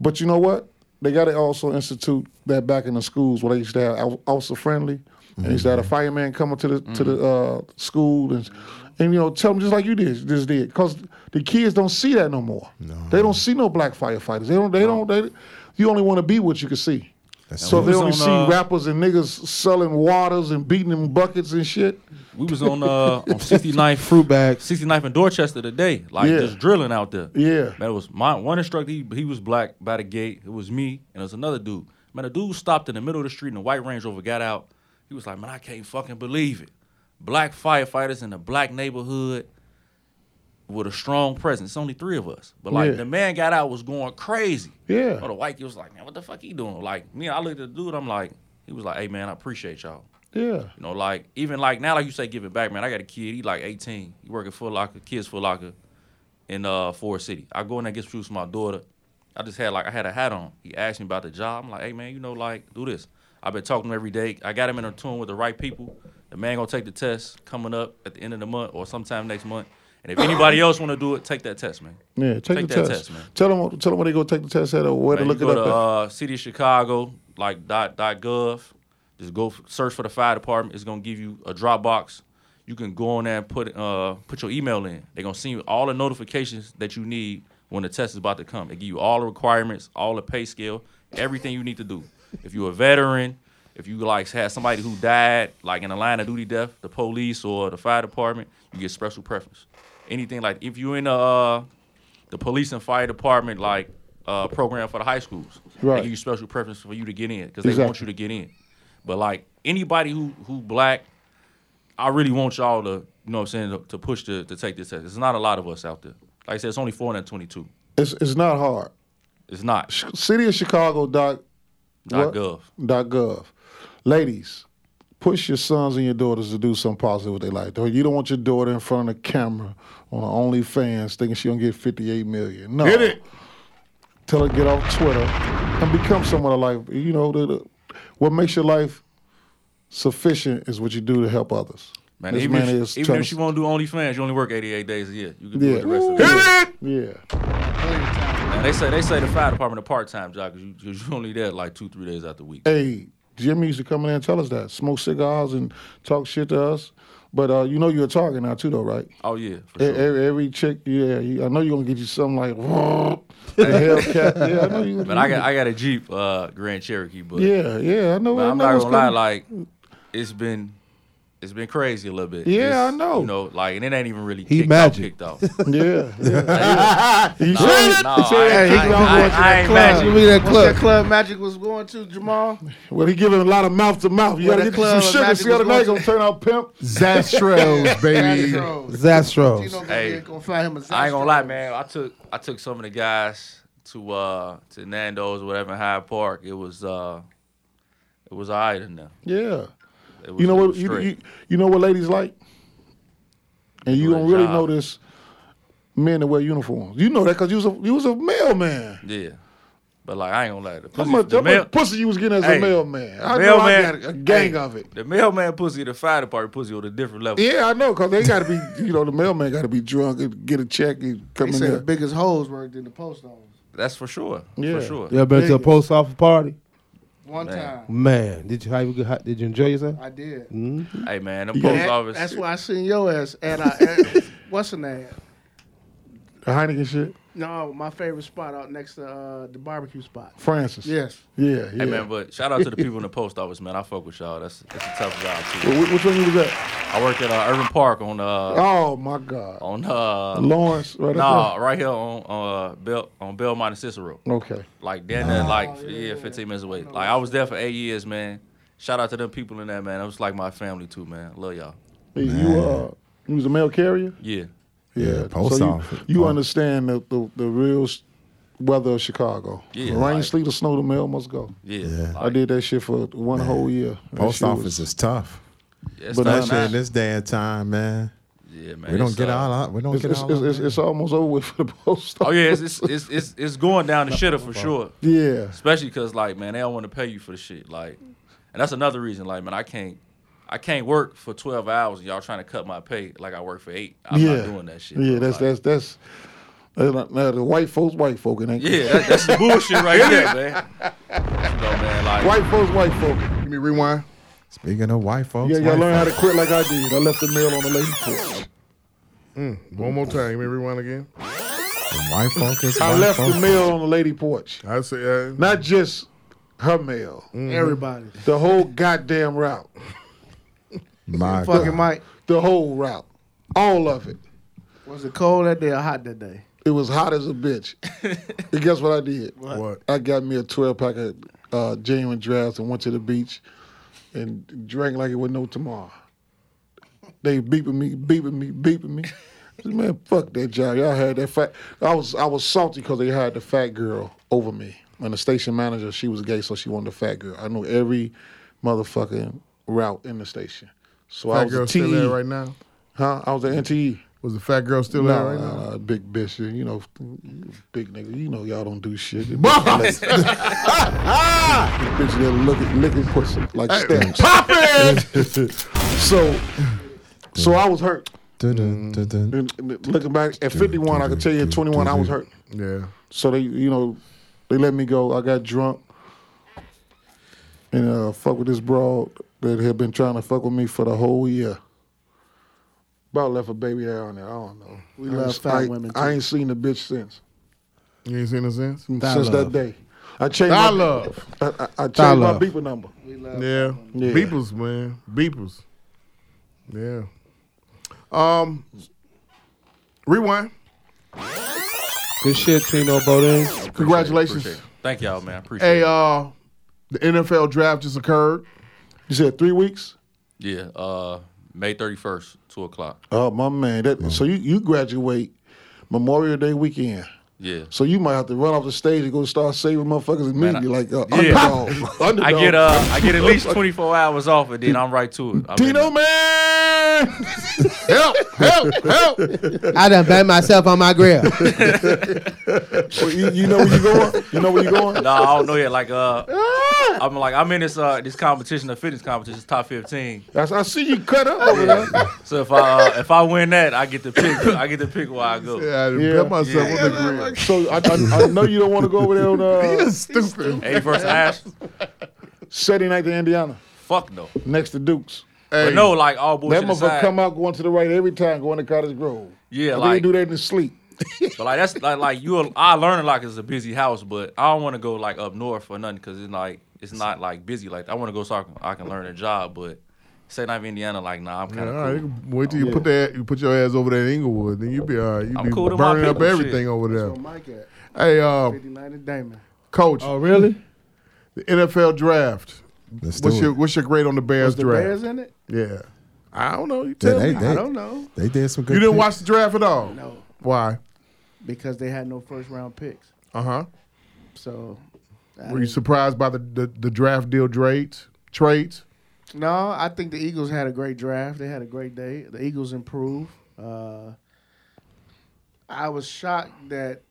Speaker 4: But you know what? They got to also institute that back in the schools where they used to have al- officer friendly, and they used to have a fireman coming to the to the uh, school and and you know tell them just like you did just did because the kids don't see that no more. They don't see no black firefighters. They don't. They don't. They, you only want to be what you can see. so if
Speaker 1: we
Speaker 4: they
Speaker 1: was
Speaker 4: only
Speaker 1: on,
Speaker 4: see
Speaker 1: uh,
Speaker 4: rappers and niggas selling waters and beating them buckets and shit.
Speaker 1: We was on uh on 69th
Speaker 2: Fruit bags.
Speaker 1: 69th in Dorchester today, like
Speaker 4: Yeah.
Speaker 1: just drilling out there.
Speaker 4: Yeah.
Speaker 1: Man, it was my one instructor. He, he was black by the gate. It was me, and it was another dude. Man, the dude stopped in the middle of the street, and the white Range Rover got out. He was like, "Man, I can't fucking believe it. Black firefighters in a black neighborhood with a strong presence. It's only three of us, but like
Speaker 4: Yeah.
Speaker 1: the man got out was going crazy.
Speaker 4: Yeah.
Speaker 1: But the white kid was like, "Man, what the fuck he doing?" Like me, I looked at the dude. I'm like, he was like, "Hey, man, I appreciate y'all."
Speaker 4: Yeah.
Speaker 1: You know, like even like now, like you say, giving back, man. I got a kid. He like 18. He working Foot Locker, kids Foot Locker, in uh Forest City. I go in there get some shoes for my daughter. I just had like I had a hat on. He asked me about the job. I'm like, hey man, you know, like do this. I've been talking to him every day. I got him in a tune with the right people. The man gonna take the test coming up at the end of the month or sometime next month. And
Speaker 4: *coughs*
Speaker 1: if anybody else wanna do it, take that test, man.
Speaker 4: Yeah, take,
Speaker 1: Take
Speaker 4: the
Speaker 1: that
Speaker 4: test.
Speaker 1: test, man.
Speaker 4: Tell them, tell them where they go take the test at or where
Speaker 1: Man,
Speaker 4: to look
Speaker 1: you go
Speaker 4: it up.
Speaker 1: to
Speaker 4: at.
Speaker 1: uh, City of Chicago, like dot dot gov. Just go f- search for the fire department. It's gonna give you a Dropbox. You can go on there and put uh put your email in. They're gonna send you all the notifications that you need when the test is about to come. They give you all the requirements, all the pay scale, everything you need to do. If you're a veteran, if you like had somebody who died like in the line of duty death, the police or the fire department, you get special preference. Anything like if you're in a uh, the police and fire department like uh, program for the high schools.
Speaker 4: Right.
Speaker 1: They give you special preference for you to get in because they want
Speaker 4: Exactly.
Speaker 1: you to get in. But like anybody who who black, I really want y'all to you know what I'm saying to, to push to to take this test. It's not a lot of us out there. Like I said, it's only 422.
Speaker 4: It's, it's not hard.
Speaker 1: It's not
Speaker 4: Ch- City of Chicago dot
Speaker 1: dot
Speaker 4: what?
Speaker 1: gov.
Speaker 4: dot gov. Ladies, push your sons and your daughters to do something positive with their life. Don't- You don't want your daughter in front of the camera on her OnlyFans thinking she gonna get fifty eight million. No,
Speaker 3: Hit it.
Speaker 4: Tell her to get off Twitter and become someone of life. You know the, the- what makes your life sufficient is what you do to help others.
Speaker 1: Man,
Speaker 4: This
Speaker 1: even
Speaker 4: man
Speaker 1: if,
Speaker 4: is
Speaker 1: she, even
Speaker 4: trying
Speaker 1: if
Speaker 4: to-
Speaker 1: she won't do OnlyFans, you only work 88 days a year. You can do
Speaker 4: Yeah.
Speaker 1: it the rest of the year.
Speaker 3: Hit it.
Speaker 4: yeah,
Speaker 1: Man, they say they say the fire department a part time job because you, 'cause you only there like two three days out the week.
Speaker 4: hey, Jimmy used to come in there and tell us that smoke cigars and talk shit to us. But uh, you know you're a target now too, though, right?
Speaker 1: Oh yeah, for
Speaker 4: E-
Speaker 1: sure.
Speaker 4: Every, every chick, yeah, you, I know you're gonna get you something like the Hellcat. Yeah, I know you.
Speaker 1: But I got I got a Jeep uh, Grand Cherokee, but
Speaker 4: Yeah, yeah, I know.
Speaker 1: But
Speaker 4: I
Speaker 1: I'm
Speaker 4: know
Speaker 1: not
Speaker 4: it's
Speaker 1: gonna lie,
Speaker 4: coming.
Speaker 1: like it's been it's been crazy a little bit.
Speaker 4: Yeah,
Speaker 1: It's,
Speaker 4: I know.
Speaker 1: You know, like and it ain't even really
Speaker 2: He
Speaker 1: kicked
Speaker 2: magic.
Speaker 4: *laughs*
Speaker 1: out, kicked off.
Speaker 4: Yeah.
Speaker 1: *laughs*
Speaker 4: You
Speaker 1: No,
Speaker 4: should.
Speaker 1: no, I ain't- I ain't- I ain't- I ain't magic.
Speaker 2: Look at that
Speaker 9: What's that
Speaker 2: club.
Speaker 9: club Magic was going to, Jamal?
Speaker 4: Well, he giving a lot of mouth to mouth. You
Speaker 9: Where
Speaker 4: gotta
Speaker 9: the
Speaker 4: get you some
Speaker 9: club Magic
Speaker 4: sugar. See how the
Speaker 9: was going
Speaker 4: night gonna turn out pimp.
Speaker 3: Zastrals, baby.
Speaker 2: Zastros.
Speaker 9: Gino
Speaker 1: Hey.
Speaker 9: gonna fly him a
Speaker 1: I ain't gonna lie, man. I took I took some of the guys to uh to Nando's or whatever in Hyde Park. It was uh it was alright in there.
Speaker 4: Yeah.
Speaker 1: It was,
Speaker 4: You know
Speaker 1: it
Speaker 4: what?
Speaker 1: was
Speaker 4: You,
Speaker 1: straight.
Speaker 4: you, you know what ladies like, and you
Speaker 1: Do
Speaker 4: don't
Speaker 1: their
Speaker 4: really
Speaker 1: job.
Speaker 4: notice men that wear uniforms. You know that because you was a you was a mailman.
Speaker 1: Yeah. But like I ain't gonna lie, the
Speaker 4: How
Speaker 1: pussy,
Speaker 4: much,
Speaker 1: the,
Speaker 4: how
Speaker 1: mail,
Speaker 4: much pussy you was getting as
Speaker 1: Hey,
Speaker 4: a mailman? I know I
Speaker 1: mailman-
Speaker 4: got a gang
Speaker 1: hey.
Speaker 4: of it.
Speaker 1: the mailman pussy, the fire department pussy on a different level.
Speaker 4: Yeah, I know because they got to be. *laughs* You know, the mailman got to be drunk and get a check and come
Speaker 9: He
Speaker 4: in
Speaker 9: said the
Speaker 4: here.
Speaker 9: biggest hoes worked in the post office
Speaker 1: That's for sure.
Speaker 4: Yeah.
Speaker 1: For sure.
Speaker 2: You ever been to a
Speaker 9: Niggas.
Speaker 2: post office party?
Speaker 9: one
Speaker 1: Man.
Speaker 9: time.
Speaker 2: Man, did you how you how, did you enjoy yourself?
Speaker 9: I did.
Speaker 1: Hey man, them post
Speaker 9: That-
Speaker 1: office.
Speaker 9: That's why I seen your ass at,
Speaker 7: uh,
Speaker 9: our,
Speaker 2: *laughs*
Speaker 9: at what's her name?
Speaker 4: The Heineken shit,
Speaker 9: No, my favorite spot out next to uh, the barbecue spot.
Speaker 4: Francis.
Speaker 9: Yes.
Speaker 4: yeah, yeah.
Speaker 1: Hey man, but shout out to the people in the post office, man. I fuck with y'all. That's that's a tough job too.
Speaker 4: Wh- wh- Which one you was at?
Speaker 1: I work at uh, Urban Park on uh
Speaker 4: Oh my God,
Speaker 1: on uh
Speaker 4: Lawrence. Right up
Speaker 1: nah right here on on uh, Bel on Belmont and Cicero.
Speaker 4: there? Okay.
Speaker 1: Like down there, like yeah, fifteen minutes away. Like I was there for eight years, man. Shout out to them people in there, man. It was like my family too, man. Love y'all.
Speaker 4: Hey, you uh, you was a mail carrier.
Speaker 1: Yeah.
Speaker 5: Yeah, post
Speaker 4: so you-
Speaker 5: office.
Speaker 4: You,
Speaker 5: Post-
Speaker 4: understand the, the the real s- weather of Chicago.
Speaker 1: Yeah,
Speaker 4: Rain,
Speaker 1: like-
Speaker 4: sleet, or snow, the mail must go.
Speaker 1: Yeah.
Speaker 4: I
Speaker 1: Like,
Speaker 4: did that shit for one whole year. That
Speaker 5: Post
Speaker 4: shit
Speaker 5: office
Speaker 4: was-
Speaker 5: is tough.
Speaker 1: it's
Speaker 4: but
Speaker 1: tough
Speaker 4: that's-
Speaker 5: Especially
Speaker 1: now.
Speaker 5: in this day and time, man.
Speaker 1: yeah, man.
Speaker 5: We don't
Speaker 1: it's,
Speaker 5: get
Speaker 1: uh,
Speaker 5: all out. We don't
Speaker 4: It's,
Speaker 5: get
Speaker 4: it's,
Speaker 5: all
Speaker 4: it's,
Speaker 5: out.
Speaker 4: it's, it's almost over with for the *laughs* post office.
Speaker 1: Oh yeah, it's it's it's it's, it's going down the shitter for sure.
Speaker 4: Yeah.
Speaker 1: Especially because like man, they don't want to pay you for the shit. Like, and that's another reason. Like man, I can't. I can't work for twelve hours. and Y'all trying to cut my pay like I work for eight. I'm
Speaker 4: yeah.
Speaker 1: not doing that shit.
Speaker 4: Yeah,
Speaker 1: bro.
Speaker 4: that's
Speaker 1: Like,
Speaker 4: that's that's. that's not- now the white folks, white folk, it ain't.
Speaker 1: Yeah, that, that's the bullshit right there, man. You know, man, like
Speaker 4: White folks, white folk. Give me rewind.
Speaker 5: Speaking of white folks,
Speaker 4: Yeah, y'all
Speaker 5: white
Speaker 4: learn how to quit like I did. I left the mail on the lady porch.
Speaker 7: One more time. Give me rewind again.
Speaker 5: folks, white folks is
Speaker 4: I
Speaker 5: white
Speaker 4: left
Speaker 5: folks.
Speaker 4: the mail on the lady porch.
Speaker 7: I say, uh,
Speaker 4: Not just her mail.
Speaker 5: Mm.
Speaker 9: Mm-hmm. Everybody.
Speaker 4: The whole goddamn route.
Speaker 5: My
Speaker 9: Fucking
Speaker 5: God.
Speaker 9: Mike.
Speaker 4: The whole route. All of it.
Speaker 9: Was it cold that day or hot that day?
Speaker 4: It was hot as a bitch. and guess what I did?
Speaker 7: What?
Speaker 4: I got me a 12 pack of uh, genuine drafts and went to the beach and drank like it was no tomorrow. They beeping me, beeping me, beeping me. I said, Man, fuck that job. Y'all had that fat. I was I was salty because they hired the fat girl over me. And the station manager, she was gay, so she wanted the fat girl. I knew every motherfucking route in the station. So I
Speaker 7: fat
Speaker 4: was
Speaker 7: girl
Speaker 4: a
Speaker 7: still there
Speaker 4: TE.
Speaker 7: right now.
Speaker 4: Huh? I was an E. NTE.
Speaker 7: Was the fat girl still there
Speaker 4: No,
Speaker 7: right
Speaker 4: no,
Speaker 7: now?
Speaker 4: no, big bitch. You know, big nigga. You know, y'all don't do shit.
Speaker 7: *laughs*
Speaker 4: The *laughs*
Speaker 7: Boss!
Speaker 4: bitch there looking, licking pussy like stamps.
Speaker 7: Pop it!
Speaker 4: *laughs* So, so I was hurt.
Speaker 5: Dun,
Speaker 1: Mm.
Speaker 5: dun, dun, dun.
Speaker 4: And- and Looking back at 51, I could tell you at 21, I was hurt.
Speaker 7: Yeah.
Speaker 4: So they, you know, they let me go. I got drunk and uh, fuck with this broad that had been trying to fuck with me for the whole year. About left a baby hair on there. I don't know.
Speaker 9: We
Speaker 4: I
Speaker 9: love
Speaker 4: ain't-
Speaker 9: fat
Speaker 4: I,
Speaker 9: women,
Speaker 4: I
Speaker 9: too.
Speaker 4: ain't seen the bitch since.
Speaker 7: You ain't seen her since?
Speaker 9: Thigh
Speaker 4: since that
Speaker 9: love.
Speaker 4: day. I changed
Speaker 7: Thigh
Speaker 4: my,
Speaker 7: love.
Speaker 4: I, I, I
Speaker 2: Thigh
Speaker 4: changed my
Speaker 2: love.
Speaker 4: beeper number.
Speaker 9: We love
Speaker 7: Yeah.
Speaker 4: Yeah.
Speaker 7: Beepers, man. Beepers. Yeah. Um. Rewind.
Speaker 2: Good shit, Tino Bodine.
Speaker 7: Congratulations.
Speaker 1: appreciate it. Thank y'all, man. I Appreciate
Speaker 7: Hey,
Speaker 1: it.
Speaker 7: uh, the NFL draft just occurred.
Speaker 4: You said three weeks?
Speaker 1: Yeah, uh, May thirty first, two o'clock.
Speaker 4: Oh my man. That so you, you graduate Memorial Day weekend.
Speaker 1: Yeah.
Speaker 4: So you might have to run off the stage and go start saving motherfuckers immediately like uh,
Speaker 1: Yeah.
Speaker 4: underdog. underdog.
Speaker 1: *laughs* I get uh, I get at
Speaker 4: *laughs*
Speaker 1: least twenty four hours off, and then I'm right to it. I'm in
Speaker 4: Tino
Speaker 1: it.
Speaker 4: man. *laughs* help, help, help.
Speaker 2: I done banged myself on my
Speaker 9: *laughs*
Speaker 2: grill.
Speaker 4: Well, you, you know where you going? You know where you going?
Speaker 1: No, I don't know yet.
Speaker 4: *laughs*
Speaker 1: Like uh,
Speaker 4: Ah.
Speaker 1: I'm like I'm in this uh this competition, the fitness competition, it's top fifteen.
Speaker 4: I, I see you cut up over there.
Speaker 1: *laughs* So if I uh, if I win that, I get to pick. I get to pick where I go.
Speaker 7: Yeah, I
Speaker 4: Yeah.
Speaker 7: built myself
Speaker 1: Yeah.
Speaker 7: on the grill.
Speaker 4: So I, I, I know you don't want to go over there on
Speaker 1: *laughs*
Speaker 4: uh,
Speaker 7: Stupid.
Speaker 1: Hey, versus Ash.
Speaker 4: Saturday night to Indiana
Speaker 1: Fuck no.
Speaker 4: next to Dukes.
Speaker 1: But no, like all bullshit
Speaker 4: That motherfucker
Speaker 1: aside.
Speaker 4: come out going to the right every time, going to Cottage Grove.
Speaker 1: Yeah,
Speaker 4: I think he
Speaker 1: like
Speaker 4: do that in his sleep.
Speaker 1: But like that's like like you, I learn a lot 'cause it's a busy house. But I don't want to go like up north or nothing because it's like it's not like busy. Like I want to go so I can, I can learn a job. But Say not Indiana, like, nah, I'm
Speaker 3: Yeah,
Speaker 1: kind
Speaker 3: all
Speaker 1: of
Speaker 3: right.
Speaker 1: cool.
Speaker 3: you can Wait till you put that, you put your ass over there in Inglewood, then you be all right. You
Speaker 1: I'm
Speaker 3: be
Speaker 1: cool to my
Speaker 3: burning up
Speaker 1: people, shit.
Speaker 3: everything over there.
Speaker 9: Where Mike at?
Speaker 3: Hey, uh,
Speaker 9: 59 and Damon.
Speaker 3: coach,
Speaker 12: Oh, really?
Speaker 3: the NFL draft.
Speaker 5: Let's
Speaker 3: what's
Speaker 5: do
Speaker 3: your
Speaker 5: it.
Speaker 3: what's your grade on the Bears
Speaker 9: Was the
Speaker 3: draft?
Speaker 9: Bears in it?
Speaker 3: Yeah, I don't know. You
Speaker 5: Yeah,
Speaker 3: tell
Speaker 5: they-
Speaker 3: me.
Speaker 5: they-
Speaker 9: I don't know.
Speaker 5: They did some good.
Speaker 3: You didn't
Speaker 5: picks.
Speaker 3: watch the draft at all.
Speaker 9: No,
Speaker 3: Why?
Speaker 9: because they had no first round picks.
Speaker 3: Uh huh.
Speaker 9: So I
Speaker 3: Were you
Speaker 9: didn't-
Speaker 3: surprised by the the, the draft deal trades? Trades?
Speaker 9: No, I think the Eagles had a great draft. They had a great day. The Eagles improved. Uh, I was shocked that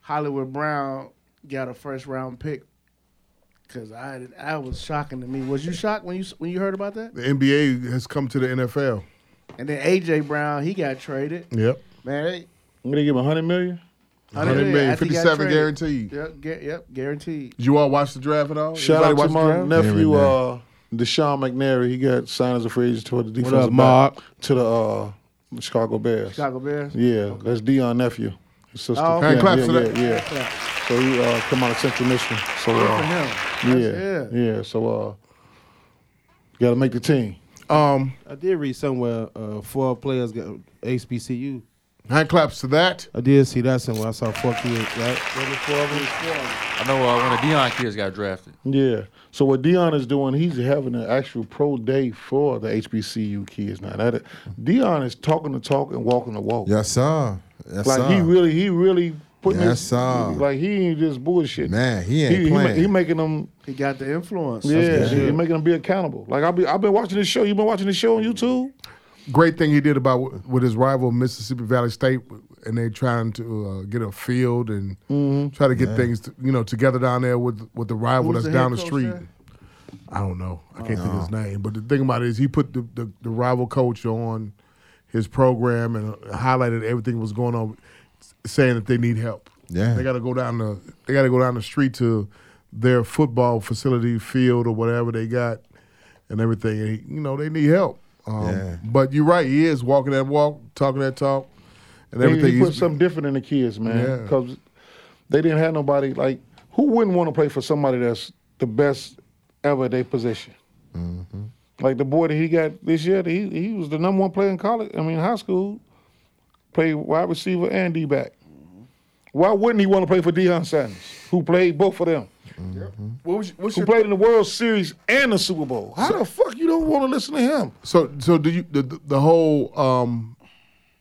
Speaker 9: Hollywood Brown got a first round pick because I didn't- I was shocking to me. Was you shocked when you s- when you heard about that?
Speaker 3: The NBA has come to the NFL.
Speaker 9: And then AJ Brown he got traded.
Speaker 3: Yep.
Speaker 9: Man, they,
Speaker 4: I'm gonna give him a hundred million.
Speaker 3: 100 million,
Speaker 9: after he got
Speaker 3: 57
Speaker 9: traded.
Speaker 3: guaranteed.
Speaker 9: Yep, gu- yep, guaranteed.
Speaker 3: Did you all watch the draft at all?
Speaker 4: Shout
Speaker 3: Anybody
Speaker 4: out to
Speaker 3: watch the
Speaker 4: my
Speaker 3: draft?
Speaker 4: nephew,
Speaker 5: Every
Speaker 4: uh, Deshaun McNary. He got signed as a free agent toward the defense.
Speaker 2: up, Mark?
Speaker 4: To the uh, Chicago Bears.
Speaker 9: Chicago Bears.
Speaker 4: Yeah, that's Dion nephew. His sister.
Speaker 9: Oh, okay.
Speaker 4: yeah,
Speaker 3: Hand claps
Speaker 4: yeah,
Speaker 3: to that.
Speaker 4: yeah, yeah. So he uh, come out of Central Michigan. So
Speaker 9: For
Speaker 4: uh,
Speaker 9: him.
Speaker 4: yeah, yeah,
Speaker 9: That's-
Speaker 4: So uh, got to make the team. uh,
Speaker 3: Um,
Speaker 2: I did read somewhere uh, four players got HBCU.
Speaker 3: hand claps to that.
Speaker 2: I did see that somewhere. I saw four kids, right?
Speaker 1: I know uh, one of Deion kids got drafted.
Speaker 4: Yeah. So what Dion is doing, he's having an actual pro day for the HBCU kids now. That Dion is talking the talk and walking the walk.
Speaker 5: Yes, sir. Yes,
Speaker 4: like
Speaker 5: sir.
Speaker 4: he really, he really putting
Speaker 5: Yes,
Speaker 4: his
Speaker 5: sir.
Speaker 4: like he ain't just bullshit.
Speaker 5: Man, he ain't
Speaker 4: he, he, ma-
Speaker 5: playing.
Speaker 4: he making them
Speaker 9: He got the influence.
Speaker 4: Yeah,
Speaker 5: good.
Speaker 4: you're making them be accountable. Like I've been, I've been watching this show. You've been watching this show on YouTube.
Speaker 3: Great thing he did about with his rival Mississippi Valley State, and they trying to uh, get a field and try to get things you know together down there with with the rival
Speaker 9: Mm-hmm. Who's
Speaker 3: that's
Speaker 9: the head
Speaker 3: down the
Speaker 9: coach
Speaker 3: street.
Speaker 9: there?
Speaker 3: I don't know. I can't think of his name. But the thing about it is, he put the, the, the rival coach on his program and uh, highlighted everything that was going on, saying that they need help.
Speaker 5: Yeah.
Speaker 3: they got to go down the they got to go down the street to their football facility, field or whatever they got, and everything. And he, you know, they need help. Um,
Speaker 5: Yeah.
Speaker 3: But you're right. He is walking that walk, talking that talk, and
Speaker 4: They,
Speaker 3: everything.
Speaker 4: he put
Speaker 3: He's-
Speaker 4: something different in the kids, man,
Speaker 3: Yeah.
Speaker 4: because they didn't have nobody. Like who wouldn't want to play for somebody that's the best ever at their position?
Speaker 3: Mm-hmm.
Speaker 4: Like the boy that he got this year, he he was the number one player in college. I mean, high school, played wide receiver and D back.
Speaker 3: Mm-hmm.
Speaker 4: Why wouldn't he want to play for Deion Sanders, who played both of them?
Speaker 3: What was- what's
Speaker 4: Who
Speaker 3: your-
Speaker 4: played in the World Series and the Super Bowl? How the fuck you don't want to listen to him?
Speaker 3: So, so do you the, the- the whole um,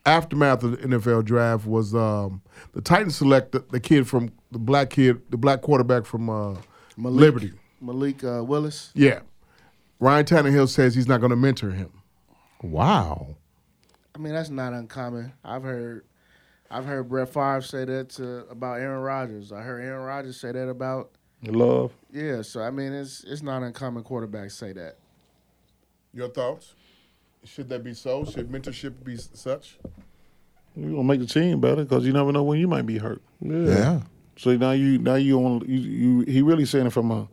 Speaker 3: aftermath of the NFL draft was um, the Titans select the, the kid from the black kid, the black quarterback from uh,
Speaker 9: Malik.
Speaker 3: Liberty.
Speaker 9: Malik uh, Willis.
Speaker 3: Yeah, Ryan Tannehill says he's not going to mentor him.
Speaker 5: wow.
Speaker 9: I mean, that's not uncommon. I've heard, I've heard Brett Favre say that to, about Aaron Rodgers. I heard Aaron Rodgers say that about
Speaker 4: Love.
Speaker 9: yeah. So I mean, it's it's not uncommon quarterbacks say that.
Speaker 3: Your thoughts? Should that be so? Should mentorship be such?
Speaker 4: You're gonna make the team better because you never know when you might be hurt.
Speaker 5: Yeah.
Speaker 4: So now you now you on you, you he really saying it from a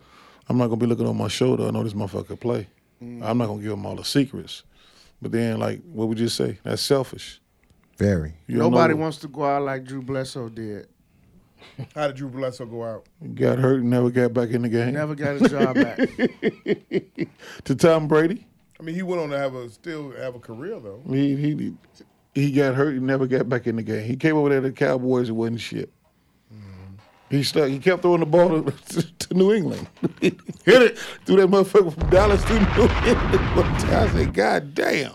Speaker 4: I'm not gonna be looking on my shoulder. I know this motherfucker play.
Speaker 9: Mm.
Speaker 4: I'm not gonna give him all the secrets. But then like what would you say? That's selfish.
Speaker 5: Very.
Speaker 4: You don't
Speaker 9: Nobody
Speaker 4: know,
Speaker 9: wants to go out like Drew Bledsoe did.
Speaker 3: How did Drew Bledsoe go out?
Speaker 4: got hurt and never got back in the game.
Speaker 9: Never got his job back.
Speaker 4: To Tom Brady,
Speaker 3: I mean, he went on to have a still have a career though.
Speaker 4: he he he got hurt and never got back in the game. He came over there to the Cowboys and wasn't shit. He stuck. He kept throwing the ball to, to New England. *laughs* Hit it through that motherfucker from Dallas to New England. *laughs* one time. I said, God damn,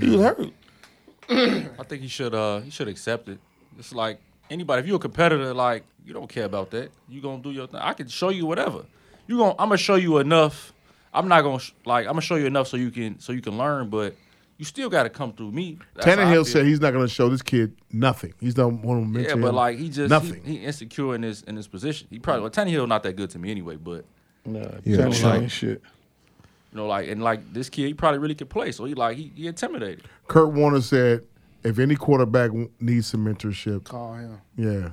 Speaker 4: he was
Speaker 9: Mm-hmm.
Speaker 4: hurt.
Speaker 1: I think he should uh he should accept it. It's like anybody, if you're a competitor, like you don't care about that. You gonna do your thing. I can show you whatever. You gonna I'm gonna show you enough. I'm not gonna sh- like I'm gonna show you enough so you can so you can learn, but you still gotta come through me. That's how I feel.
Speaker 3: Tannehill said he's not going to show this kid nothing. He's not want to mentor
Speaker 1: Yeah,
Speaker 3: him.
Speaker 1: but like he just
Speaker 3: nothing.
Speaker 1: He, he insecure in his in his position. He probably well, Tannehill not that good to me anyway, but
Speaker 4: Nah,
Speaker 5: Yeah,
Speaker 4: Tannehill
Speaker 5: it's like-
Speaker 4: ain't shit.
Speaker 1: you know like and like this kid he probably really could play, so he like he, he intimidated.
Speaker 3: Kurt Warner said, if any quarterback w- needs some mentorship,
Speaker 9: Call him.
Speaker 3: yeah,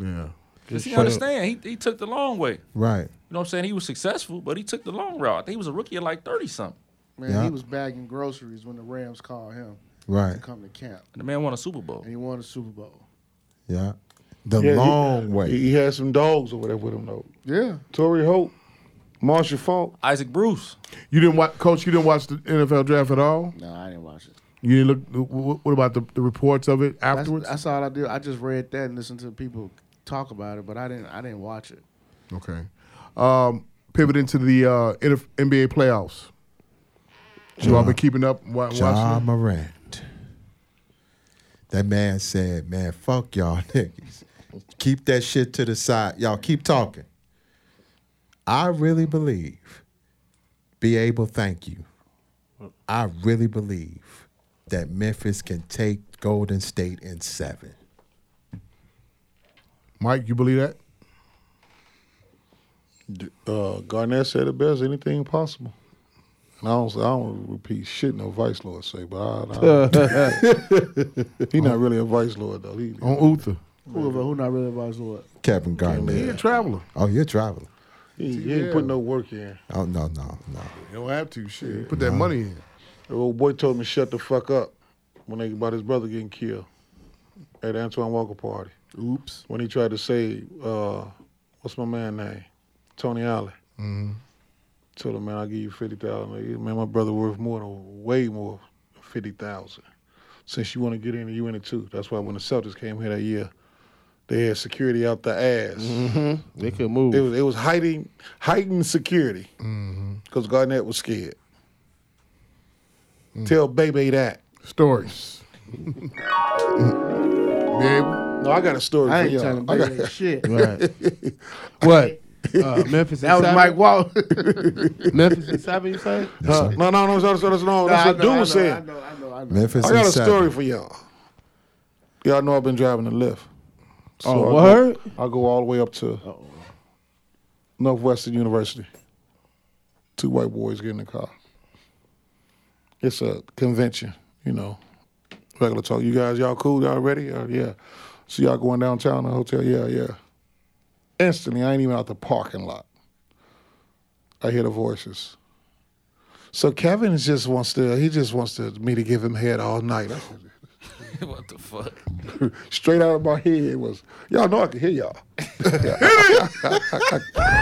Speaker 3: yeah,
Speaker 1: Cause he understand he he took the long way.
Speaker 5: Right.
Speaker 1: You know what I'm saying? He was successful, but he took the long route. I think he was a rookie at like 30 something.
Speaker 9: Man,
Speaker 5: Yeah.
Speaker 9: he was bagging groceries when the Rams called him
Speaker 5: Right.
Speaker 9: to come to camp,
Speaker 1: And the man won a Super Bowl.
Speaker 9: and he won the Super Bowl.
Speaker 5: Yeah. The
Speaker 4: Yeah, he-
Speaker 5: long way.
Speaker 4: He, he had some dogs over there with him though.
Speaker 9: Yeah,
Speaker 4: Torrey Hope, Marshall Falk.
Speaker 1: Isaac Bruce.
Speaker 3: You didn't watch, Coach. You didn't watch the NFL draft at all.
Speaker 9: No, I didn't watch it.
Speaker 3: You didn't look. wh- What about the, the reports of it
Speaker 9: That's,
Speaker 3: afterwards?
Speaker 9: that's all I do. I just read that and listened to people talk about it, but I didn't. I didn't watch it.
Speaker 3: okay. Um, pivot into the uh, NF NBA playoffs. So I've been keeping up. Wa-
Speaker 5: Ja
Speaker 3: watching. it?
Speaker 5: Morant. That man said, man, fuck y'all *laughs* niggas. Keep that shit to the side. Y'all keep talking. I really believe, be able, thank you. I really believe that Memphis can take Golden State in seven.
Speaker 3: Mike, you believe that?
Speaker 4: Uh, Garnett said it best: anything possible. And I don't, I don't repeat shit no vice lord say, but I, I *laughs* he not really a vice lord though. He,
Speaker 9: Oh,
Speaker 3: On Uther.
Speaker 9: Who, who not really watched what?
Speaker 5: Kevin
Speaker 3: He a
Speaker 5: Garnett.
Speaker 3: traveler.
Speaker 5: Oh, you're traveling.
Speaker 4: he, he ain't
Speaker 3: Yeah.
Speaker 4: put no work in.
Speaker 5: Oh, no, no, no.
Speaker 3: You don't have to. Shit. You put that money in.
Speaker 4: The old boy told me shut the fuck up when they about his brother getting killed at Antoine Walker party.
Speaker 3: Oops.
Speaker 4: When he tried to save uh, what's my man name, Tony Allen. Mm-hmm. Told him, man, I'll give you fifty thousand. Man, my brother worth more than way more than fifty thousand. Since you want to get in, you in it too. That's why when the Celtics came here that year, they had security out the ass.
Speaker 2: They could move.
Speaker 4: It was it was hiding heightened security because Garnett was scared. Tell baby that.
Speaker 3: Stories. Babe,
Speaker 4: No, I got a story
Speaker 9: I
Speaker 4: for
Speaker 9: ain't
Speaker 4: y'all.
Speaker 9: telling
Speaker 4: I got-
Speaker 9: baby shit.
Speaker 2: Right. what? Uh, Memphis.
Speaker 9: That was Mike Wall.
Speaker 2: Memphis and seven. You say?
Speaker 4: Huh? No, no, no, that's, that's, no, that's what dude
Speaker 9: I
Speaker 4: was saying.
Speaker 9: know. I know. I know.
Speaker 5: Memphis
Speaker 4: I got
Speaker 5: in
Speaker 4: a
Speaker 5: seven.
Speaker 4: story for y'all. Y'all know I've been driving the Lyft. So
Speaker 2: Oh,
Speaker 4: I
Speaker 2: word?
Speaker 4: Go, I go all the way up to Northwestern University. Two white boys get in the car. It's a convention, you know. Regular talk. You guys, y'all cool? Y'all ready? Uh, yeah. So y'all going downtown to the hotel? Yeah, yeah. Instantly, I ain't even out the parking lot. I hear the voices. So Kevin is just wants to. He just wants to me to give him head all night. I said,
Speaker 1: *laughs* what the fuck?
Speaker 4: straight out of my head was, y'all know I can hear y'all.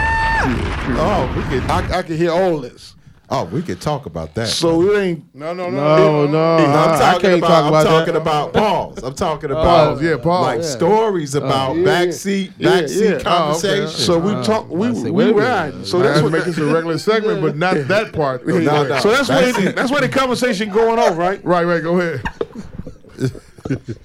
Speaker 4: oh, we can, I, I can hear all this.
Speaker 5: Oh, we could talk about that.
Speaker 4: So it ain't.
Speaker 3: No, no, no.
Speaker 2: No, no.
Speaker 9: Uh,
Speaker 5: I'm
Speaker 2: I- I
Speaker 5: talking
Speaker 2: can't
Speaker 5: about,
Speaker 2: talk
Speaker 5: I'm
Speaker 2: about
Speaker 5: talking
Speaker 2: that.
Speaker 5: about balls. I'm talking about
Speaker 3: yeah, balls.
Speaker 5: like
Speaker 3: Yeah.
Speaker 5: stories about
Speaker 4: yeah, yeah.
Speaker 5: backseat
Speaker 4: Yeah, yeah.
Speaker 5: backseat Uh-huh.
Speaker 3: Oh, okay.
Speaker 5: conversation.
Speaker 4: So we talk. We
Speaker 2: said,
Speaker 4: we
Speaker 2: wait a minute.
Speaker 4: ride. So
Speaker 3: So
Speaker 4: that's
Speaker 3: that's
Speaker 4: what.
Speaker 3: make this a
Speaker 4: *laughs*
Speaker 3: regular segment, but not that part. Go
Speaker 5: No,
Speaker 3: ahead.
Speaker 5: no.
Speaker 4: So that's where it- that's where the conversation going on, right?
Speaker 3: Right, right. Go ahead.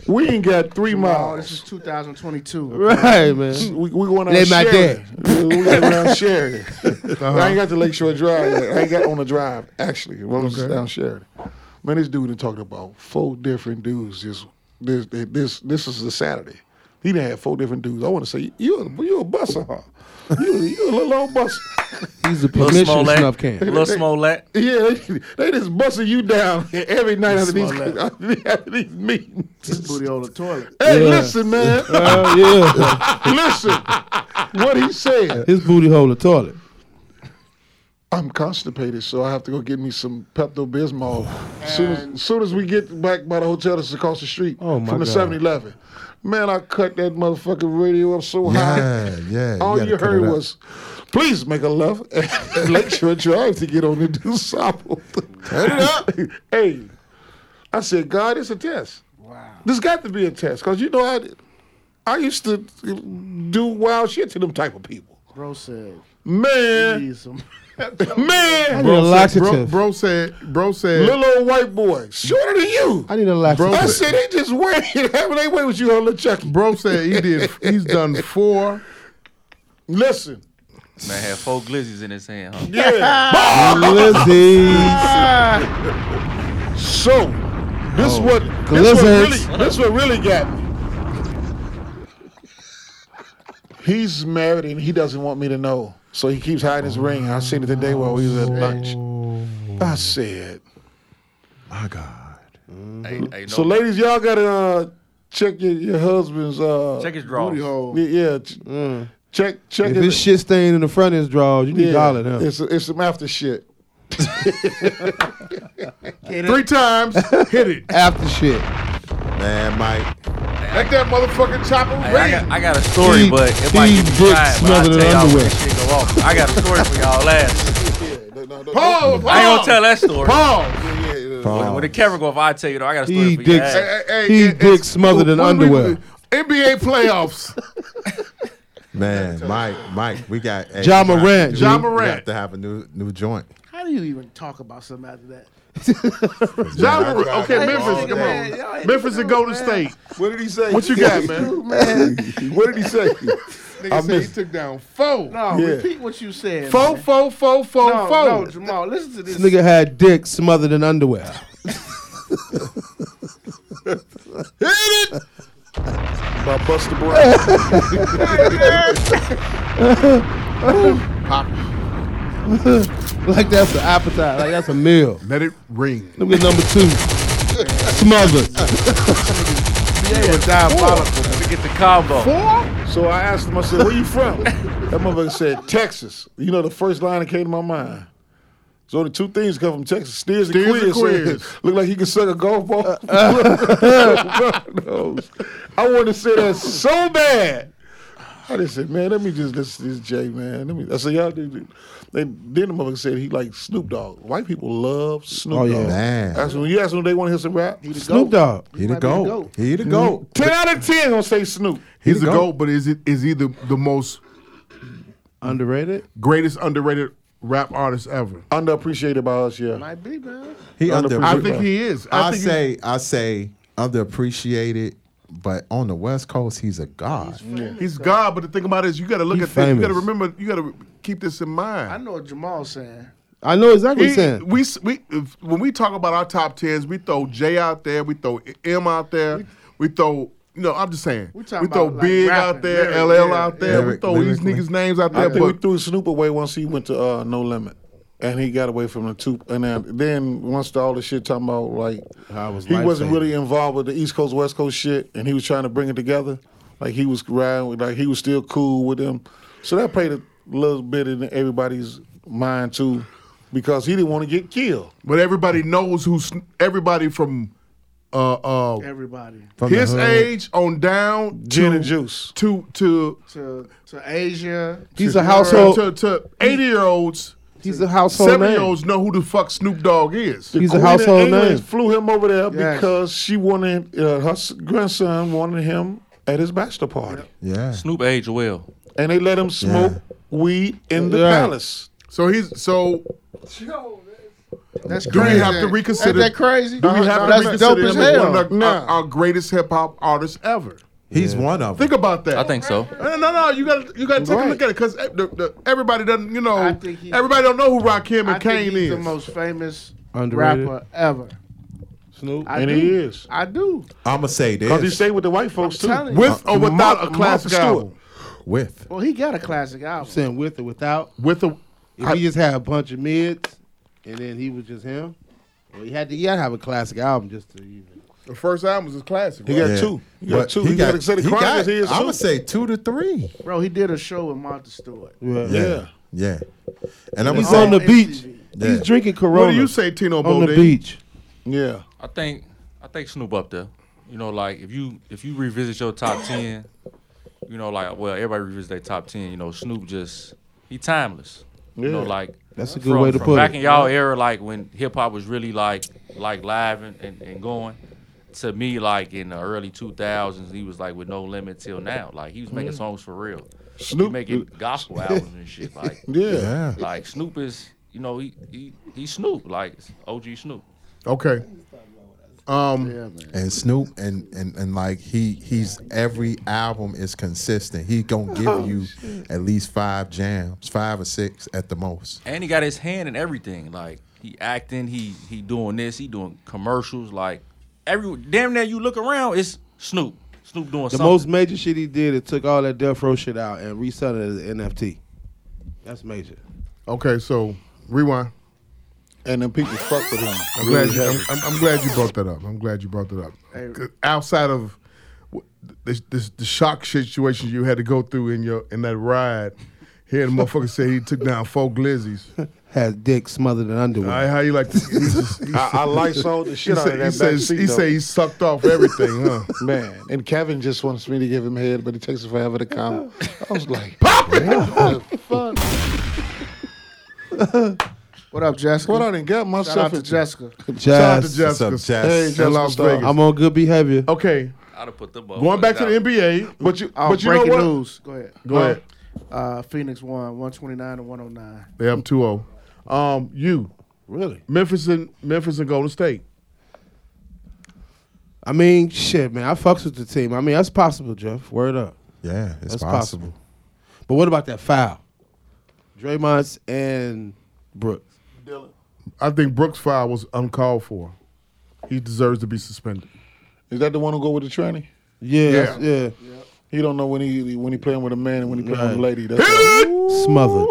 Speaker 4: We ain't got three
Speaker 9: Oh, this
Speaker 4: miles.
Speaker 9: is 2022.
Speaker 2: Right, man.
Speaker 4: We, we going out
Speaker 2: Let my
Speaker 4: Sheridan. We going around Sheridan. *laughs* I ain't got to Lakeshore Drive yet. I ain't got on the drive actually. Well, it's down Sheridan. Man, this dude done talked about four different dudes. Just this this this is the Saturday. He done had four different dudes. I want to say you a- you a busser, huh? You you a little old busser.
Speaker 2: He's a
Speaker 1: Little
Speaker 2: permission snuff
Speaker 1: Smollett. *laughs*
Speaker 2: can.
Speaker 1: Little Smollett.
Speaker 4: Yeah, they, they just busting you down every night after these, *laughs* after these meetings.
Speaker 9: Booty on the toilet.
Speaker 4: Hey,
Speaker 2: Yeah.
Speaker 4: listen, man. *laughs*
Speaker 2: Uh, yeah,
Speaker 4: listen. What he said.
Speaker 2: his booty hole the toilet.
Speaker 4: I'm constipated, so I have to go get me some Pepto Bismol. Soon as, soon as we get back by the hotel that's across the street
Speaker 2: Oh, my
Speaker 4: from the
Speaker 2: God.
Speaker 4: 7 Eleven. Man, I cut that motherfucking radio up so high.
Speaker 5: yeah, yeah.
Speaker 4: *laughs* All
Speaker 5: gotta
Speaker 4: you
Speaker 5: cut it
Speaker 4: heard
Speaker 5: up.
Speaker 4: was, please make a left *laughs* at Lakeshore Drive to get on into DuSable. Turn it up. *laughs* hey, I said, God, it's a test. Wow. There's got to be a test, because you know, I, I used to do wild shit to them type of people.
Speaker 9: Bro said,
Speaker 4: Man,
Speaker 9: need some.
Speaker 4: *laughs* man.
Speaker 2: I need a
Speaker 3: Bro,
Speaker 2: laxative.
Speaker 3: bro said. Bro said.
Speaker 4: Little old white boy, shorter than you.
Speaker 2: I need a
Speaker 4: I
Speaker 2: laxative.
Speaker 4: said they just wearing having *laughs* they way with you on E. little Chucky.
Speaker 3: Bro said he did. He's done four.
Speaker 4: Listen,
Speaker 1: Man had four glizzies in his hand, huh?
Speaker 4: *laughs* yeah.
Speaker 2: Glizzies.
Speaker 4: so this what this what
Speaker 2: Glizzards.
Speaker 4: really this what really got me. He's married and he doesn't want me to know, so he keeps hiding his ring. I seen it today while we was at lunch. I said,
Speaker 5: My God.
Speaker 1: Hey, hey, no,
Speaker 4: so ladies, y'all gotta uh, check your, your husband's uh,
Speaker 1: check his drawers.
Speaker 9: Booty hole.
Speaker 4: yeah, yeah, ch-
Speaker 2: Mm.
Speaker 4: check check
Speaker 2: If
Speaker 4: his-
Speaker 2: his shit staying in the front of his drawers, you need to holler at him.
Speaker 4: It's it's some after shit.
Speaker 3: Three times. Hit it.
Speaker 2: After shit.
Speaker 5: Man, Mike.
Speaker 3: Let that motherfucking chopper
Speaker 1: Hey, I,
Speaker 3: ring.
Speaker 1: got, I got a story,
Speaker 2: Steve-
Speaker 1: but it might
Speaker 2: Steve
Speaker 1: get
Speaker 2: Dick
Speaker 1: fried, but
Speaker 2: smothered
Speaker 1: I
Speaker 2: in
Speaker 1: tell y'all when
Speaker 2: underwear.
Speaker 1: this shit go off. I got a story for y'all last.
Speaker 2: *laughs*
Speaker 4: Pause.
Speaker 1: I ain't gonna tell that story.
Speaker 4: Yeah, yeah, yeah.
Speaker 1: When, when the camera go off, I tell you though. I got a story
Speaker 2: He
Speaker 1: for you.
Speaker 2: dicks.
Speaker 1: Hey,
Speaker 3: Hey, hey,
Speaker 2: He
Speaker 3: hey,
Speaker 2: dick
Speaker 3: it's-
Speaker 2: smothered in
Speaker 3: we- we-
Speaker 2: underwear.
Speaker 3: NBA playoffs.
Speaker 5: Man, Mike, Mike, we got hey,
Speaker 2: Ja
Speaker 5: we got-
Speaker 2: Morant,
Speaker 5: we-
Speaker 2: Ja
Speaker 5: we
Speaker 3: Morant.
Speaker 5: have to have a new new joint.
Speaker 9: How do you even talk about something after that?
Speaker 3: John,
Speaker 5: Man, I
Speaker 3: Morant.
Speaker 5: tried
Speaker 3: okay,
Speaker 5: that all
Speaker 3: Memphis, come
Speaker 5: day.
Speaker 9: y'all
Speaker 3: on.
Speaker 9: ain't
Speaker 3: Memphis and
Speaker 9: know,
Speaker 3: Golden
Speaker 9: man.
Speaker 3: State.
Speaker 4: What did he say?
Speaker 3: What you got, man?
Speaker 4: man?
Speaker 3: *laughs*
Speaker 4: what did he say? I
Speaker 3: Nigga said he
Speaker 4: missed.
Speaker 3: took down four.
Speaker 9: No,
Speaker 4: Yeah.
Speaker 9: repeat what you said.
Speaker 3: Four,
Speaker 9: man.
Speaker 3: four, four, four,
Speaker 9: no,
Speaker 3: four.
Speaker 9: no, Jamal, listen to this.
Speaker 2: This nigga had dick smothered in underwear. *laughs*
Speaker 4: By Buster Brown.
Speaker 2: Like that's an appetizer. Like that's a meal.
Speaker 3: Let it ring.
Speaker 2: Look at number two. Smothered.
Speaker 9: Yeah, diabolical.
Speaker 1: let me get the combo.
Speaker 4: so I asked him, I said, where you from? That motherfucker said, Texas. You know, the first line that came to my mind. So the two things come from Texas. Steers and
Speaker 3: Steers and
Speaker 4: Queers.
Speaker 3: Queers.
Speaker 4: said, *laughs* Look like he could suck a golf *laughs* ball. I wanted to say that so bad. I just said, man, let me just listen to this Jay, man. Let me. I said, y'all do. They, then the motherfucker said he like Snoop Dogg. White people love Snoop
Speaker 2: Oh, yeah.
Speaker 4: Dogg.
Speaker 5: Man.
Speaker 4: That's when you ask them if they want to hear some rap.
Speaker 2: Snoop Dogg.
Speaker 5: He the
Speaker 9: might be the
Speaker 5: goat.
Speaker 9: GOAT.
Speaker 5: He the goat.
Speaker 4: Ten out of ten gonna say Snoop.
Speaker 3: He's
Speaker 5: the
Speaker 3: a
Speaker 5: GOAT.
Speaker 3: GOAT, but is it is he the, the most
Speaker 2: Underrated.
Speaker 3: greatest underrated rap artist ever?
Speaker 4: Underappreciated by us, yeah.
Speaker 9: Might be, man.
Speaker 5: He
Speaker 4: On
Speaker 5: under.
Speaker 4: the free
Speaker 3: I
Speaker 4: throw.
Speaker 3: think he is. I,
Speaker 5: I
Speaker 3: think
Speaker 5: say I say underappreciated, but on the West Coast, he's a god.
Speaker 3: he- he's God. But the thing about it is, you got to look
Speaker 2: He
Speaker 3: at that. You got to
Speaker 2: famous.
Speaker 3: remember. You got to keep this in mind.
Speaker 9: I know what Jamal's saying.
Speaker 2: I know exactly what he's
Speaker 3: He-
Speaker 2: saying.
Speaker 3: we s- we if, when we talk about our top tens, we throw J out there, we throw M out there, we throw you know I'm just saying we,
Speaker 9: talking
Speaker 3: throw
Speaker 9: about, like,
Speaker 3: Big out
Speaker 9: rapping,
Speaker 3: there,
Speaker 9: lyric,
Speaker 3: LL
Speaker 9: yeah,
Speaker 3: out there, we
Speaker 5: lyric-
Speaker 3: throw
Speaker 5: lyrically.
Speaker 3: these niggas names out
Speaker 4: I
Speaker 3: there,
Speaker 4: think we
Speaker 3: but
Speaker 4: threw Snoop away once he went to uh, No Limit, and he got away from the two. And then, then once the, all the shit talking about like
Speaker 2: How it was
Speaker 4: he wasn't
Speaker 2: life-saving.
Speaker 4: really involved with the East Coast West Coast shit, and he was trying to bring it together. Like he was riding, with, like he was still cool with them. So that played a little bit in everybody's mind too, because he didn't want to get killed.
Speaker 3: but everybody knows who's everybody from uh uh
Speaker 9: Everybody
Speaker 5: From the
Speaker 3: his
Speaker 5: hood.
Speaker 3: age on down
Speaker 4: Gin
Speaker 3: to
Speaker 4: and juice.
Speaker 3: to to
Speaker 9: to to Asia.
Speaker 2: He's a
Speaker 3: to,
Speaker 2: household.
Speaker 3: to, to eighty year olds,
Speaker 2: He's a household
Speaker 3: seven year
Speaker 2: name.
Speaker 3: olds know who the fuck Snoop Dogg is.
Speaker 2: He's a
Speaker 4: Queen of
Speaker 2: household
Speaker 4: England
Speaker 2: name.
Speaker 4: Flew him over there
Speaker 9: Yes.
Speaker 4: because she wanted uh, her s- grandson wanted him at his bachelor party,
Speaker 5: Yeah.
Speaker 1: Snoop age well.
Speaker 4: and they let him smoke weed in the
Speaker 2: Yeah.
Speaker 4: palace.
Speaker 3: So he's so
Speaker 9: That's
Speaker 3: do
Speaker 9: crazy.
Speaker 3: we have to reconsider?
Speaker 9: Ain't that crazy?
Speaker 3: Do we have
Speaker 9: That's
Speaker 3: to
Speaker 9: dope
Speaker 3: reconsider
Speaker 9: as
Speaker 3: him as one
Speaker 9: hell.
Speaker 3: of the- our, our greatest hip hop artists ever?
Speaker 5: He's one of them.
Speaker 3: Think about that.
Speaker 1: I think so.
Speaker 3: No, no, no. You got to you got to take a look at it because everybody doesn't. You know,
Speaker 9: I think he-
Speaker 3: everybody don't know who Rakim and
Speaker 9: I
Speaker 3: Kane
Speaker 9: think he's
Speaker 3: is.
Speaker 9: the most famous
Speaker 2: Underrated.
Speaker 9: rapper ever.
Speaker 2: Snoop.
Speaker 9: I
Speaker 4: and
Speaker 9: do.
Speaker 4: he is.
Speaker 9: I do.
Speaker 5: I'ma say
Speaker 4: Because he
Speaker 5: this
Speaker 4: stayed with the white folks too.
Speaker 9: Telling you.
Speaker 3: with or without a
Speaker 4: Martha
Speaker 3: classic
Speaker 4: Stewart.
Speaker 3: album.
Speaker 5: with
Speaker 9: Well, he got a classic album.
Speaker 2: saying with or without.
Speaker 3: With a
Speaker 2: If he just had a bunch of mids, and then he was just him. Well, he had to. He had to have a classic album just to even.
Speaker 3: the first album was his classic.
Speaker 4: He
Speaker 3: right?
Speaker 4: got two. He got two. He, got, City
Speaker 5: he
Speaker 4: Chronicles.
Speaker 5: got-
Speaker 4: He is
Speaker 5: I
Speaker 4: too.
Speaker 5: would say two to three.
Speaker 9: Bro, he did a show with Martha Stewart.
Speaker 2: Yeah.
Speaker 5: Yeah. Yeah. And I'm
Speaker 2: He's
Speaker 5: say,
Speaker 2: on the
Speaker 9: MTV.
Speaker 2: beach.
Speaker 5: Yeah.
Speaker 2: He's drinking Corona.
Speaker 3: what do you say, Tino
Speaker 2: on the
Speaker 3: Bodine?
Speaker 2: beach?
Speaker 4: yeah.
Speaker 1: I think I think Snoop up there. You know, like if you if you revisit your top *coughs* ten, you know, like well, everybody revisits their top ten. You know, Snoop just he timeless. You know,
Speaker 4: Yeah.
Speaker 1: like
Speaker 2: That's a good
Speaker 1: from-
Speaker 2: way to
Speaker 1: from
Speaker 2: put
Speaker 1: back
Speaker 2: it.
Speaker 1: in y'all era, like when hip hop was really like like live and, and, and going. To me, like in the early two thousands, he was like with no limit till now. Like he was making
Speaker 2: Mm-hmm.
Speaker 1: songs for real.
Speaker 4: Snoop-
Speaker 1: he making
Speaker 2: *laughs*
Speaker 1: gospel albums and shit. Like
Speaker 4: Yeah.
Speaker 5: Yeah.
Speaker 1: like Snoop is, you know, he he, he Snoop like OG Snoop.
Speaker 3: Okay. Um,
Speaker 5: And Snoop and, and and like he he's every album is consistent. He gonna give
Speaker 4: Oh,
Speaker 5: you at least five jams, five or six at the most.
Speaker 1: and he got his hand in everything. Like he acting, he he doing this, he doing commercials. Like every damn near you look around, it's Snoop. Snoop doing
Speaker 2: The
Speaker 1: something.
Speaker 2: most major shit he did, it took all that Death Row shit out and reset it as an NFT. That's major.
Speaker 3: okay. So rewind.
Speaker 4: And then people fuck with him.
Speaker 3: I'm glad, you, I'm, I'm- I'm glad you brought that up. I'm glad you brought that up. 'Cause Outside of wh- this, this, the shock situation you had to go through in your in that ride, hearing the motherfucker say he took down four glizzies.
Speaker 2: has dick smothered in underwear.
Speaker 3: All right, how you like this? He just- he
Speaker 4: I- I
Speaker 3: said-
Speaker 2: *laughs*
Speaker 4: Lysol the shit
Speaker 3: he
Speaker 4: out
Speaker 3: said-
Speaker 4: of that
Speaker 3: He said
Speaker 4: back seat,
Speaker 3: he, said
Speaker 4: though.
Speaker 3: he sucked off everything, huh?
Speaker 4: Man, and Kevin just wants me to give him head, but it takes him forever to come. I
Speaker 2: *laughs*
Speaker 4: was like, Pop it! What the fuck?
Speaker 9: What up, Jessica?
Speaker 4: What I done got
Speaker 9: Shout out
Speaker 4: myself
Speaker 9: to
Speaker 4: in
Speaker 9: Jessica.
Speaker 3: Shout out
Speaker 5: Jazz.
Speaker 3: to Jessica.
Speaker 5: What's up, Jazz?
Speaker 4: Hey,
Speaker 3: in Las
Speaker 4: Jessica,
Speaker 3: Vegas.
Speaker 2: I'm on good behavior.
Speaker 3: Okay,
Speaker 1: I'd have put the ball.
Speaker 3: going back to the NBA, but you,
Speaker 9: Oh,
Speaker 3: but you know
Speaker 9: breaking
Speaker 3: what?
Speaker 9: news. Go ahead.
Speaker 3: Go ahead.
Speaker 9: Uh, Phoenix won 129 to 109.
Speaker 3: They up 2-0. Um, you,
Speaker 2: Really?
Speaker 3: Memphis and Memphis and Golden State.
Speaker 2: I mean, shit, man. I fucks with the team. I mean, that's possible, Jeff. Word up.
Speaker 5: *laughs* Yeah, it's
Speaker 2: That's
Speaker 5: possible.
Speaker 2: possible. But what about that foul? Draymond's and Brooks.
Speaker 3: I think Brooks' foul was uncalled for. He deserves to be suspended.
Speaker 4: Is that the one who go with the tranny?
Speaker 2: Yeah, that's- yeah.
Speaker 4: He don't know when he when he playing with a man and when he playing with a lady. That's
Speaker 2: Smothered.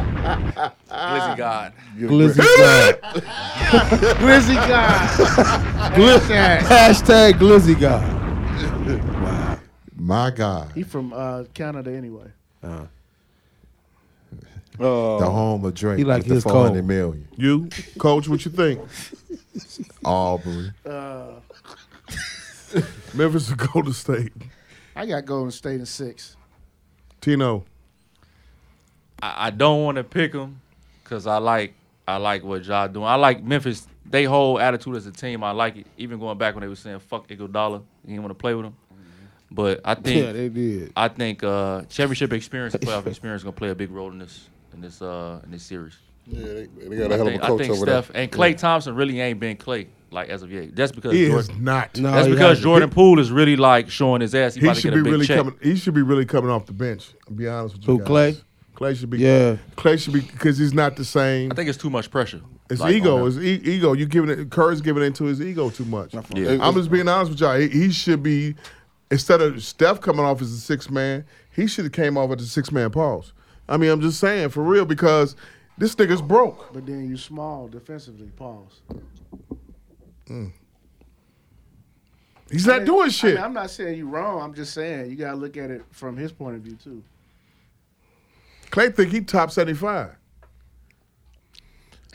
Speaker 1: Glizzy God.
Speaker 2: Glizzy God.
Speaker 9: *laughs* Glizzy guy.
Speaker 2: *laughs*
Speaker 9: Glizzy.
Speaker 2: Hashtag Glizzy God.
Speaker 5: My God,
Speaker 9: He from uh, Canada anyway.
Speaker 5: the home of Drake
Speaker 2: He like
Speaker 5: with the
Speaker 2: his
Speaker 5: four hundred
Speaker 2: cold.
Speaker 5: million.
Speaker 3: You, coach, what you think?
Speaker 5: Aubrey.
Speaker 3: Memphis and Golden State.
Speaker 9: I got Golden State in six.
Speaker 3: Tino.
Speaker 1: I, I don't want to pick them because I like I like what y'all doing. I like Memphis. They whole attitude as a team, I like it. Even going back when they were saying "fuck Iguodala," you didn't want to play with him. But I think
Speaker 2: Yeah, they did.
Speaker 1: I think uh, championship experience, and playoff experience, gonna play a big role in this in this uh, in this series.
Speaker 4: yeah, they, they got a
Speaker 1: I
Speaker 4: hell of a
Speaker 1: think, I
Speaker 4: coach
Speaker 1: think
Speaker 4: over
Speaker 1: Steph
Speaker 4: there.
Speaker 1: and Clay Thompson really ain't been Clay like as of yet. That's because
Speaker 3: He is
Speaker 1: Jordan,
Speaker 3: not.
Speaker 2: No,
Speaker 1: that's
Speaker 2: he
Speaker 1: because
Speaker 2: hasn't.
Speaker 1: Jordan Poole is really like showing his ass. He,
Speaker 3: He
Speaker 1: about to
Speaker 3: should
Speaker 1: get a
Speaker 3: be
Speaker 1: big
Speaker 3: really
Speaker 1: check.
Speaker 3: coming. He should be really coming off the bench. I'll be honest with you.
Speaker 2: Who,
Speaker 3: guys.
Speaker 2: Clay?
Speaker 3: Clay should be.
Speaker 2: Yeah.
Speaker 3: Clay should be because he's not the same.
Speaker 1: I think it's too much pressure.
Speaker 3: It's
Speaker 1: like,
Speaker 3: ego.
Speaker 1: on
Speaker 3: It's
Speaker 1: him.
Speaker 3: e- ego. You giving it. Curry's giving into his ego too much.
Speaker 1: Yeah.
Speaker 3: I'm just being honest with y'all. He, he should be instead of Steph coming off as a six man, he should have came off as a six man pause. I mean, I'm just saying for real because this nigga's broke.
Speaker 9: But then you small defensively. Pause.
Speaker 3: He's not doing shit.
Speaker 9: I am not saying you wrong. I'm just saying you gotta look at it from his point of view too.
Speaker 3: Clay think he top 75.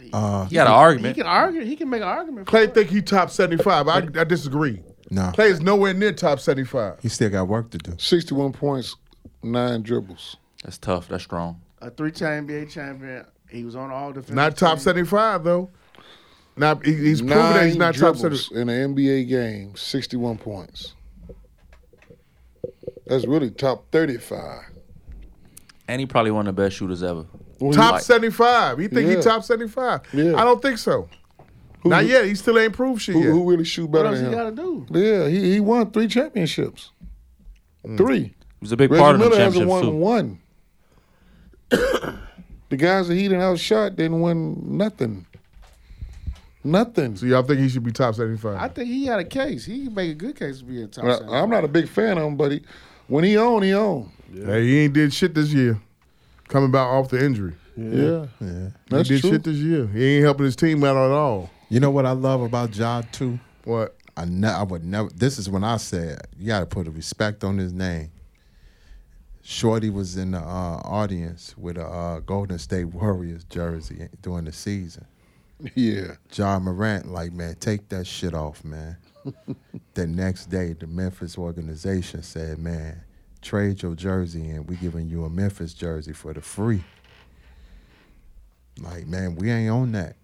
Speaker 1: he had an
Speaker 9: He
Speaker 1: argument.
Speaker 9: can argue. He can make an argument.
Speaker 3: Clay
Speaker 9: for
Speaker 3: think he top 75. I, I disagree.
Speaker 5: No,
Speaker 3: Clay is nowhere near top 75.
Speaker 5: he still got work to do.
Speaker 4: Sixty-one points, nine dribbles.
Speaker 1: That's tough. That's strong.
Speaker 9: a three-time NBA champion. He was on all defense.
Speaker 3: Not top 75 though. Now he, he's proven
Speaker 4: Nine
Speaker 3: that he's not top
Speaker 4: dribbles
Speaker 3: 75.
Speaker 4: in an NBA game. Sixty-one points. That's really top thirty-five.
Speaker 1: And he probably one of the best shooters ever.
Speaker 3: Top
Speaker 1: like-
Speaker 3: 75. He think
Speaker 4: Yeah.
Speaker 3: he top 75.
Speaker 4: Yeah.
Speaker 3: I don't think so. not yet. He still ain't proved shit
Speaker 4: Who,
Speaker 3: yet.
Speaker 4: who really shoot
Speaker 9: What
Speaker 4: better
Speaker 9: else he
Speaker 4: than
Speaker 9: gotta
Speaker 4: him?
Speaker 9: do?
Speaker 4: Yeah, he, he won three championships.
Speaker 3: Mm.
Speaker 4: Three.
Speaker 1: He was a big
Speaker 4: Reggie
Speaker 1: part of the
Speaker 4: Miller hasn't
Speaker 1: championships
Speaker 4: won
Speaker 1: too.
Speaker 4: one. *coughs* the guys that he didn't outshot didn't win nothing. Nothing.
Speaker 3: So y'all think he should be top 75?
Speaker 9: I think he had a case. He can make a good case to be a top.
Speaker 4: I,
Speaker 9: seven.
Speaker 4: I'm not a big fan of him, but he, when he on, he on.
Speaker 3: Hey, he ain't did shit this year. Coming back off the injury.
Speaker 4: Yeah, *laughs*
Speaker 5: Yeah.
Speaker 4: that's
Speaker 3: he did
Speaker 4: true.
Speaker 3: shit this year. He ain't helping his team out at all.
Speaker 5: You know what I love about Ja too?
Speaker 3: What?
Speaker 5: I ne- I would never. This is when I said you got to put a respect on his name. Shorty was in the uh, audience with a uh, Golden State Warriors jersey during the season.
Speaker 4: yeah,
Speaker 5: John Morant, like man, take that shit off, man. the next day, the Memphis organization said, man, trade your jersey and we giving you a Memphis jersey for the free. Like man, we ain't on that.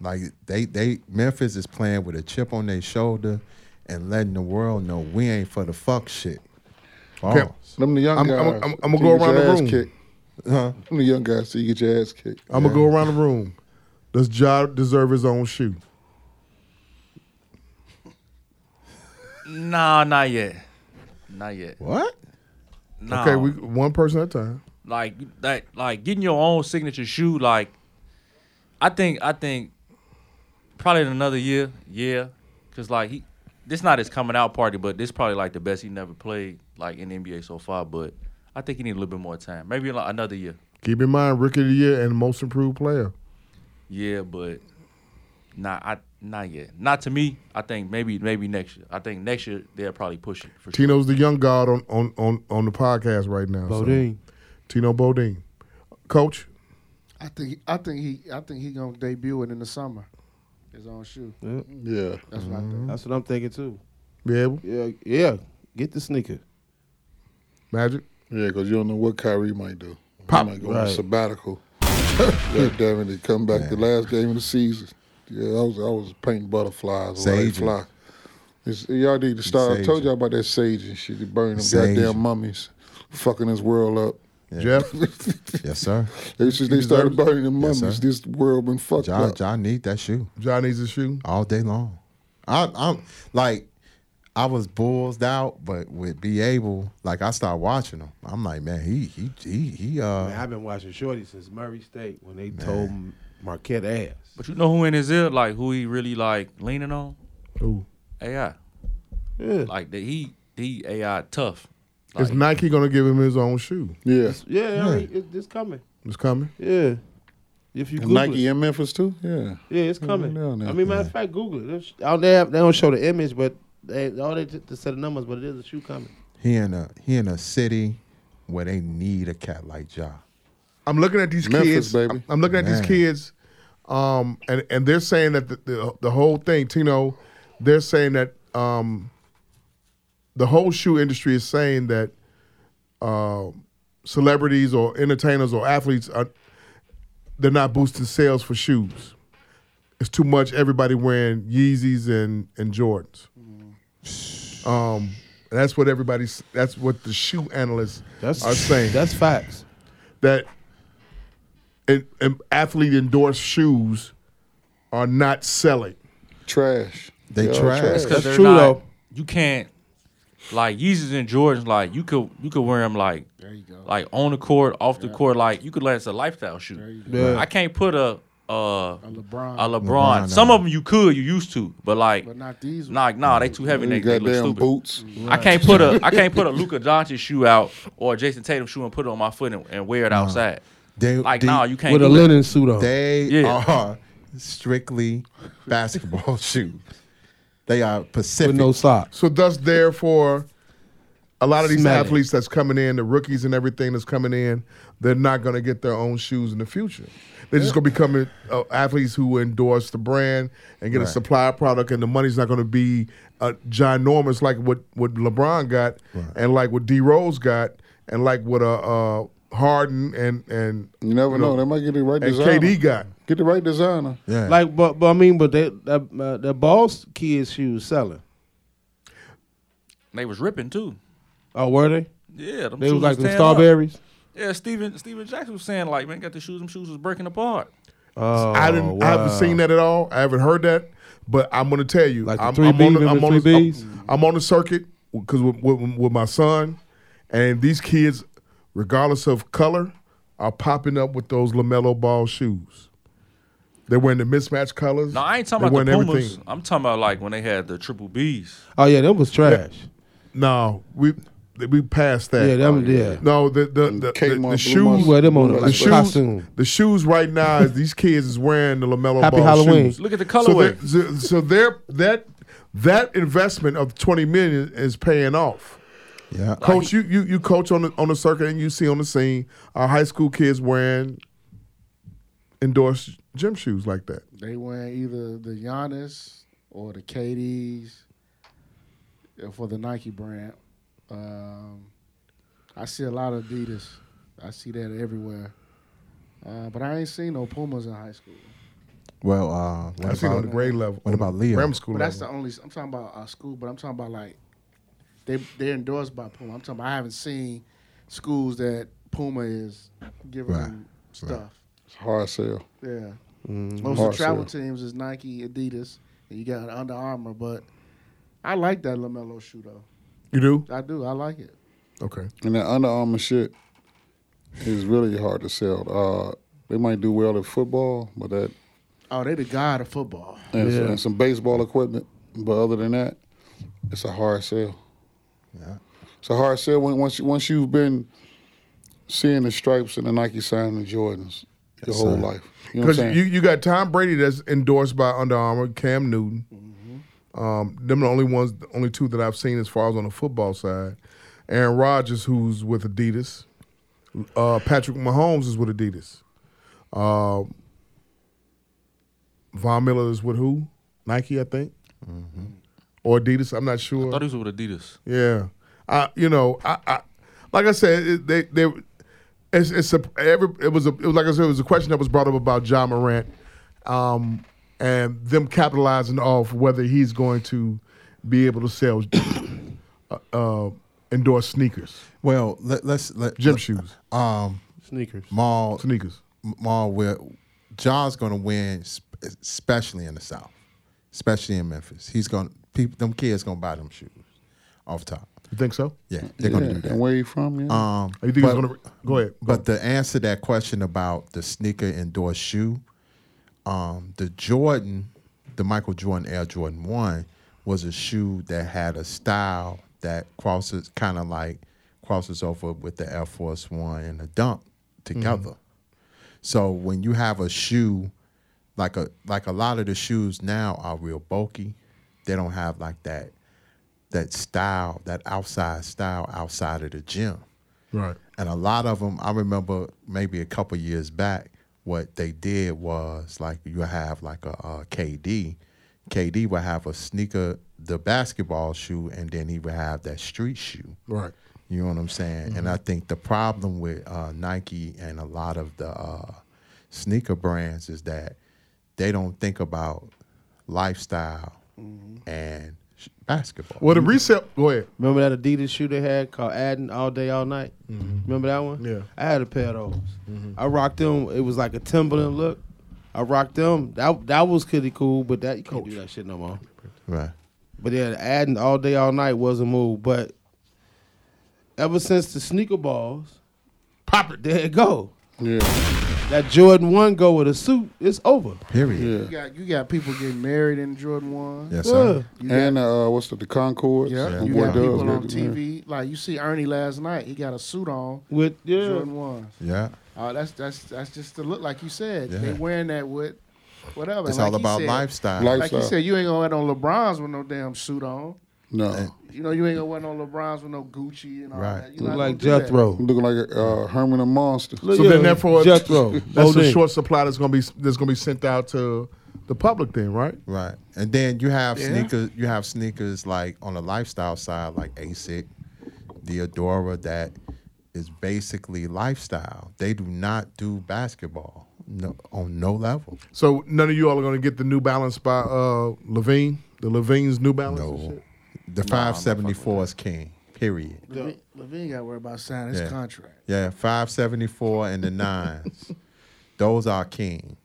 Speaker 5: Like they they Memphis is playing with a chip on their shoulder and letting the world know we ain't for the fuck shit.
Speaker 3: Okay.
Speaker 5: Pause.
Speaker 4: them the young
Speaker 3: I'm-
Speaker 4: guys.
Speaker 3: I'm- I'm- I'm
Speaker 4: till
Speaker 3: gonna go
Speaker 4: you get
Speaker 3: around
Speaker 4: your
Speaker 3: the
Speaker 4: ass
Speaker 3: room.
Speaker 4: Kicked.
Speaker 5: Huh?
Speaker 4: Them the young guys, so you get your ass kicked.
Speaker 3: I'm gonna go around the room. Does Ja deserve his own shoe?
Speaker 1: Nah, not yet. Not yet.
Speaker 5: What?
Speaker 1: Nah.
Speaker 3: Okay, we one person at a time.
Speaker 1: like that like getting your own signature shoe like i think i think probably in another year yeah because like he this not his coming out party but this probably like the best he never played like in the nba so far but i think he need a little bit more time maybe like another year
Speaker 3: Keep in mind, rookie of the year and most improved player.
Speaker 1: yeah but not I, not yet not to me i think maybe maybe next year i think next year they'll probably push it for sure.
Speaker 3: Tino's the young god on on on, on the podcast right now. so-
Speaker 2: Bodine.
Speaker 3: Tino Bodine. Coach?
Speaker 9: I think I think he I think he gonna debut it in the summer. His own shoe.
Speaker 2: Yeah.
Speaker 4: Yeah.
Speaker 9: That's what I think.
Speaker 2: That's what I'm thinking too.
Speaker 3: Be able?
Speaker 2: Yeah, yeah. Get the sneaker.
Speaker 3: Magic?
Speaker 4: Yeah, because you don't know what Kyrie might do.
Speaker 3: Pop.
Speaker 4: he might go on
Speaker 2: Right.
Speaker 5: *laughs*
Speaker 4: a sabbatical. God damn it, he come back the last game of the season. Yeah, I was I was painting butterflies or they
Speaker 5: Saging.
Speaker 4: fly. It's, y'all need to start. I told
Speaker 5: Saging.
Speaker 4: y'all about that sage and shit. They burn them
Speaker 5: Saging.
Speaker 4: goddamn mummies, fucking this world up.
Speaker 3: Jeff?
Speaker 5: Mm-hmm.
Speaker 4: *laughs*
Speaker 5: Yes, sir.
Speaker 4: They, just, they started burning the
Speaker 5: Yes,
Speaker 4: mummies.
Speaker 5: sir.
Speaker 4: this world been fucked
Speaker 5: John,
Speaker 4: up.
Speaker 5: John need that shoe.
Speaker 3: John needs a shoe.
Speaker 5: all day long. I, I'm like, I was bullsed out, but with be able, like I started watching him. I'm like, man, he he he he. Uh,
Speaker 2: Man, I've been watching Shorty since Murray State when they told Marquette ass.
Speaker 1: But you know who in his ear, like who he really like leaning on?
Speaker 3: Ooh.
Speaker 1: AI.
Speaker 2: Yeah,
Speaker 1: Like that he he AI tough.
Speaker 3: Is Nike gonna give him his own shoe?
Speaker 4: Yeah,
Speaker 2: yeah, I mean, it, it's coming.
Speaker 3: It's coming.
Speaker 2: Yeah, if you
Speaker 4: And
Speaker 2: Google
Speaker 4: Nike
Speaker 2: it,
Speaker 4: in Memphis too. Yeah,
Speaker 2: yeah, it's coming.
Speaker 4: down there.
Speaker 2: I mean, matter of fact, Google it. There's- Out there, they don't show the image, but they all they t- to set the numbers, but it is a shoe coming.
Speaker 5: he in a he in a city where they need a cat like Ja.
Speaker 3: I'm looking at these
Speaker 4: Memphis,
Speaker 3: kids.
Speaker 4: baby.
Speaker 3: I'm- I'm looking at
Speaker 5: Man.
Speaker 3: these kids, um, and and they're saying that the, the the whole thing, Tino, they're saying that um, the whole shoe industry is saying that um celebrities or entertainers or athletes are they're not boosting sales for shoes. It's too much. Everybody wearing Yeezys and and Jordans. Um, that's what everybody's. That's what the shoe analysts are saying
Speaker 2: That's facts.
Speaker 3: that it, um, athlete endorsed shoes are not selling.
Speaker 4: trash.
Speaker 5: They
Speaker 4: Y'all
Speaker 5: trash.
Speaker 1: Because
Speaker 2: That's
Speaker 1: they're
Speaker 2: true,
Speaker 1: not,
Speaker 2: though.
Speaker 1: You can't like Yeezys and Jordans. Like you could you could wear them like
Speaker 9: There you go.
Speaker 1: like on the court, off the court. Like you could let it's a lifestyle shoe.
Speaker 2: go. Yeah.
Speaker 1: I can't put a a, a
Speaker 9: A
Speaker 1: LeBron.
Speaker 9: LeBron,
Speaker 5: LeBron,
Speaker 1: Some
Speaker 5: no.
Speaker 1: of them you could, you used to, but like
Speaker 9: but not these.
Speaker 1: nah, nah, they too heavy. and They,
Speaker 4: These
Speaker 1: they
Speaker 4: goddamn
Speaker 1: look stupid.
Speaker 4: boots.
Speaker 1: I can't put a I can't put a Luka Doncic shoe out or a Jason Tatum shoe and put it on my foot and, and wear it outside.
Speaker 5: They
Speaker 1: Like
Speaker 5: they,
Speaker 1: nah, you can't.
Speaker 2: With a
Speaker 1: do that.
Speaker 2: linen suit on.
Speaker 5: they
Speaker 1: Yeah.
Speaker 5: are strictly basketball *laughs* shoes. They are Pacific.
Speaker 2: with no socks.
Speaker 3: So thus, therefore, a lot of these
Speaker 2: Smell it.
Speaker 3: athletes that's coming in, the rookies and everything that's coming in, they're not going to get their own shoes in the future. They're just going to be coming uh, athletes who endorse the brand and get a
Speaker 5: Right.
Speaker 3: supplier product, and the money's not going to be uh, ginormous like what what LeBron got, and like what D Rose got, and like what uh, uh, Harden and and
Speaker 4: You never know. They might get the right
Speaker 3: and
Speaker 4: designer.
Speaker 3: KD got.
Speaker 4: Get the right designer.
Speaker 5: yeah.
Speaker 2: Like, but but I mean, but they, that uh, the boss kids shoes selling.
Speaker 1: They was ripping too.
Speaker 2: Oh, were they?
Speaker 1: Yeah, them
Speaker 2: They
Speaker 1: shoes
Speaker 2: was like the
Speaker 1: tearing up.
Speaker 2: strawberries.
Speaker 1: Yeah, Steven Steven Jackson was saying like, man, got the shoes. Them shoes was breaking apart.
Speaker 2: Oh,
Speaker 3: I didn't. I haven't
Speaker 2: wow.
Speaker 3: seen that at all. I haven't heard that. But I'm gonna tell you,
Speaker 2: Like the
Speaker 3: I'm,
Speaker 2: three
Speaker 3: I'm
Speaker 2: Bs,
Speaker 3: on the, I'm,
Speaker 2: remember
Speaker 3: on
Speaker 2: three
Speaker 3: the,
Speaker 2: Bs?
Speaker 3: I'm, I'm on the circuit because with, with, with my son, and these kids, regardless of color, are popping up with those Lamelo Ball shoes. They're wearing the mismatched colors.
Speaker 1: No, I ain't talking
Speaker 3: They're
Speaker 1: about the
Speaker 3: wearing
Speaker 1: Pumas. I'm talking about like when they had the triple Bs.
Speaker 2: Oh yeah, that was trash.
Speaker 3: No, we we passed that.
Speaker 2: Yeah, them yeah.
Speaker 3: No, the the the,
Speaker 4: Kmart,
Speaker 3: the,
Speaker 4: Blue
Speaker 3: the
Speaker 4: Mountain.
Speaker 3: shoes.
Speaker 2: Wear them on
Speaker 4: The
Speaker 2: a like,
Speaker 3: shoes-
Speaker 2: costume.
Speaker 3: The shoes right now is these kids is wearing the Lamelo
Speaker 2: Happy
Speaker 3: Ball
Speaker 2: Halloween.
Speaker 3: shoes.
Speaker 1: Look at the
Speaker 3: So they're-
Speaker 1: colorway.
Speaker 3: So, so they're, that that investment of twenty million is paying off.
Speaker 5: yeah.
Speaker 3: Coach, you, you you coach on the on the circuit and you see on the scene our high school kids wearing endorsed gym shoes like that.
Speaker 9: They wearing either the Giannis or the KDs uh, for the Nike brand. Um, I see a lot of Adidas. I see that everywhere. Uh, but I ain't seen no Pumas in high school.
Speaker 5: Well, uh,
Speaker 3: I
Speaker 5: what
Speaker 3: see it on the
Speaker 5: about,
Speaker 3: grade level.
Speaker 5: what about Leo?
Speaker 3: Ram school
Speaker 9: But that's the
Speaker 3: level.
Speaker 9: only. I'm talking about uh, school, but I'm talking about like they they're endorsed by Puma. I'm talking. About, I haven't seen schools that Puma is giving
Speaker 5: Right,
Speaker 9: them stuff.
Speaker 4: It's a hard sell.
Speaker 9: Yeah. Most of
Speaker 4: Hard
Speaker 9: the travel
Speaker 4: sell.
Speaker 9: teams is Nike, Adidas, and you got Under Armour. But I like that Lamelo shoe though.
Speaker 3: you do
Speaker 9: I do. I like it.
Speaker 3: okay.
Speaker 4: And that Under Armour shit is really hard to sell. Uh, they might do well at football, but that
Speaker 9: Oh, they the god of football.
Speaker 4: and, some, and some baseball equipment. But other than that, it's a hard sell.
Speaker 5: Yeah.
Speaker 4: It's a hard sell when, once you, once you've been seeing the stripes and the Nike sign and the Jordans your whole life. You know what I'm
Speaker 3: Because
Speaker 4: saying?
Speaker 3: you, you got Tom Brady that's endorsed by Under Armour, Cam Newton.
Speaker 4: Mm-hmm.
Speaker 3: Um, them the only ones, the only two that I've seen as far as on the football side. Aaron Rodgers, who's with Adidas, Uh, Patrick Mahomes is with Adidas. Uh, Von Miller is with who? Nike, I think,
Speaker 4: Mm-hmm.
Speaker 3: or Adidas. I'm not sure.
Speaker 1: I thought he was with Adidas.
Speaker 3: Yeah, I you know I, I like I said it, they they it's it's a, every it was a it was like I said it was a question that was brought up about John Morant, um, and them capitalizing off whether he's going to be able to sell uh, uh, indoor sneakers,
Speaker 5: Well, let, let's let
Speaker 3: gym
Speaker 5: let-
Speaker 3: shoes,
Speaker 5: Um,
Speaker 9: Sneakers.
Speaker 5: Maul,
Speaker 3: sneakers.
Speaker 5: Maul, where John's going to win, sp- especially in the South, especially in Memphis. He's going. to People, them kids going to buy them shoes off top.
Speaker 3: You think so?
Speaker 5: Yeah, they're
Speaker 4: Yeah,
Speaker 5: going to do that.
Speaker 4: And where you from? Yeah.
Speaker 5: Um,
Speaker 3: You think he's
Speaker 5: but-
Speaker 3: gonna re- go ahead?
Speaker 5: But to answer that question about the sneaker indoor shoe, um, the Jordan, the Michael Jordan Air Jordan One, was a shoe that had a style that crosses kind of like crosses over with the Air Force One and the Dunk together. So when you have a shoe, like a like a lot of the shoes now are real bulky, they don't have like that that style, that outside style outside of the gym.
Speaker 3: right.
Speaker 5: And a lot of them, I remember maybe a couple years back, what they did was like you have like a, uh KD. KD would have a sneaker, the basketball shoe, and then he would have that street shoe.
Speaker 3: Right.
Speaker 5: You know what I'm saying? And I
Speaker 7: Mm-hmm.
Speaker 5: think the problem with uh, Nike and a lot of the uh, sneaker brands is that they don't think about lifestyle
Speaker 7: Mm-hmm.
Speaker 5: and sh- basketball.
Speaker 3: Well, the resale. Go ahead.
Speaker 9: Remember that Adidas shoe they had called Adding All Day All Night? Remember that one?
Speaker 3: Mm-hmm. Yeah. Mm-hmm.
Speaker 9: I had a pair of those. I rocked them. It was like a Timberland look. I rocked them. That that was pretty cool, but that you can't do that shit no more.
Speaker 5: Right.
Speaker 9: But yeah, the Adding All Day All Night was a move. But ever since the sneaker balls,
Speaker 3: Pop it.
Speaker 9: there it go.
Speaker 4: yeah.
Speaker 9: That Jordan one go with a suit, it's over.
Speaker 5: Period.
Speaker 4: Yeah.
Speaker 7: You got you got people getting married in Jordan one.
Speaker 5: Yes, sir.
Speaker 7: You got,
Speaker 4: And uh, what's the, the Concord?
Speaker 7: yeah, you got people on TV. Like you see Ernie last night, he got a suit on.
Speaker 9: With yeah.
Speaker 7: Jordan ones.
Speaker 5: Yeah.
Speaker 7: Oh, that's that's that's just the look. Like you said,
Speaker 5: Yeah.
Speaker 7: they wearing that with whatever.
Speaker 5: It's
Speaker 7: like
Speaker 5: all
Speaker 7: he
Speaker 5: about
Speaker 7: said,
Speaker 5: lifestyle.
Speaker 4: Life-
Speaker 7: Like you
Speaker 4: Lifestyle.
Speaker 7: said, you ain't gonna wear no LeBrons with no damn suit on.
Speaker 4: No.
Speaker 7: You know, you ain't gonna wear no LeBrons with no Gucci and all
Speaker 5: Right.
Speaker 7: that. You're
Speaker 9: Look
Speaker 7: not
Speaker 9: like
Speaker 7: gonna do that.
Speaker 9: Jethro.
Speaker 4: Looking like a uh, Herman the Monster.
Speaker 9: Look,
Speaker 3: So
Speaker 9: yeah,
Speaker 3: then, therefore,
Speaker 9: Jethro.
Speaker 3: that's a
Speaker 9: Bodine.
Speaker 3: short supply that's gonna be that's gonna be sent out to the public. Then, right?
Speaker 5: Right, and then you have sneakers. You have sneakers like on the lifestyle side, like ASIC, Diadora, that is basically lifestyle. They do not do basketball no, on no level.
Speaker 3: So none of you all are gonna get the New Balance by uh, Levine, the Levine's New Balance. and
Speaker 5: No,
Speaker 3: shit?
Speaker 5: the five seventy four is king. Period.
Speaker 7: Levine, Levine got to worry about signing his
Speaker 5: Yeah.
Speaker 7: contract.
Speaker 5: Yeah, five seventy four and the nines. *laughs* Those are king.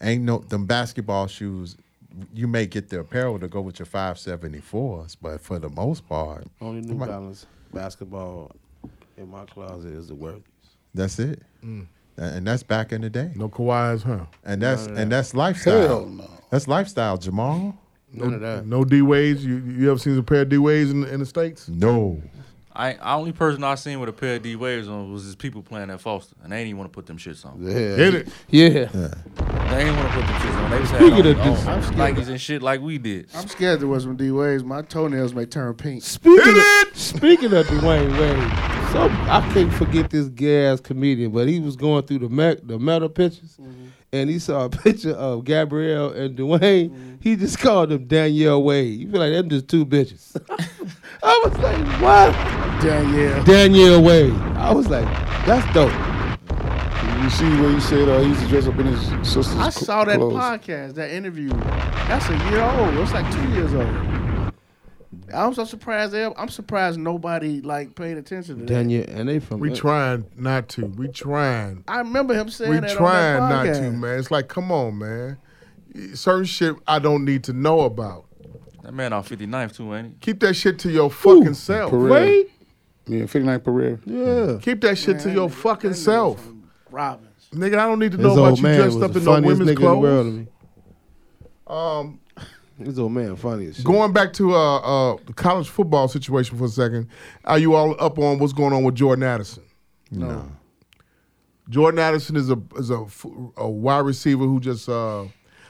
Speaker 5: Ain't no them basketball shoes. You may get the apparel to go with your five seventy fours, but for the most part,
Speaker 9: Only New Balance basketball in my closet is the Worthies.
Speaker 5: That's it. A- And that's back in the day.
Speaker 3: Mm. No Kawhi's, huh?
Speaker 5: And that's and that's lifestyle.
Speaker 4: Hell no.
Speaker 5: That's lifestyle, Jamal.
Speaker 9: None of that.
Speaker 3: No D Ways. You you ever seen a pair of D Ways in, in the
Speaker 9: Mm.
Speaker 3: states?
Speaker 5: No.
Speaker 1: I, I only person I seen with a pair of D waves on was his people playing at Foster, and they ain't even want to put them shits on.
Speaker 3: Hit it.
Speaker 9: Yeah.
Speaker 1: They ain't want to put them shits on. They just
Speaker 9: Speaking
Speaker 1: had
Speaker 9: of
Speaker 1: on, on
Speaker 9: this-
Speaker 1: Nikes and shit like we did.
Speaker 7: I'm scared there was some D waves. My toenails may turn pink.
Speaker 9: Speaking of, speaking of Dwayne Wade, so I can't forget this gay ass comedian, but he was going through the me- the metal pictures,
Speaker 7: Mm-hmm.
Speaker 9: and he saw a *laughs* picture of Gabrielle and Dwayne.
Speaker 7: Mm-hmm.
Speaker 9: He just called them Danielle Wade. You feel like them just two bitches. *laughs* I was like, what?
Speaker 7: Danielle.
Speaker 9: Danielle Wade. I was like, that's dope.
Speaker 4: You see where he said uh, he used to dress up in his sister's
Speaker 7: I
Speaker 4: cl-
Speaker 7: saw that
Speaker 4: clothes.
Speaker 7: podcast, that interview. That's a year old. It's like two years old. I'm so surprised. They, I'm surprised nobody like paid attention to that.
Speaker 9: Danielle, and they from
Speaker 3: We trying not to. We trying.
Speaker 7: I remember him saying
Speaker 3: We
Speaker 7: that.
Speaker 3: trying
Speaker 7: on
Speaker 3: not
Speaker 7: that
Speaker 3: to,
Speaker 7: podcast.
Speaker 3: man. It's like, come on, man. Certain shit I don't need to know about.
Speaker 1: That man on 59th too, ain't he?
Speaker 3: Keep that shit to your fucking self.
Speaker 4: Pereira.
Speaker 9: Wade.
Speaker 4: Yeah, 59 Pereira.
Speaker 9: Yeah.
Speaker 3: Keep that shit to
Speaker 7: Man,
Speaker 3: your
Speaker 7: that nigga-
Speaker 3: fucking
Speaker 7: that nigga
Speaker 3: self.
Speaker 7: from Robbins.
Speaker 3: Nigga, I don't need to
Speaker 9: This
Speaker 3: know about
Speaker 9: old
Speaker 3: you
Speaker 9: man was
Speaker 3: dressed up
Speaker 9: the
Speaker 3: in no
Speaker 9: funniest nigga
Speaker 3: women's
Speaker 9: in the world to
Speaker 3: clothes.
Speaker 9: me.
Speaker 3: Um,
Speaker 9: This old man funny as shit.
Speaker 3: Going back to uh, uh, the college football situation for a second, are you all up on what's going on with Jordan Addison?
Speaker 5: No.
Speaker 3: Jordan Addison is a is a, f- a wide receiver who just uh,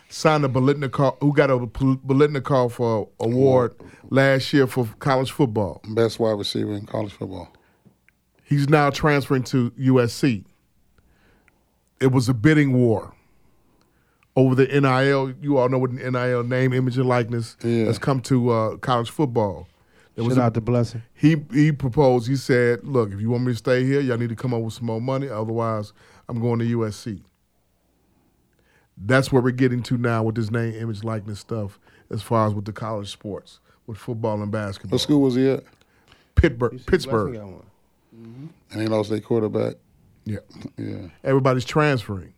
Speaker 3: signed a Belitnikov who got a Pul- Belitnikov uh, award last year for college football.
Speaker 4: Best wide receiver in college football.
Speaker 3: He's now transferring to USC. It was a bidding war over the NIL. You all know what an NIL name, image, and likeness
Speaker 4: Yeah.
Speaker 3: has come to uh, college football. There
Speaker 2: Shout
Speaker 3: was a-
Speaker 2: out to Blessing.
Speaker 3: he he proposed. He said, "Look, if you want me to stay here, y'all need to come up with some more money. Otherwise, I'm going to USC." That's where we're getting to now with this name, image, likeness stuff, as far as with the college sports, with football and basketball.
Speaker 4: What school was he at?
Speaker 3: Pittsburgh, Pittsburgh.
Speaker 4: And they lost their quarterback.
Speaker 3: Yeah,
Speaker 4: Yeah.
Speaker 3: everybody's transferring.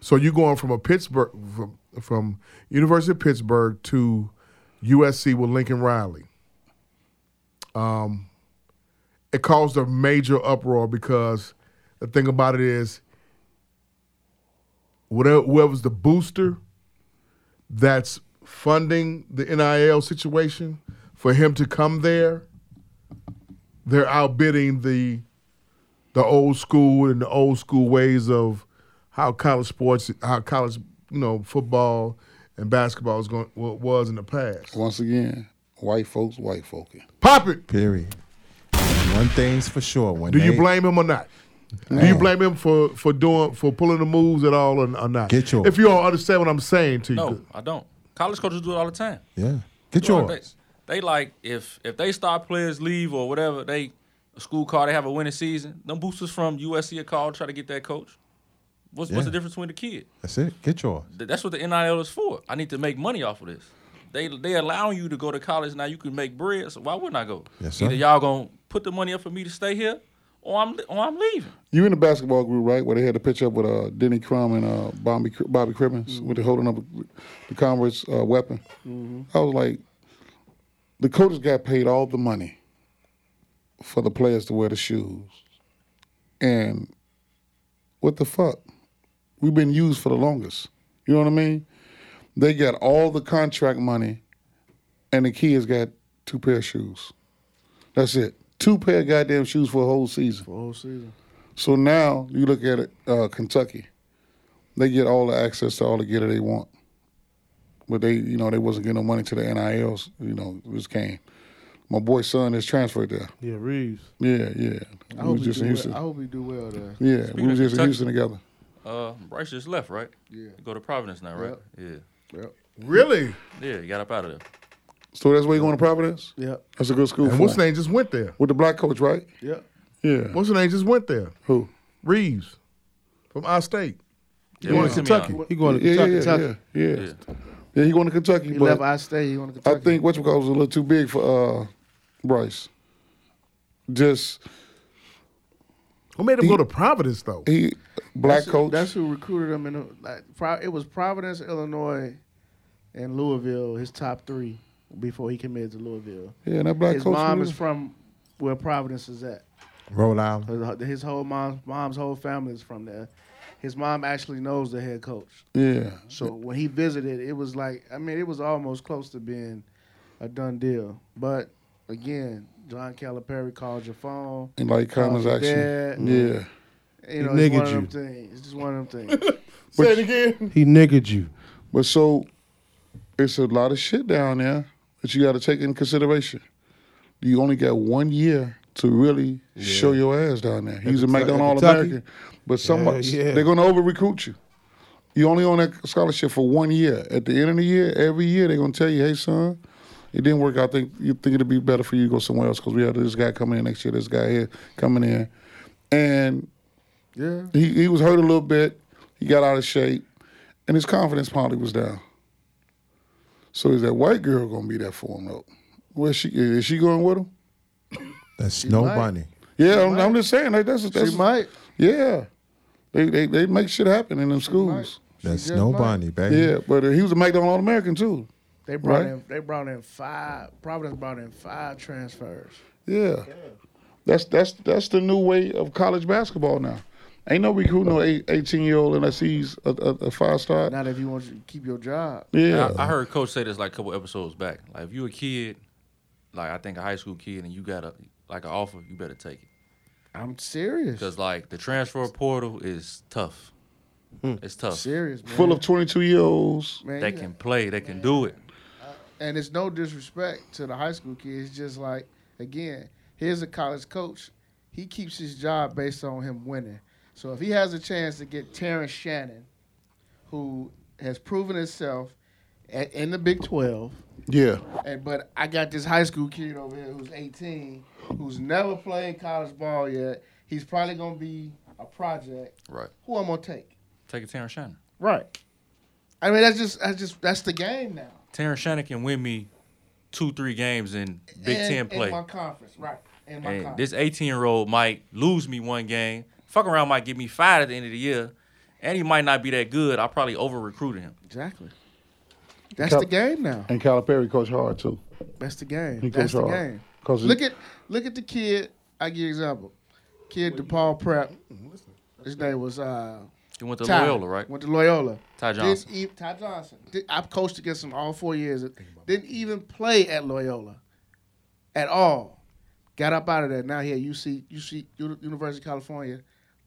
Speaker 3: So you're going from a Pittsburgh from from University of Pittsburgh to USC with Lincoln Riley. it caused a major uproar because the thing about it is, whatever whoever's the booster that's funding the NIL situation for him to come there, they're outbidding the the old school and the old school ways of how college sports, how college you know football and basketball was going what was in the past.
Speaker 4: Once again, white folks, white folking.
Speaker 3: Pop it.
Speaker 5: Period. One thing's for sure. When
Speaker 3: Do you
Speaker 5: they
Speaker 3: blame him or not? Do you blame him for for doing for pulling the moves at all or, or not?
Speaker 5: Get your-
Speaker 3: If you all understand what I'm saying to you,
Speaker 1: No, I don't. College coaches do it all the time.
Speaker 5: Yeah. Get
Speaker 1: You know,
Speaker 5: yours.
Speaker 1: They, they like if if they star players leave or whatever, they a school call, they have a winning season. Them boosters from USC are called try to get that coach. What's what's the
Speaker 5: Yeah.
Speaker 1: difference between the kid?
Speaker 5: That's it. Get yours.
Speaker 1: Th- That's what the NIL is for. I need to make money off of this. They they allowing you to go to college now. You can make bread. So why wouldn't I go?
Speaker 5: Yes, sir.
Speaker 1: Either y'all gonna put the money up for me to stay here, or I'm or I'm leaving.
Speaker 4: You in the basketball group, right? Where they had to pitch up with uh, Denny Crum and uh, Bobby Bobby Cribbins with the holding up the Converse uh, weapon. I was like, the coaches got paid all the money for the players to wear the shoes, and what the fuck? We've been used for the longest. You know what I mean? They got all the contract money, and the kids got two pair of shoes. That's it. Two pair of goddamn shoes for a whole season.
Speaker 9: for the whole season.
Speaker 4: So now you look at it, uh, Kentucky. They get all the access to all the gear they want, but they, you know, they wasn't getting no money to the NILs. You know, this came. My boy son is transferred there.
Speaker 2: Yeah, Reeves.
Speaker 4: Yeah, yeah.
Speaker 9: I
Speaker 4: we
Speaker 9: hope
Speaker 4: was
Speaker 9: he
Speaker 4: just
Speaker 9: do
Speaker 4: in Houston.
Speaker 9: well. I hope he do well there.
Speaker 4: yeah, we
Speaker 1: Speaking
Speaker 4: was
Speaker 1: of
Speaker 4: just in
Speaker 1: Kentucky-
Speaker 4: Houston together.
Speaker 1: Uh, Bryce just left, right?
Speaker 9: Yeah.
Speaker 1: He go to Providence now, right?
Speaker 3: really?
Speaker 1: Yeah. Yeah. He got up out of there.
Speaker 4: So that's where you going to Providence.
Speaker 9: Yep.
Speaker 4: That's a good school.
Speaker 3: And
Speaker 4: for
Speaker 3: what's
Speaker 4: him.
Speaker 3: name just went there?
Speaker 4: With the black coach, right?
Speaker 9: Yep.
Speaker 4: Yeah.
Speaker 3: What's name just went there?
Speaker 4: Who?
Speaker 3: Reeves from our state.
Speaker 1: Yeah,
Speaker 3: Going
Speaker 1: yeah.
Speaker 3: to Kentucky.
Speaker 2: He going to
Speaker 4: Yeah, yeah,
Speaker 2: Kentucky.
Speaker 4: yeah,
Speaker 2: Kentucky.
Speaker 4: yeah, yeah, Yeah, He going to Kentucky,
Speaker 9: He
Speaker 4: but
Speaker 9: left I stay. He went to
Speaker 4: I
Speaker 9: Kentucky.
Speaker 4: think what you call was a little too big for uh, Bryce. Just
Speaker 3: Who made him go to Providence though?
Speaker 4: he black
Speaker 9: that's
Speaker 4: coach.
Speaker 9: Who, that's who recruited him in. The, like, Pro, it was Providence, Illinois, and Louisville. His top three before he committed to Louisville.
Speaker 4: yeah, and that black
Speaker 9: his
Speaker 4: coach.
Speaker 9: mom
Speaker 4: was-
Speaker 9: is from where Providence is at.
Speaker 5: Rhode Island.
Speaker 9: His- His whole mom, mom's whole family is from there. His mom actually knows the head coach.
Speaker 4: yeah,
Speaker 9: So when he visited, it was like I mean, it was almost close to being a done deal. But again, John Calipari called your phone.
Speaker 4: and like Collins
Speaker 9: Oh,
Speaker 4: action.
Speaker 9: yeah.
Speaker 4: Yeah,
Speaker 9: You know,
Speaker 2: He
Speaker 9: it's one
Speaker 2: niggered
Speaker 9: of them
Speaker 2: you.
Speaker 9: things. It's just one of them
Speaker 4: *laughs*
Speaker 9: things.
Speaker 3: Say it again.
Speaker 2: He niggered you.
Speaker 4: but so it's a lot of shit down there that you got to take into consideration. You only got one year to really show your ass down there. He's a
Speaker 2: Kentucky-
Speaker 4: McDonald All
Speaker 2: Kentucky?
Speaker 4: American, but somebody
Speaker 2: Hell yeah.
Speaker 4: they're gonna over recruit you. You only on that scholarship for one year. At the end of the year, every year they're gonna tell you, "Hey, son, it didn't work out. Think you think it'd be better for you to go somewhere else because we have this guy coming in next year, this guy here coming in, and
Speaker 9: yeah.
Speaker 4: he he was hurt a little bit. He got out of shape, and his confidence probably was down. So is that white girl gonna be there for him though? Where she is she going with him?
Speaker 5: That's no
Speaker 9: might.
Speaker 5: money.
Speaker 4: Yeah, I'm, I'm just saying like that's that's
Speaker 9: She might.
Speaker 4: yeah. They, they they make shit happen in them schools.
Speaker 5: That's
Speaker 9: just
Speaker 5: no
Speaker 9: might.
Speaker 5: money, baby.
Speaker 4: Yeah, but uh, he was a McDonald All American too.
Speaker 9: They brought
Speaker 4: Right.
Speaker 9: in. They brought in five. Providence brought in five transfers.
Speaker 4: Yeah. That's that's that's the new way of college basketball now. Ain't no recruit no eight- 18 year old unless he's a, a, a five star.
Speaker 9: Not if you want to keep your job.
Speaker 4: Yeah.
Speaker 1: I, I heard Coach say this like a couple episodes back. Like if you a kid, like I think a high school kid, and you got a like an offer, you better take it
Speaker 9: I'm serious.
Speaker 1: because like the transfer portal is tough. It's tough.
Speaker 9: Serious, man.
Speaker 4: Full of 22 year olds.
Speaker 9: man,
Speaker 1: They
Speaker 9: you-
Speaker 1: uh, can play. They can do it.
Speaker 9: and it's no disrespect to the high school kids. It's just like, again, here's a college coach he keeps his job based on him winning. So if he has a chance to get Terrence Shannon, who has proven himself at, in the Big Twelve,
Speaker 4: Yeah.
Speaker 9: and, but I got this high school kid over here who's 18, who's never played college ball yet. He's probably gonna be a project.
Speaker 4: Right.
Speaker 9: Who I'm gonna take?
Speaker 1: Take a Terrence Shannon.
Speaker 9: Right. I mean, that's just that's just that's the game now.
Speaker 1: Terrence Shannon can win me two, three games in Big
Speaker 9: And-
Speaker 1: Ten play.
Speaker 9: In my conference, right? In my
Speaker 1: And
Speaker 9: conference.
Speaker 1: this 18 year old might lose me one game. Fuck around might get me fired at the end of the year. And he might not be that good. I probably over recruited him.
Speaker 9: exactly. That's
Speaker 4: Cal-
Speaker 9: the game now.
Speaker 4: And Calipari coach hard too.
Speaker 9: That's the game.
Speaker 4: He
Speaker 9: That's
Speaker 4: goes
Speaker 9: the
Speaker 4: hard.
Speaker 9: game.
Speaker 4: 'Cause he-
Speaker 9: look at look at the kid. I give you an example. Kid DePaul Prep.
Speaker 4: Mm,
Speaker 9: His name was uh,
Speaker 1: He went to
Speaker 9: Ty.
Speaker 1: Loyola, right?
Speaker 9: Went to Loyola.
Speaker 1: Ty
Speaker 9: Didn't
Speaker 1: Johnson.
Speaker 9: e- Ty Johnson. Did, I've coached against him all four years. Didn't even play at Loyola at all. Got up out of there. Now he at UC, UC Uni- University of California,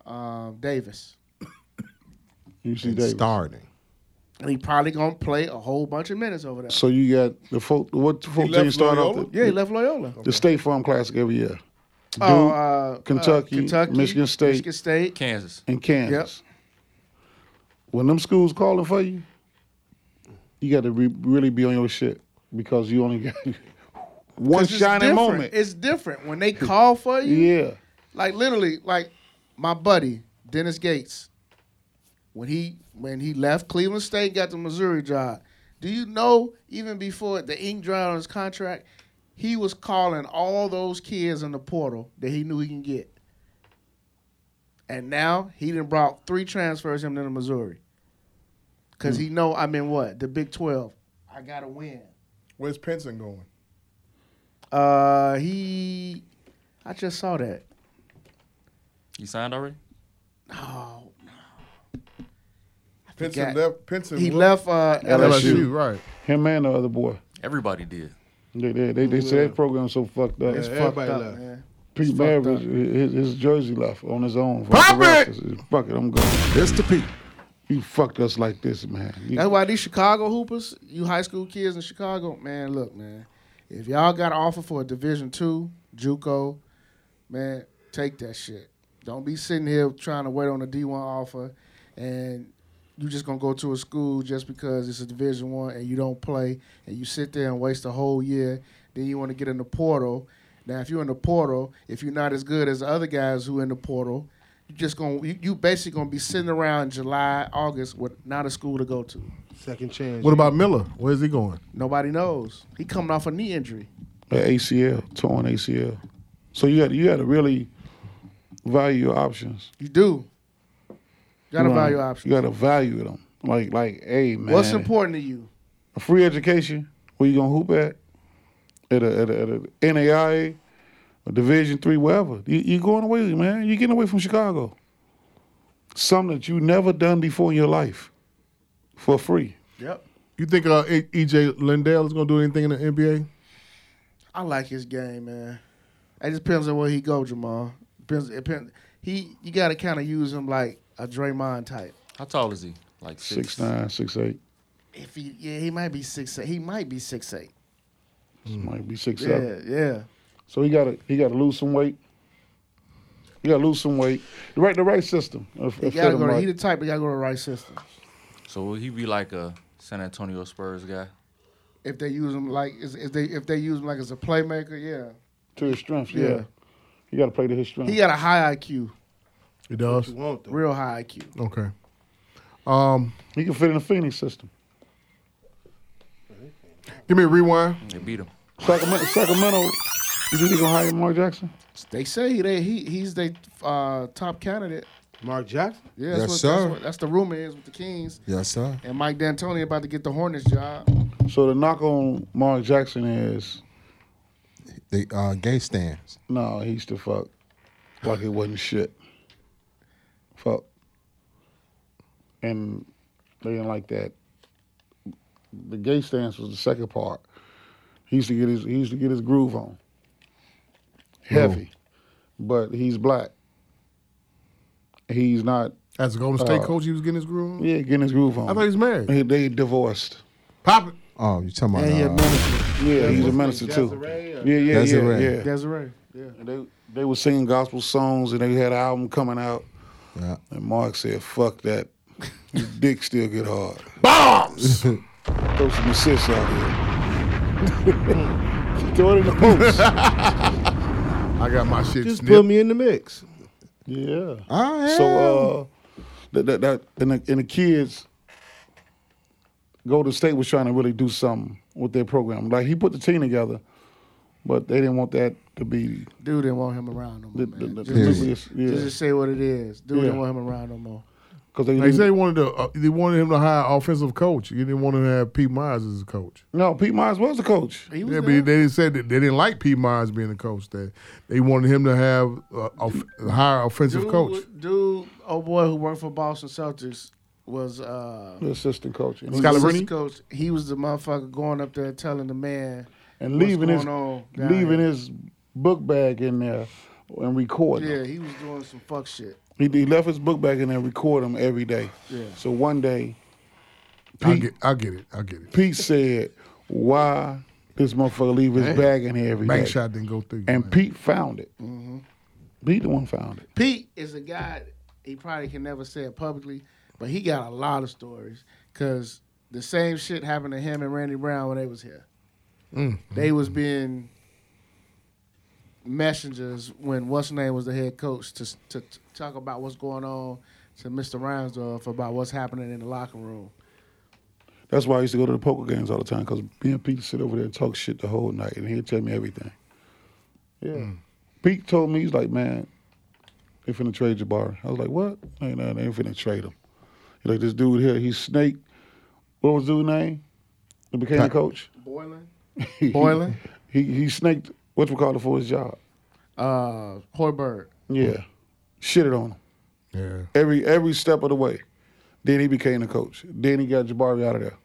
Speaker 9: um, Davis.
Speaker 4: UC
Speaker 5: And
Speaker 4: Davis.
Speaker 5: starting.
Speaker 9: And he probably gonna play a whole bunch of minutes over there.
Speaker 4: So you got the folk. What the folk
Speaker 3: left
Speaker 4: team start off?
Speaker 3: Loyola?
Speaker 4: The,
Speaker 9: Yeah, he left Loyola.
Speaker 4: the State Farm Classic every year.
Speaker 9: oh, uh, uh,
Speaker 4: Kentucky, Michigan State.
Speaker 9: Michigan State.
Speaker 1: Kansas.
Speaker 4: in Kansas. When them schools calling for you, you got to re- really be on your shit because you only got *laughs* one
Speaker 9: 'Cause it's
Speaker 4: shining
Speaker 9: different.
Speaker 4: moment.
Speaker 9: It's different when they call for you.
Speaker 4: yeah,
Speaker 9: Like literally, like my buddy Dennis Gates, when he when he left Cleveland State, got the Missouri job. Do you know? Even before the ink dried on his contract, he was calling all those kids in the portal that he knew he can get. And now he done brought three transfers him to the Missouri, cause he know I'm in what the Big Twelve. I gotta win.
Speaker 3: Where's Penson going?
Speaker 9: Uh, he, I just saw that.
Speaker 1: He signed already?
Speaker 9: Oh,
Speaker 3: Penson
Speaker 9: forgot.
Speaker 3: left. Penson
Speaker 9: he
Speaker 3: went
Speaker 9: left uh,
Speaker 3: LSU.
Speaker 9: LSU.
Speaker 3: Right.
Speaker 4: him and the other boy.
Speaker 1: Everybody did.
Speaker 4: They they they, they said that program's so fucked up.
Speaker 3: It's
Speaker 4: It's
Speaker 3: Yeah,
Speaker 4: fucked.
Speaker 9: Fucked
Speaker 3: everybody
Speaker 9: up,
Speaker 3: left.
Speaker 9: man.
Speaker 4: Pete
Speaker 9: it's fucked
Speaker 4: Maravich,
Speaker 9: up.
Speaker 4: his, his jersey left on his own.
Speaker 3: Pop it!
Speaker 4: Fuck it, I'm going.
Speaker 5: This the Pete.
Speaker 4: You fucked us like this, man. You-
Speaker 9: That's why these Chicago hoopers, you high school kids in Chicago, man, look, man, if y'all got an offer for a Division two JUCO, man, take that shit. Don't be sitting here trying to wait on a D one offer, and you just gonna go to a school just because it's a Division one and you don't play, and you sit there and waste a whole year. Then you want to get in the portal. Now, if you're in the portal, if you're not as good as the other guys who in the portal, you just gonna you, you basically gonna be sitting around July, August with not a school to go to.
Speaker 2: Second chance.
Speaker 3: What about Miller? Where's he going?
Speaker 9: Nobody knows. He coming off a knee injury.
Speaker 4: Uh, ACL, torn ACL. So you got you got to really value your options.
Speaker 9: You do. Got to
Speaker 4: You know,
Speaker 9: value options.
Speaker 4: You got to value them. Like like, hey man,
Speaker 9: What's important to you?
Speaker 4: A free education? Where you gonna hoop at? At a at a, at a NAIA, a Division three, wherever. You you going away, man. You getting away from Chicago. Something that you never done before in your life, for free.
Speaker 9: Yep.
Speaker 3: You think uh, E- EJ Lindell is going to do anything in the NBA?
Speaker 9: I like his game, man. It just depends on where he go, Jamal. Depends. it depends. He you got to kind of use him like a Draymond type.
Speaker 1: How tall is he? Like six.
Speaker 4: Six nine, six eight.
Speaker 9: If he yeah he might be six eight. He might be six eight.
Speaker 4: Might be six seven.
Speaker 9: Yeah yeah.
Speaker 4: So he got to he got to lose some weight. He got to lose some weight. The right the right system. If-
Speaker 9: He
Speaker 4: if
Speaker 9: gotta
Speaker 4: that
Speaker 9: go. To,
Speaker 4: right.
Speaker 9: he the type that gotta go to the right system.
Speaker 1: So will he be like a San Antonio Spurs guy?
Speaker 9: If they use him like is- if they if they use him like as a playmaker, yeah.
Speaker 4: to his strength. Yeah,
Speaker 9: Yeah.
Speaker 4: he got to play to his strength.
Speaker 9: He got a high IQ,
Speaker 3: He does.
Speaker 2: You want though.
Speaker 9: real high IQ.
Speaker 3: Okay. Um,
Speaker 4: He can fit in the Phoenix system.
Speaker 3: give me a rewind.
Speaker 1: They beat him.
Speaker 4: Sacramento, Sacramento. You think he gonna hire Mark Jackson?
Speaker 9: They say they he he's the uh, top candidate.
Speaker 2: Mark Jackson?
Speaker 9: Yeah, that's
Speaker 5: Yes,
Speaker 9: what,
Speaker 5: sir.
Speaker 9: That's, what, that's the rumor is with the Kings
Speaker 5: Yes, sir.
Speaker 9: and Mike D'Antoni about to get the Hornets job.
Speaker 4: So the knock on Mark Jackson is
Speaker 5: The uh, gay stands.
Speaker 4: no, he used to fuck like it wasn't shit. Fuck, and they didn't like that. The gay stance was the second part. He used to get his he used to get his groove on. Heavy, but he's black. He's not.
Speaker 3: As a Golden State
Speaker 4: Uh,
Speaker 3: coach, he was getting his groove on?
Speaker 4: Yeah, getting his groove on.
Speaker 3: I thought he was married.
Speaker 4: They, they divorced.
Speaker 3: Pop it.
Speaker 5: Oh, you talking about?
Speaker 9: And he
Speaker 5: *laughs*
Speaker 9: a
Speaker 5: Uh,
Speaker 9: minister,
Speaker 4: Yeah, he's a minister too. Yeah, yeah, yeah,
Speaker 5: Desiree.
Speaker 4: yeah.
Speaker 9: Desiree.
Speaker 4: And they they were singing gospel songs and they had an album coming out.
Speaker 5: Yeah.
Speaker 4: And Mark said, "Fuck that, his dick still get hard." Bombs.
Speaker 5: Oh,
Speaker 4: Throw some assists out there. *laughs* Throw it in the post.
Speaker 3: I got my shit
Speaker 2: Just put
Speaker 3: snipped.
Speaker 2: me in the mix.
Speaker 4: *laughs* yeah.
Speaker 5: I am.
Speaker 4: So uh, that, that, that and the, and the kids, Golden State was trying to really do something with their program. Like he put the team together, but they didn't want that to be
Speaker 9: Dude didn't want him around no
Speaker 4: the,
Speaker 9: more.
Speaker 4: the,
Speaker 9: Man.
Speaker 4: the,
Speaker 9: Just,
Speaker 4: nucleus.
Speaker 9: just to
Speaker 4: Yeah,
Speaker 9: say what it is. Dude
Speaker 4: Yeah.
Speaker 9: didn't want him around no more.
Speaker 4: because they
Speaker 3: They
Speaker 4: didn't-
Speaker 3: say they wanted to, uh, they wanted him to hire offensive coach. You didn't want him to have Pete Myers as a coach.
Speaker 4: no. Pete Myers was the coach.
Speaker 9: He was
Speaker 3: Yeah, but
Speaker 9: there.
Speaker 3: they didn't say that they didn't like Pete Myers being the coach. That they wanted him to have uh, off, hire offensive
Speaker 9: dude,
Speaker 3: coach.
Speaker 9: Dude, oh boy, who worked for Boston Celtics was uh,
Speaker 4: The assistant coach. And, he-
Speaker 3: Scott- Skylar
Speaker 9: assistant
Speaker 3: Rooney?
Speaker 9: coach. He was the motherfucker going up there telling the man
Speaker 4: and
Speaker 9: what's
Speaker 4: leaving
Speaker 9: going
Speaker 4: his
Speaker 9: on down
Speaker 4: leaving
Speaker 9: here.
Speaker 4: his book bag in there and recording.
Speaker 9: Yeah, he was doing some fuck shit.
Speaker 4: He, he left his book bag in there and record them every day.
Speaker 9: Yeah.
Speaker 4: So one day,
Speaker 3: I
Speaker 4: Pete
Speaker 3: get, I get it, I get it.
Speaker 4: Pete said, "Why this motherfucker leave his bag in here every day?"
Speaker 3: Bank shot didn't go through.
Speaker 4: And
Speaker 3: man.
Speaker 4: Pete found it.
Speaker 9: Mm-hmm.
Speaker 4: Pete the one found it.
Speaker 9: Pete is a guy. He probably can never say it publicly, but he got a lot of stories because the same shit happened to him and Randy Brown when they was here. They was being messengers when what's name was the head coach to, to, to talk about what's going on to Mr. Reinsdorf about what's happening in the locker room.
Speaker 4: That's why I used to go to the poker games all the time because me and Pete sit over there and talk shit the whole night, and he'd tell me everything. Yeah. Pete told me he's like, man, they finna trade Jabari. I was like, what? No, no, they ain't finna trade him. He's like this dude here, he's Snake. What was dude's name? That became the coach. *laughs*
Speaker 9: Boylan,
Speaker 4: He-
Speaker 9: Boylan?
Speaker 4: He he snaked what you call it for his job.
Speaker 9: uh, Hoiberg.
Speaker 4: Yeah. Shitted on him.
Speaker 3: yeah,
Speaker 4: every every step of the way. Then he became the coach. Then he got Jabari out of there.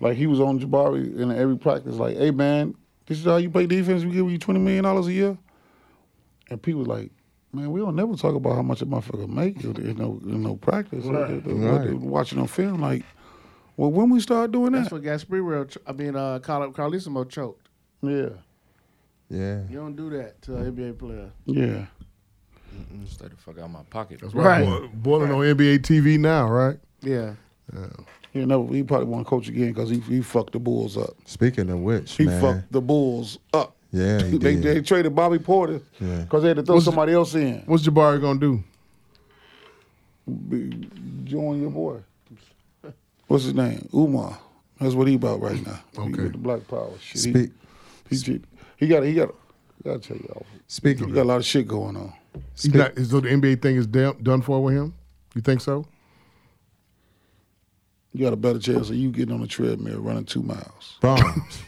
Speaker 4: Like he was on Jabari in every practice. Like, hey man, this is how you play defense. We give you twenty million dollars a year. And Pete was like, man, we don't never talk about how much a motherfucker make in in no in no practice.
Speaker 5: Right.
Speaker 4: Watching on film, like, well, when we start doing
Speaker 9: That's
Speaker 4: that,
Speaker 9: what Gasparilla. Ch- I mean, uh, Carl- Carlissimo choked.
Speaker 4: yeah,
Speaker 5: Yeah.
Speaker 9: You don't do that to an NBA player.
Speaker 4: yeah.
Speaker 1: Stay the fuck out of my pocket.
Speaker 3: that's
Speaker 9: Right.
Speaker 3: right. Boy, boiling on NBA TV now, right?
Speaker 9: Yeah.
Speaker 4: He never. He probably won't coach again because he he fucked the Bulls up.
Speaker 5: Speaking of which,
Speaker 4: He
Speaker 5: man.
Speaker 4: fucked the Bulls up.
Speaker 5: Yeah, he
Speaker 4: *laughs* they,
Speaker 5: did.
Speaker 4: they traded Bobby Porter because
Speaker 5: Yeah.
Speaker 4: they had to throw somebody else in.
Speaker 3: What's Jabari gonna do?
Speaker 4: be- join your boy. What's his name? Umar. That's what he about right now. He
Speaker 3: Okay.
Speaker 4: with the Black Power shit. He-
Speaker 5: Speak,
Speaker 4: He, he, got. He got. Gotta tell y'all. He
Speaker 5: speaking,
Speaker 4: got a lot of shit going on.
Speaker 3: He's not, so the NBA thing is damn, done for with him. You think so?
Speaker 4: You got a better chance of you getting on a treadmill running two miles.
Speaker 5: bombs.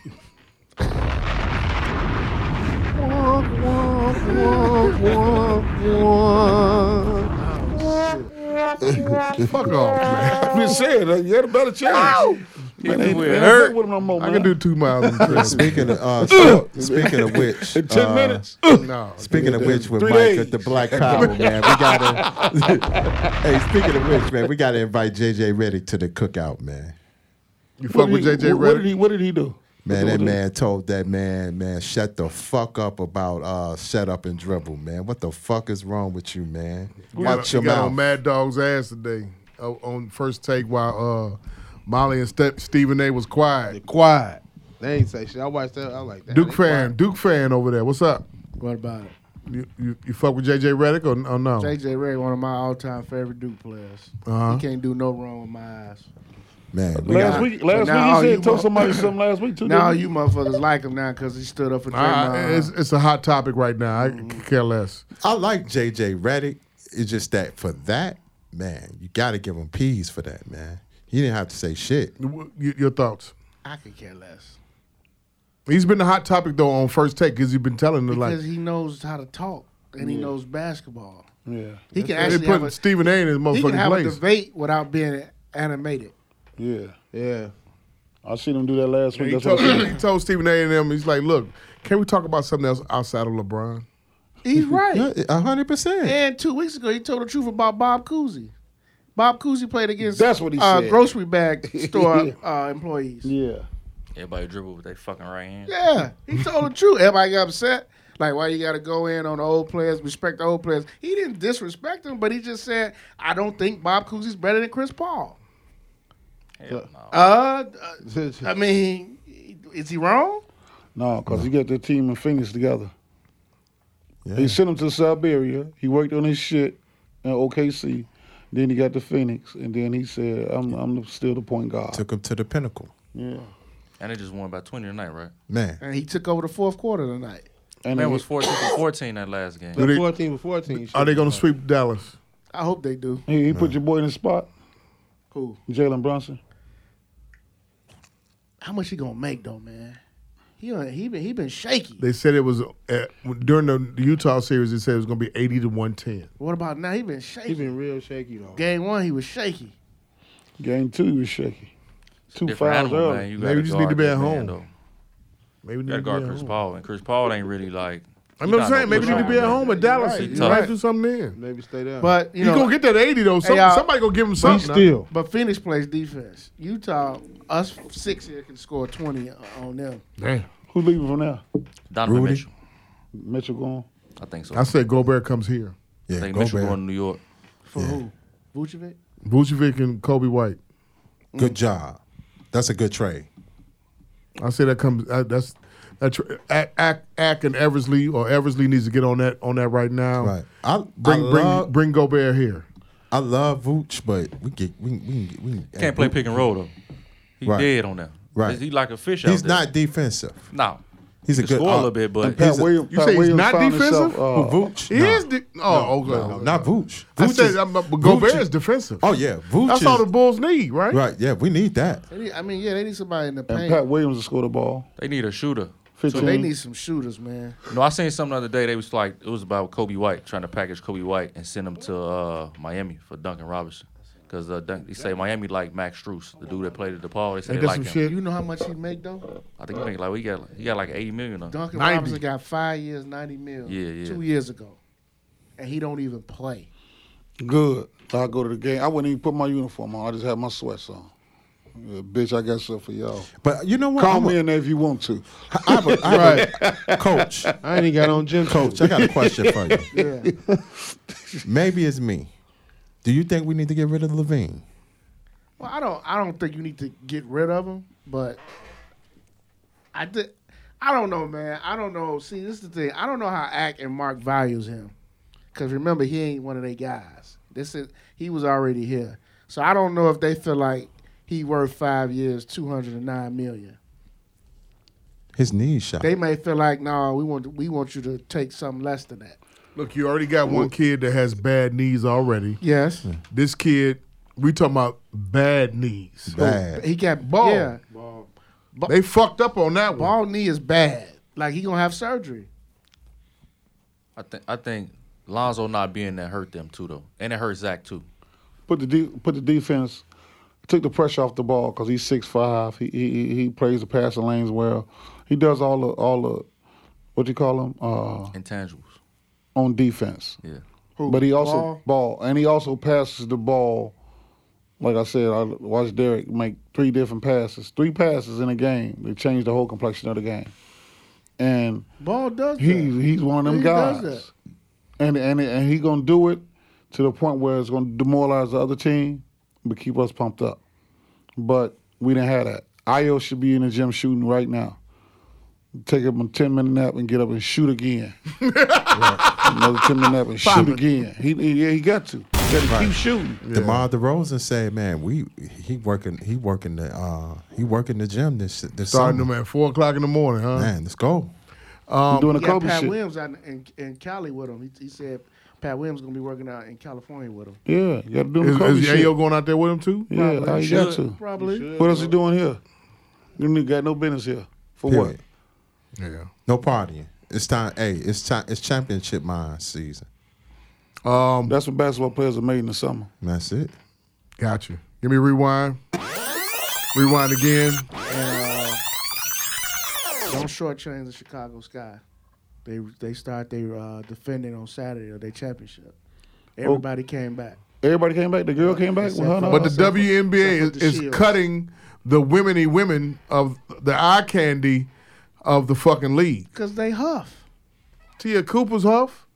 Speaker 3: Fuck off, man.
Speaker 4: I'm just saying, like, you got a better chance. Man, they,
Speaker 1: Even
Speaker 4: ain't-
Speaker 1: with
Speaker 4: they ain't
Speaker 1: hurt.
Speaker 4: fuck with him no more,
Speaker 3: *laughs* I
Speaker 4: man.
Speaker 3: can do two miles. In
Speaker 4: *laughs*
Speaker 3: the treadmill.
Speaker 5: speaking of uh, so- speaking of which,
Speaker 4: in ten
Speaker 5: uh,
Speaker 4: minutes.
Speaker 3: no,
Speaker 5: Speaking of which, with
Speaker 4: Three
Speaker 5: Mike
Speaker 4: days.
Speaker 5: at the Black Power, man, we gotta. *laughs* hey, speaking of which, man, we gotta invite JJ Reddick to the cookout, man.
Speaker 3: you
Speaker 4: What
Speaker 3: fuck
Speaker 4: did
Speaker 3: with
Speaker 4: he-
Speaker 3: JJ
Speaker 4: what, what did
Speaker 3: Reddick.
Speaker 4: he? What did he do?
Speaker 5: Man,
Speaker 4: What
Speaker 5: that
Speaker 4: did-
Speaker 5: man told that man, man, shut the fuck up about uh, set up and dribble, man. What the fuck is wrong with you, man? Watch
Speaker 3: he
Speaker 5: your
Speaker 3: got on
Speaker 5: mouth.
Speaker 3: Mad Dog's ass today oh, on first take while uh, Molly and Ste- Stephen A. was quiet.
Speaker 2: Quiet. They ain't say shit. I watched that. I was like that.
Speaker 3: Duke fan, Duke fan over there. What's up?
Speaker 9: What about it?
Speaker 3: You you, you fuck with JJ Reddick or, or no?
Speaker 9: JJ Ray, one of my all-time favorite Duke players.
Speaker 3: Uh-huh.
Speaker 9: He can't do no wrong with my eyes.
Speaker 5: Man, we
Speaker 4: Last
Speaker 5: got,
Speaker 4: week, last
Speaker 9: now all
Speaker 4: week he
Speaker 9: you
Speaker 4: said told
Speaker 9: mother-
Speaker 4: somebody something last week too.
Speaker 9: Now
Speaker 4: didn't he?
Speaker 9: you motherfuckers like him now because he stood up for
Speaker 3: Ah, it's,
Speaker 9: Draymond.
Speaker 3: it's a hot topic right now. I
Speaker 9: Mm-hmm.
Speaker 3: could care less.
Speaker 5: I like JJ Reddick. It's just that for that, man, you gotta give him peas for that, man. He didn't have to say shit.
Speaker 3: Wh- y- Your thoughts?
Speaker 9: I could care less
Speaker 3: He's been the hot topic though on first take because he's been telling the like
Speaker 9: because he knows how to talk and he knows basketball.
Speaker 4: Yeah,
Speaker 9: He can
Speaker 3: they
Speaker 9: actually have
Speaker 3: put
Speaker 9: a,
Speaker 3: Stephen A. in his
Speaker 9: he can
Speaker 3: motherfucking
Speaker 9: have a
Speaker 3: place.
Speaker 9: debate without being animated.
Speaker 4: yeah.
Speaker 2: Yeah.
Speaker 4: I seen him do that last week.
Speaker 3: He
Speaker 4: That's what
Speaker 3: told,
Speaker 4: I said.
Speaker 3: he told Stephen A. and them, he's like, look, can we talk about something else outside of LeBron?
Speaker 9: *laughs* He's right.
Speaker 5: A hundred percent.
Speaker 9: and two weeks ago, he told the truth about Bob Cousy. Bob Cousy played against
Speaker 4: That's what he
Speaker 9: uh,
Speaker 4: said.
Speaker 9: grocery *laughs* bag store uh, employees.
Speaker 4: Yeah.
Speaker 1: Everybody dribble with their fucking right hand.
Speaker 9: Yeah, he told the truth. Everybody got upset. Like, why you got to go in on the old players, respect the old players? He didn't disrespect them, but he just said, I don't think Bob Cousy's better than Chris Paul.
Speaker 1: Hell
Speaker 9: Uh, uh, *laughs* I mean, is he wrong?
Speaker 4: No, because he got the team and fingers together. He sent him to Siberia. He worked on his shit in OKC. Then he got to Phoenix, and then he said, "I'm I'm still the point guard."
Speaker 5: Took him to the pinnacle.
Speaker 4: yeah,
Speaker 1: And they just won by 20 tonight, right?
Speaker 5: Man,
Speaker 9: And he took over the fourth quarter tonight.
Speaker 4: and
Speaker 1: Man
Speaker 4: he-
Speaker 1: was 14 for 14 that last game.
Speaker 3: Do they-
Speaker 2: 14 for 14.
Speaker 3: Are they going to sweep Dallas?
Speaker 9: I hope they do.
Speaker 4: he, he put your boy in the spot,
Speaker 9: Cool.
Speaker 4: Jalen Brunson.
Speaker 9: How much he gonna make though, man? He done- he been he been shaky.
Speaker 3: They said it was uh during the Utah series. They said it was going to be eighty to one ten.
Speaker 9: What about now? He been shaky.
Speaker 2: He been real shaky though.
Speaker 9: Game one, he was shaky.
Speaker 4: Game two, he was shaky. Two
Speaker 1: Different
Speaker 4: fouls
Speaker 1: animal,
Speaker 4: early.
Speaker 1: man. You
Speaker 3: Maybe
Speaker 1: gotta
Speaker 3: you just need to
Speaker 1: guard
Speaker 3: be
Speaker 1: that
Speaker 3: at
Speaker 1: man,
Speaker 3: home.
Speaker 1: though.
Speaker 3: Maybe
Speaker 1: You gotta guard Chris Paul, and Chris Paul ain't really like.
Speaker 3: I'm not saying maybe
Speaker 1: you
Speaker 3: you need to be at home at Dallas.
Speaker 1: Right,
Speaker 3: You
Speaker 1: you're
Speaker 3: might
Speaker 1: right.
Speaker 3: do something then.
Speaker 2: Maybe stay
Speaker 4: Uh,
Speaker 2: there.
Speaker 9: But you
Speaker 3: He's
Speaker 9: know,
Speaker 3: gonna get that eighty though. Some,
Speaker 9: y'all-
Speaker 3: somebody gonna give him
Speaker 2: he
Speaker 3: something.
Speaker 2: still.
Speaker 9: but Phoenix plays defense. Utah, us six here can score twenty on them.
Speaker 3: Damn.
Speaker 4: Who's leaving from there?
Speaker 1: Donovan
Speaker 5: Rudy?
Speaker 1: Mitchell.
Speaker 4: Mitchell gone.
Speaker 1: I think so.
Speaker 3: I
Speaker 1: I
Speaker 3: said Gobert comes here.
Speaker 5: yeah,
Speaker 1: think
Speaker 5: go
Speaker 1: Mitchell
Speaker 5: Bear.
Speaker 1: going to New York.
Speaker 9: For who? Vucevic.
Speaker 3: Vucevic and Kobe White.
Speaker 5: Good job. That's a good trade.
Speaker 3: I say that comes. Uh, that's that. Tr- Ack, Ack, Ack and Eversley or Eversley needs to get on that on that right now.
Speaker 5: Right. I
Speaker 3: Bring
Speaker 5: I
Speaker 3: bring
Speaker 5: love,
Speaker 3: bring Gobert here.
Speaker 5: I love Vooch, but we get we we can get- we can-
Speaker 1: Can't play pick and roll though. He
Speaker 5: Right.
Speaker 1: dead on that.
Speaker 5: Right.
Speaker 1: He like a fish out
Speaker 5: He's
Speaker 1: there.
Speaker 5: not defensive.
Speaker 1: No.
Speaker 5: He's a
Speaker 1: He
Speaker 5: good
Speaker 1: score a
Speaker 5: uh,
Speaker 1: little bit, but
Speaker 5: Pat He's a-
Speaker 4: Williams-
Speaker 3: You say he's
Speaker 4: Williams
Speaker 3: not
Speaker 4: found himself,
Speaker 3: defensive?
Speaker 5: Who,
Speaker 4: uh,
Speaker 5: Vooch?
Speaker 3: Oh. He
Speaker 5: No.
Speaker 3: is. De- oh, okay.
Speaker 5: No, not Vooch.
Speaker 3: I
Speaker 5: Vooch
Speaker 3: said,
Speaker 5: is-
Speaker 3: um, but
Speaker 5: Vooch
Speaker 3: Gobert
Speaker 5: is-
Speaker 3: is defensive.
Speaker 5: Oh yeah, Vooch.
Speaker 3: that's
Speaker 5: is,
Speaker 3: all the Bulls need, right?
Speaker 5: Right. Yeah, we need that.
Speaker 9: They need- I mean, yeah, they need somebody in the
Speaker 4: and
Speaker 9: paint.
Speaker 4: Pat Williams to score the ball.
Speaker 1: they need a shooter.
Speaker 9: so
Speaker 4: Fifteen.
Speaker 9: they need some shooters, man.
Speaker 1: No, I seen something the other day. They was like, it was about Kobe White trying to package Kobe White and send him to uh, Miami for Duncan Robinson. Because uh, Dun- they say Miami like Max Struess, the dude that played at DePaul. They say
Speaker 3: They
Speaker 1: they,
Speaker 3: got
Speaker 1: like
Speaker 3: some
Speaker 1: him.
Speaker 3: shit.
Speaker 9: You know how much he make though?
Speaker 1: I think he made like he got he got like eighty million on.
Speaker 9: Duncan
Speaker 3: 90.
Speaker 9: Robinson got five years, ninety mil.
Speaker 1: Yeah, yeah.
Speaker 9: Two years ago, and he don't even play.
Speaker 4: Good. I go to the game. I wouldn't even put my uniform on. I just had my sweats on. Yeah, bitch, I got stuff for y'all.
Speaker 5: But you know what?
Speaker 4: Call
Speaker 5: I'm a-
Speaker 4: me in there if you want to.
Speaker 5: I have a, I have a- *laughs* coach.
Speaker 2: I ain't even got on gym
Speaker 5: Coach, I got a question for you. Maybe it's me. Do you think we need to get rid of Levine?
Speaker 9: Well, I don't. I don't think you need to get rid of him, but I did. I don't know, man. I don't know. See, this is the thing. I don't know how Ack and Mark values him, because remember he ain't one of their guys. This is he was already here, so I don't know if they feel like he worth five years, two hundred and nine million.
Speaker 5: His knees shot.
Speaker 9: They may feel like, no, we want we want you to take something less than that.
Speaker 3: Look, you already got one kid that has bad knees already.
Speaker 9: Yes,
Speaker 3: This kid, we talking about bad knees.
Speaker 5: Bad.
Speaker 9: he got
Speaker 3: Ball.
Speaker 9: ball. Yeah,
Speaker 3: They fucked up on that one.
Speaker 9: ball knee is bad. Like he gonna have surgery.
Speaker 1: I think I think Lonzo not being there hurt them too though, and it hurt Zach too.
Speaker 4: Put the de- put the defense, took the pressure off the ball because he's six five. He he he plays the passing lanes well. He does all the all the what you call him uh,
Speaker 1: Intangibles.
Speaker 4: on defense.
Speaker 1: Yeah.
Speaker 4: But he also
Speaker 9: Ball?
Speaker 4: ball? and he also passes the ball. Like I said, I watched Derek make three different passes, three passes in a game. They changed the whole complexion of the game, and
Speaker 9: Ball does. that.
Speaker 4: he's he's one of them
Speaker 9: He
Speaker 4: guys,
Speaker 9: does that.
Speaker 4: and and and he gonna do it to the point where it's gonna demoralize the other team, but keep us pumped up. But we didn't have that. Io should be in the gym shooting right now. Take him a ten minute nap and get up and
Speaker 9: *laughs*
Speaker 4: shoot again. Another ten minute nap and shoot again. He, he yeah he got to. He got to keep shooting.
Speaker 5: DeMar DeRozan said, "Man, we he working he working the uh he working the gym this this
Speaker 3: Starting them
Speaker 5: summer.
Speaker 3: at four o'clock in the morning, huh?
Speaker 5: Man, let's go.
Speaker 4: He doing the
Speaker 9: He got
Speaker 4: Kobe
Speaker 9: Pat
Speaker 4: shit.
Speaker 9: Williams out in, in, in Cali with him. He, he said Pat Williams gonna be working out in California with him.
Speaker 4: Yeah, you got to do the
Speaker 3: Is,
Speaker 4: Kobe
Speaker 3: is
Speaker 4: shit.
Speaker 3: Yayo going out there with him too?
Speaker 4: yeah, how you got to.
Speaker 9: Probably.
Speaker 4: What else you doing here? You nigga got no business here. For what?
Speaker 5: Period.
Speaker 3: Yeah.
Speaker 5: No partying. It's time. Hey, it's time. It's championship mind season.
Speaker 3: Um,
Speaker 4: That's what basketball players are made in the summer.
Speaker 5: That's it.
Speaker 3: gotcha. Give me rewind. Rewind again.
Speaker 9: Don't shortchange the Chicago Sky. They they start their uh, defending on Saturday of their championship.
Speaker 4: Oh.
Speaker 9: Everybody came back.
Speaker 4: Everybody came back. The girl came back. with
Speaker 9: Except
Speaker 4: her
Speaker 9: for-
Speaker 3: But the
Speaker 9: Except for-
Speaker 3: WNBA
Speaker 9: except
Speaker 3: is,
Speaker 9: for the
Speaker 3: is
Speaker 9: Shield.
Speaker 3: cutting the womeny women of the eye candy of the fucking league.
Speaker 9: Cause they huff.
Speaker 3: Tia Cooper's Huff?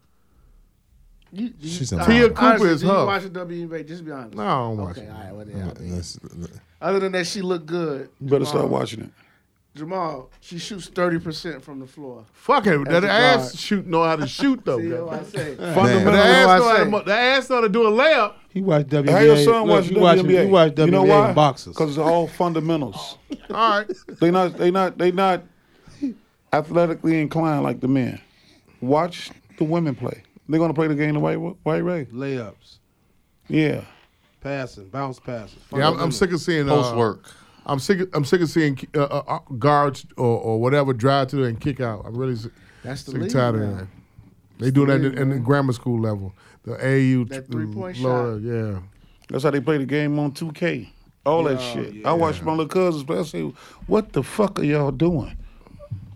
Speaker 9: You, you,
Speaker 5: She's a
Speaker 9: uh,
Speaker 3: Tia Cooper
Speaker 9: honestly,
Speaker 3: is
Speaker 9: do you
Speaker 3: her.
Speaker 9: watch the WNBA? Just be honest.
Speaker 3: No, I don't watch
Speaker 9: okay,
Speaker 3: it.
Speaker 9: all right, well,
Speaker 5: Uh,
Speaker 9: yeah, I mean,
Speaker 5: let's- let-
Speaker 9: Other than that, she looked good.
Speaker 4: You better start
Speaker 9: Jamal.
Speaker 4: watching it.
Speaker 9: Jamal, she shoots thirty percent from the floor.
Speaker 3: Fuck it.
Speaker 9: As
Speaker 3: That
Speaker 9: a
Speaker 3: ass
Speaker 9: guard.
Speaker 3: shoot know how to
Speaker 9: *laughs*
Speaker 3: shoot though.
Speaker 9: See
Speaker 3: goddamn.
Speaker 9: what I say?
Speaker 4: *laughs*
Speaker 3: But
Speaker 5: Man,
Speaker 9: That's
Speaker 3: the
Speaker 9: what I
Speaker 3: ass, know how to,
Speaker 9: say.
Speaker 3: mo- the ass know how to do a layup.
Speaker 2: He watched WNBA.
Speaker 4: Have your son
Speaker 2: Look,
Speaker 4: watch
Speaker 2: he
Speaker 4: WNBA.
Speaker 2: watch- He watched WNBA
Speaker 4: you know why?
Speaker 2: and boxers.
Speaker 4: Because it's all fundamentals.
Speaker 3: All right.
Speaker 4: They not they not they not athletically inclined like the men. Watch the women play. They're gonna play the game the right wa- right way.
Speaker 2: layups,
Speaker 4: Yeah.
Speaker 2: passing, bounce passes.
Speaker 3: Yeah, I'm, I'm sick of seeing uh,
Speaker 7: Post work.
Speaker 3: I'm sick. Of, I'm sick of seeing uh, uh, uh, guards or, or whatever drive to and kick out. I'm really sick,
Speaker 9: That's the
Speaker 3: sick
Speaker 9: league.
Speaker 3: tired
Speaker 9: now.
Speaker 3: of that. They do that
Speaker 9: league,
Speaker 3: in, in the
Speaker 9: man.
Speaker 3: grammar school level. The AU
Speaker 9: That three-point
Speaker 3: Lord, Yeah,
Speaker 4: That's how they play the game on 2K. All that shit. I watched my little cousins play. I say, what the fuck are y'all doing?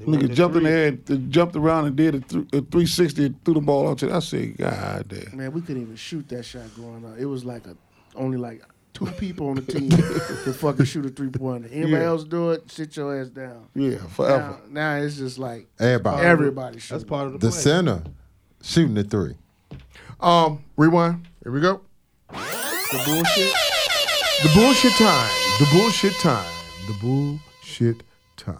Speaker 4: Nigga jumped in the air, and, uh, jumped around and did a, th- a 360 and threw the ball out to I said, God damn.
Speaker 9: Man, we couldn't even shoot that shot growing up. It was like a only like two *laughs* people on the team could fucking shoot a three pointer. Anybody
Speaker 3: Yeah.
Speaker 9: else do it, sit your ass down.
Speaker 4: Yeah,
Speaker 9: Now,
Speaker 4: forever.
Speaker 9: now it's just like
Speaker 5: Everybody.
Speaker 9: everybody
Speaker 2: That's
Speaker 9: shooting.
Speaker 2: part of the,
Speaker 5: The
Speaker 2: play.
Speaker 5: center shooting the three.
Speaker 3: Um, rewind. Here we go.
Speaker 9: the bullshit.
Speaker 3: The bullshit time. The bullshit time. The bullshit time.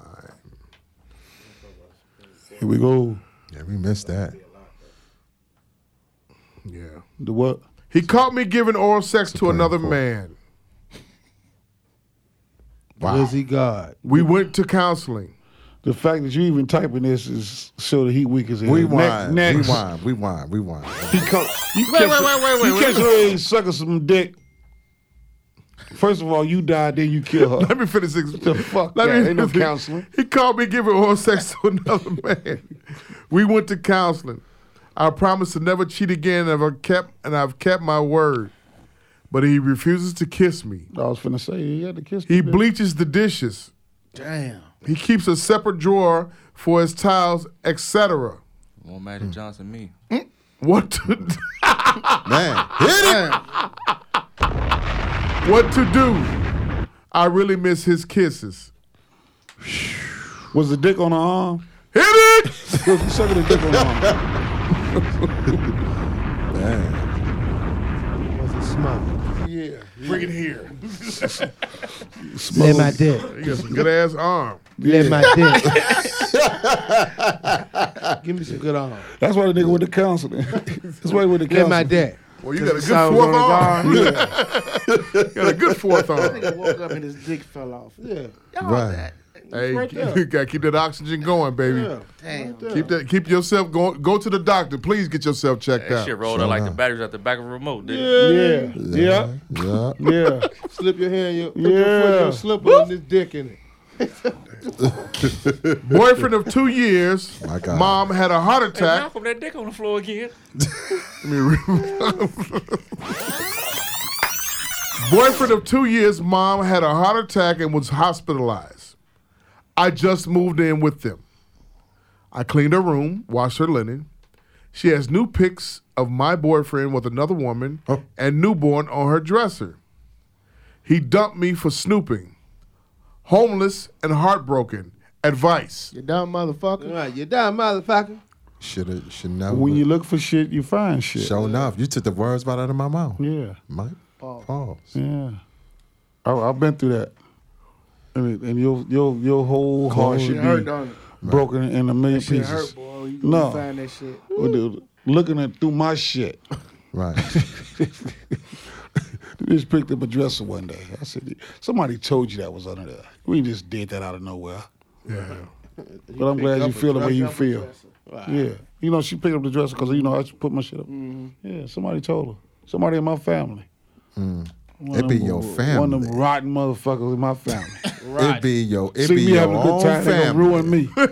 Speaker 4: Here we go.
Speaker 5: Yeah, we missed that.
Speaker 3: Yeah.
Speaker 4: The what?
Speaker 3: He caught me giving oral sex to
Speaker 5: Supreme
Speaker 3: another
Speaker 5: Court.
Speaker 3: man.
Speaker 2: Was he God?
Speaker 3: We went to counseling. *laughs*
Speaker 4: The fact that you even typing this is so the heat weak as hell.
Speaker 5: Rewind,
Speaker 4: Next, next.
Speaker 5: rewind, rewind, rewind.
Speaker 4: *laughs* He co- you wait, wait, wait, wait, wait. You catch her and suck her some dick. First of all, you die, then you kill her.
Speaker 3: *laughs* Let me finish this.
Speaker 4: The fuck
Speaker 3: Let
Speaker 4: that? Ain't no
Speaker 3: finish it.
Speaker 4: counseling.
Speaker 3: He called me giving oral sex to another *laughs* man. We went to counseling. I promised to never cheat again, and I've kept and I've kept my word. But he refuses to kiss me.
Speaker 4: I was finna say he had to kiss.
Speaker 3: He
Speaker 4: me.
Speaker 3: bleaches the dishes.
Speaker 9: Damn.
Speaker 3: He keeps a separate drawer for his towels, etc.
Speaker 1: Won't
Speaker 3: Hmm.
Speaker 1: Magic Johnson me.
Speaker 3: What to *laughs*
Speaker 5: Man, hit it.
Speaker 3: what to do? I really miss his kisses.
Speaker 4: was the dick on her arm.
Speaker 3: Hit it!
Speaker 4: Was he sucking the dick on her arm?
Speaker 5: Man,
Speaker 2: Was it smothered?
Speaker 4: Yeah,
Speaker 3: Bring it here.
Speaker 10: Let my dick.
Speaker 3: You got some good ass arm.
Speaker 10: Let my dick.
Speaker 2: Give me some good arm.
Speaker 4: that's why the nigga went to counseling. *laughs* that's why he went to
Speaker 10: Let
Speaker 4: counseling.
Speaker 10: my dick.
Speaker 3: Well, you got a good
Speaker 9: Sounds
Speaker 3: fourth
Speaker 9: on the
Speaker 3: arm.
Speaker 9: guard.
Speaker 3: You got a
Speaker 2: *laughs*
Speaker 3: good fourth arm. *laughs*
Speaker 9: Nigga woke up and his dick fell off. Yeah.
Speaker 5: right.
Speaker 3: Hey,
Speaker 2: right there.
Speaker 3: you *laughs* gotta keep that oxygen going, baby.
Speaker 2: Yeah.
Speaker 9: Damn.
Speaker 3: Keep that. Keep yourself going. Go to the doctor. Please get yourself checked
Speaker 1: That
Speaker 3: out.
Speaker 1: shit rolled out like the batteries at the back of a remote, didn't it?
Speaker 4: Yeah, yeah,
Speaker 5: Yeah.
Speaker 4: yeah.
Speaker 2: Slip your hand, your, put your foot in
Speaker 4: Yeah.
Speaker 2: your slipper and this dick in it.
Speaker 3: *laughs* Boyfriend of two years.
Speaker 5: My God.
Speaker 3: Mom had a heart attack.
Speaker 1: Malcolm, that dick on the floor again.
Speaker 3: Let me re- Boyfriend of two years. Mom had a heart attack and was hospitalized. I just moved in with them. I cleaned her room, washed her linen. She has new pics of my boyfriend with another woman
Speaker 5: Oh.
Speaker 3: and newborn on her dresser. He dumped me for snooping. Homeless and heartbroken. Advice.
Speaker 9: You dumb
Speaker 2: All
Speaker 9: motherfucker.
Speaker 2: right, you done, motherfucker.
Speaker 5: Should have, should never.
Speaker 4: When you look for shit, you find shit.
Speaker 5: show enough, you took the words right out of my mouth.
Speaker 4: Yeah,
Speaker 5: Mike, pause.
Speaker 4: yeah. I, I've been through that. I mean, and your your your whole heart
Speaker 9: Shit
Speaker 4: should
Speaker 9: hurt,
Speaker 4: be
Speaker 9: don't it?
Speaker 4: broken in a million
Speaker 9: Shit
Speaker 4: pieces.
Speaker 9: hurt, boy. You
Speaker 4: No.
Speaker 9: no. find that shit.
Speaker 4: Well, dude, looking at through my shit,
Speaker 5: Right.
Speaker 4: we just picked up a dresser one day. I said, somebody told you that was under there. We just did that out of nowhere.
Speaker 3: Yeah.
Speaker 4: But I'm glad you feel the way you feel.
Speaker 2: Wow.
Speaker 4: Yeah, you know, she picked up the dresser because you know I should put my shit up.
Speaker 2: Mm-hmm.
Speaker 4: Yeah, somebody told her. Somebody in my family. One
Speaker 5: Mm. It
Speaker 4: of
Speaker 5: be
Speaker 4: them-
Speaker 5: your
Speaker 4: One of them
Speaker 5: family.
Speaker 4: rotten motherfuckers in my family.
Speaker 5: It be your, *laughs* it
Speaker 4: See
Speaker 5: be
Speaker 4: me
Speaker 5: your
Speaker 4: having a
Speaker 5: own
Speaker 4: good time, they gonna
Speaker 5: family. *laughs*
Speaker 4: ruin me.
Speaker 5: It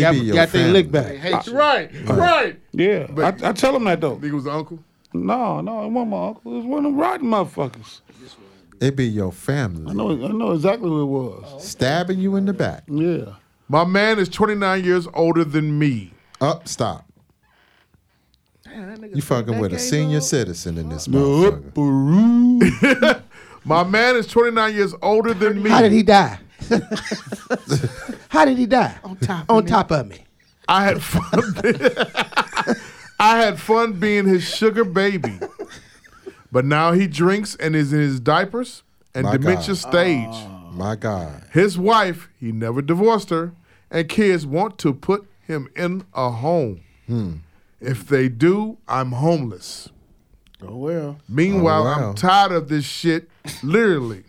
Speaker 2: Got,
Speaker 5: be your
Speaker 2: got they
Speaker 5: family.
Speaker 2: lick back.
Speaker 9: Hate you.
Speaker 3: Right. Right.
Speaker 4: Yeah,
Speaker 3: But-
Speaker 4: I, I tell them that though.
Speaker 3: Think it was the uncle.
Speaker 4: No, no, it wasn't my uncle. It was one of them rotten motherfuckers.
Speaker 5: It be your
Speaker 4: I
Speaker 5: family
Speaker 4: know, I know exactly who it was.
Speaker 5: stabbing you in the back.
Speaker 2: Oh.
Speaker 4: Yeah.
Speaker 3: My man is 29 years older than me.
Speaker 5: Up, stop. You fucking with a senior citizen in this motherfucker.
Speaker 3: My man is 29 years older than me.
Speaker 4: *laughs*
Speaker 10: How did he die? How did he die? On top. On top of me.
Speaker 3: I had fun. *laughs* I had fun being his sugar baby, but now he drinks and is in his diapers and
Speaker 5: My
Speaker 3: dementia
Speaker 5: God.
Speaker 3: stage.
Speaker 5: My God.
Speaker 3: His wife, he never divorced her, and kids want to put him in a home.
Speaker 5: Hmm.
Speaker 3: If they do, I'm homeless.
Speaker 9: Oh well.
Speaker 3: Meanwhile,
Speaker 5: Oh, wow.
Speaker 3: I'm tired of this shit.
Speaker 5: *laughs*
Speaker 3: Literally,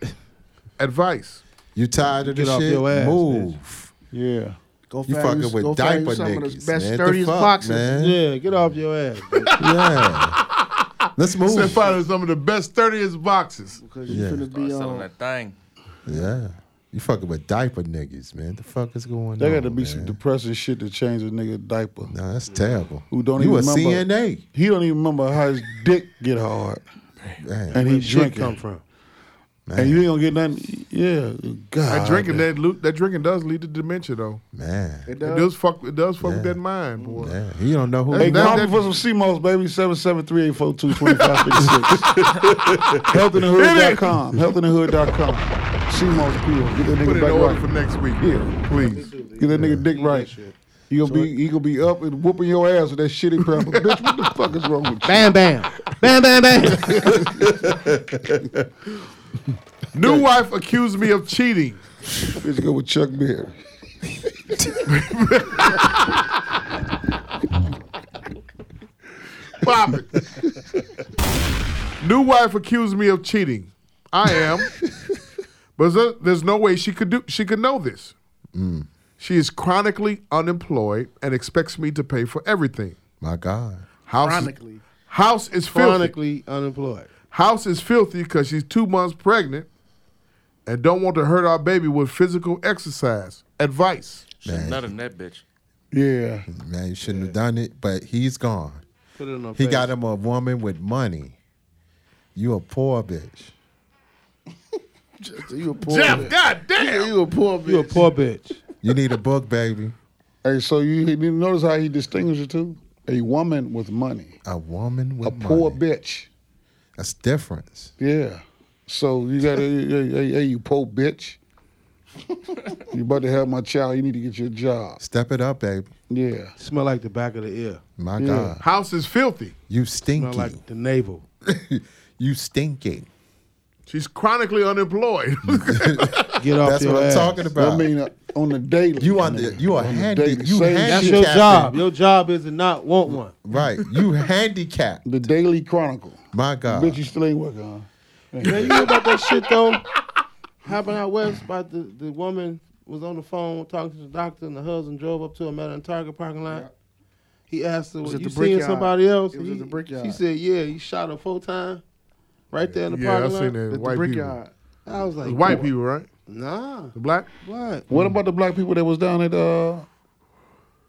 Speaker 3: advice.
Speaker 5: You tired of
Speaker 2: Get
Speaker 5: this
Speaker 2: off
Speaker 5: shit?
Speaker 2: your ass,
Speaker 5: Move.
Speaker 4: Yeah.
Speaker 9: Go
Speaker 5: You
Speaker 9: find
Speaker 5: fucking
Speaker 9: you-
Speaker 5: with
Speaker 9: go find you
Speaker 5: diaper
Speaker 9: some of the
Speaker 5: niggas,
Speaker 9: best
Speaker 5: man. The
Speaker 9: sturdiest
Speaker 5: fuck,
Speaker 9: boxes.
Speaker 5: man?
Speaker 2: Yeah, get off your ass. bro.
Speaker 5: Yeah. Let's
Speaker 3: Send
Speaker 5: move.
Speaker 3: finding some of the best, sturdiest boxes.
Speaker 9: Because you
Speaker 5: Yeah.
Speaker 9: finna
Speaker 1: Start
Speaker 9: be
Speaker 1: selling
Speaker 9: on.
Speaker 1: that thing.
Speaker 5: Yeah. You fucking with diaper niggas, man. The fuck is going
Speaker 4: There
Speaker 5: on?
Speaker 4: got to be some
Speaker 5: Oh, man?
Speaker 4: depressing shit to change a nigga diaper.
Speaker 5: Nah, that's terrible.
Speaker 4: Who don't
Speaker 5: you
Speaker 4: even
Speaker 5: a
Speaker 4: remember-
Speaker 5: CNA?
Speaker 4: He don't even remember how his dick get hard,
Speaker 5: Man,
Speaker 4: and he
Speaker 3: Where'd shit
Speaker 4: drinking.
Speaker 3: come from?
Speaker 4: And you ain't gonna get nothing. Yeah, God.
Speaker 5: Ah,
Speaker 3: That drinking that lo- that drinking does lead to dementia though.
Speaker 5: man,
Speaker 3: It does fuck it does fuck with that mind, boy.
Speaker 5: man. He don't know who.
Speaker 4: Hey,
Speaker 5: he
Speaker 3: that-
Speaker 4: call
Speaker 3: that-
Speaker 4: me for some CMOS, baby.
Speaker 3: *laughs*
Speaker 4: 773-842-2556. Healthinthehood.com. Healthinthehood.com. CMOS pills. Get that
Speaker 3: Put
Speaker 4: nigga
Speaker 3: it in order
Speaker 4: back
Speaker 3: for
Speaker 4: right.
Speaker 3: next week.
Speaker 4: Yeah.
Speaker 3: Please.
Speaker 4: Get that nigga dick right. You gonna be you gonna be up and whooping your ass with that shitty pepper. Bitch, what the fuck is wrong with you?
Speaker 10: Bam, bam. Bam, bam, bam.
Speaker 3: New wife accused me of cheating.
Speaker 4: Bitch, go with Chuck Berry.
Speaker 3: Pop it. New wife accused me of cheating. I am, but there- there's no way she could do. She could know this. She is chronically unemployed and expects me to pay for everything.
Speaker 5: My God.
Speaker 3: House
Speaker 9: Chronically.
Speaker 3: house is filthy.
Speaker 2: Chronically unemployed.
Speaker 3: House is filthy because she's two months pregnant and don't want to hurt our baby with physical exercise. Advice.
Speaker 1: Shit, nut in that bitch.
Speaker 4: Yeah.
Speaker 5: Man, you shouldn't have done it, but he's gone.
Speaker 2: Put it in her
Speaker 5: He
Speaker 2: face.
Speaker 5: got him a woman with money. You a poor bitch.
Speaker 9: You a poor.
Speaker 3: Jeff, God damn.
Speaker 9: You a poor
Speaker 2: You a
Speaker 9: bitch.
Speaker 2: poor bitch.
Speaker 5: You need a book, baby.
Speaker 4: Hey, so you, you notice how he distinguished it too? A woman with money.
Speaker 5: A woman with
Speaker 4: A poor
Speaker 5: money.
Speaker 4: bitch.
Speaker 5: That's difference.
Speaker 4: Yeah. So you got to, hey, hey, hey, you
Speaker 2: *laughs*
Speaker 4: poor bitch. you about to have my child. You need to get your job.
Speaker 5: Step it up, baby.
Speaker 4: Yeah.
Speaker 2: Smell like the back of the ear.
Speaker 5: My
Speaker 4: Yeah.
Speaker 5: God.
Speaker 3: House is filthy.
Speaker 5: You
Speaker 2: Smell
Speaker 5: stinky.
Speaker 2: like the navel.
Speaker 5: you stinking.
Speaker 3: She's chronically *laughs* unemployed.
Speaker 2: Get off
Speaker 5: That's
Speaker 2: your
Speaker 5: what I'm
Speaker 2: ass.
Speaker 5: talking about.
Speaker 4: I mean, uh, on the daily.
Speaker 5: you on the you are
Speaker 4: On the
Speaker 5: handy
Speaker 4: daily.
Speaker 5: you
Speaker 4: Say
Speaker 2: That's
Speaker 5: handicapped.
Speaker 2: your job. Your job is to not want one.
Speaker 5: Right. You handicapped.
Speaker 4: The Daily Chronicle.
Speaker 5: My God.
Speaker 4: Bitch, you still ain't working, huh?
Speaker 2: Man, you hear about that shit though? Happened out west about the, the woman was on the phone talking to the doctor and the husband drove up to her met her in Target parking lot. He asked her,
Speaker 9: was
Speaker 2: "Was
Speaker 9: at
Speaker 2: you
Speaker 9: the
Speaker 2: seeing
Speaker 9: Brickyard.
Speaker 2: somebody else?"
Speaker 9: It was at
Speaker 2: He-
Speaker 9: the Brickyard.
Speaker 2: She said, "Yeah." He shot her full time, right there in the
Speaker 3: yeah, I
Speaker 2: parking
Speaker 3: seen
Speaker 2: lot.
Speaker 3: that.
Speaker 9: At the
Speaker 3: White people.
Speaker 9: brickyard.
Speaker 2: I was like,
Speaker 3: White people, right?
Speaker 2: Nah,
Speaker 3: The black?
Speaker 2: what?
Speaker 4: What about the black people that was down at uh,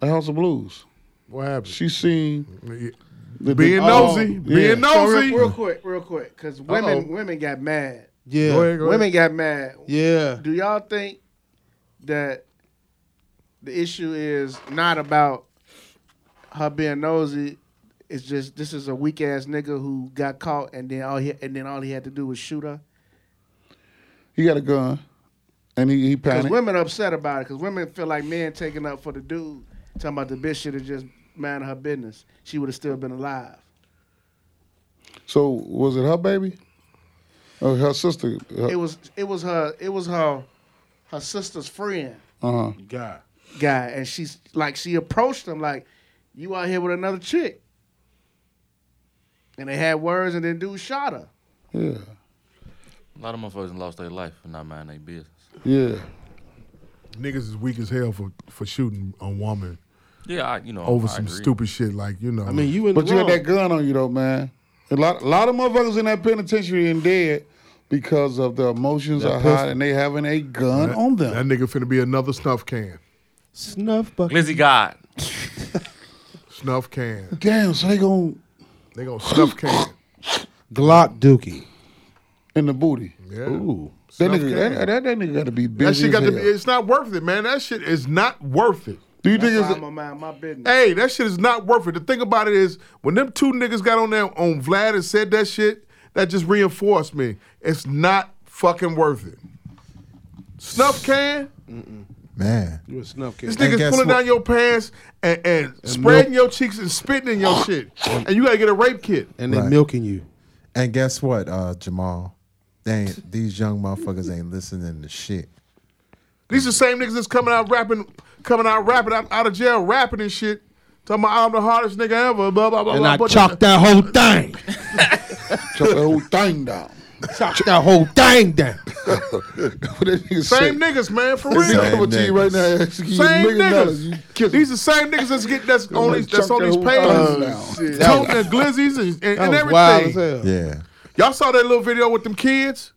Speaker 4: the House of Blues?
Speaker 3: What happened?
Speaker 4: She seen the,
Speaker 3: Being
Speaker 4: the-
Speaker 3: nosy. Being
Speaker 4: yeah.
Speaker 9: So
Speaker 3: nosy.
Speaker 9: real,
Speaker 3: Oh,
Speaker 9: real quick, real quick, because women
Speaker 4: Uh-oh.
Speaker 9: women got mad.
Speaker 2: Yeah,
Speaker 3: Go ahead, go
Speaker 9: Women
Speaker 3: ahead.
Speaker 9: got mad.
Speaker 2: yeah.
Speaker 9: Do y'all think that the issue is not about her being nosy? It's just this is a weak ass nigga who got caught and then all he and then all he had to do was shoot her.
Speaker 4: He got a gun, and he, he
Speaker 9: Because
Speaker 4: panicked.
Speaker 9: women upset about it. Because women feel like men taking up for the dude. Talking about the bitch should have just minded her business. She would have still been alive.
Speaker 4: So was it her baby? Or her sister?
Speaker 9: It
Speaker 4: Her,
Speaker 9: was it was her it was her her sister's friend
Speaker 4: uh-huh.
Speaker 2: God,
Speaker 9: guy, and she's like she approached him like, "You out here with another chick," and they had words, and then dude shot her.
Speaker 4: Yeah.
Speaker 1: A lot of motherfuckers lost their life for not minding their business.
Speaker 4: Yeah.
Speaker 3: Niggas is weak as hell for, for shooting a woman
Speaker 1: Yeah, I, you know,
Speaker 3: over
Speaker 1: I
Speaker 3: some
Speaker 1: agree.
Speaker 3: stupid shit like, you know.
Speaker 2: I mean, you in
Speaker 4: But
Speaker 2: the
Speaker 4: you got
Speaker 2: wrong.
Speaker 4: that gun on you though, man. A lot, a lot of motherfuckers in that penitentiary and dead because of the emotions are high and they having a gun
Speaker 3: that,
Speaker 4: on them.
Speaker 3: That nigga finna be another snuff can.
Speaker 2: snuff bucket.
Speaker 1: Glizzy God.
Speaker 3: Snuff can.
Speaker 4: Damn, so they gon'
Speaker 3: They gonna *coughs* snuff can.
Speaker 2: Glock Dookie.
Speaker 4: in the booty.
Speaker 3: Yeah.
Speaker 2: Ooh,
Speaker 4: That
Speaker 3: Snuff
Speaker 4: nigga,
Speaker 3: can.
Speaker 4: that, that, that nigga got to be
Speaker 3: That
Speaker 4: busy.
Speaker 3: shit got
Speaker 4: as
Speaker 3: to be.
Speaker 4: hell.
Speaker 3: It's not worth it, man. That shit is not worth it.
Speaker 4: Do you think
Speaker 9: That's why
Speaker 4: it's?
Speaker 9: I'm gonna mind my business.
Speaker 3: Hey, that shit is not worth it. The thing about it is, when them two niggas got on there on Vlad and said that shit, that just reinforced me. It's not fucking worth it. Snuff can.
Speaker 5: Man.
Speaker 2: You a snuff
Speaker 3: This
Speaker 2: And
Speaker 3: nigga's
Speaker 2: guess
Speaker 3: pulling
Speaker 2: what?
Speaker 3: down your pants and, and spreading your cheeks and spitting in your shit. And you gotta get a rape kit.
Speaker 2: And they milking you.
Speaker 5: And guess what, uh, Jamal? They ain't, these young motherfuckers ain't listening to shit.
Speaker 3: These the same niggas that's coming out rapping, coming out rapping out, out of jail, rapping and shit. Talking about I'm the hardest nigga ever. Blah blah blah.
Speaker 2: And
Speaker 3: blah,
Speaker 2: I
Speaker 3: blah.
Speaker 2: chalked that whole thing.
Speaker 4: Chop that whole thing down. *laughs*
Speaker 2: Chop that whole thing down.
Speaker 4: what that nigga say?
Speaker 3: Same niggas, man, for real.
Speaker 4: If you come up to you right now, and ask you
Speaker 3: Same
Speaker 4: a million dollars, you
Speaker 3: niggas. These the same niggas that's getting that's on these that's on these
Speaker 4: Chuck that whole thing
Speaker 3: pages,
Speaker 4: down. Shit.
Speaker 3: toting their glizzies and, and, and
Speaker 2: That
Speaker 3: everything.
Speaker 2: was wild as hell.
Speaker 5: Yeah.
Speaker 3: Y'all saw that little video with them kids?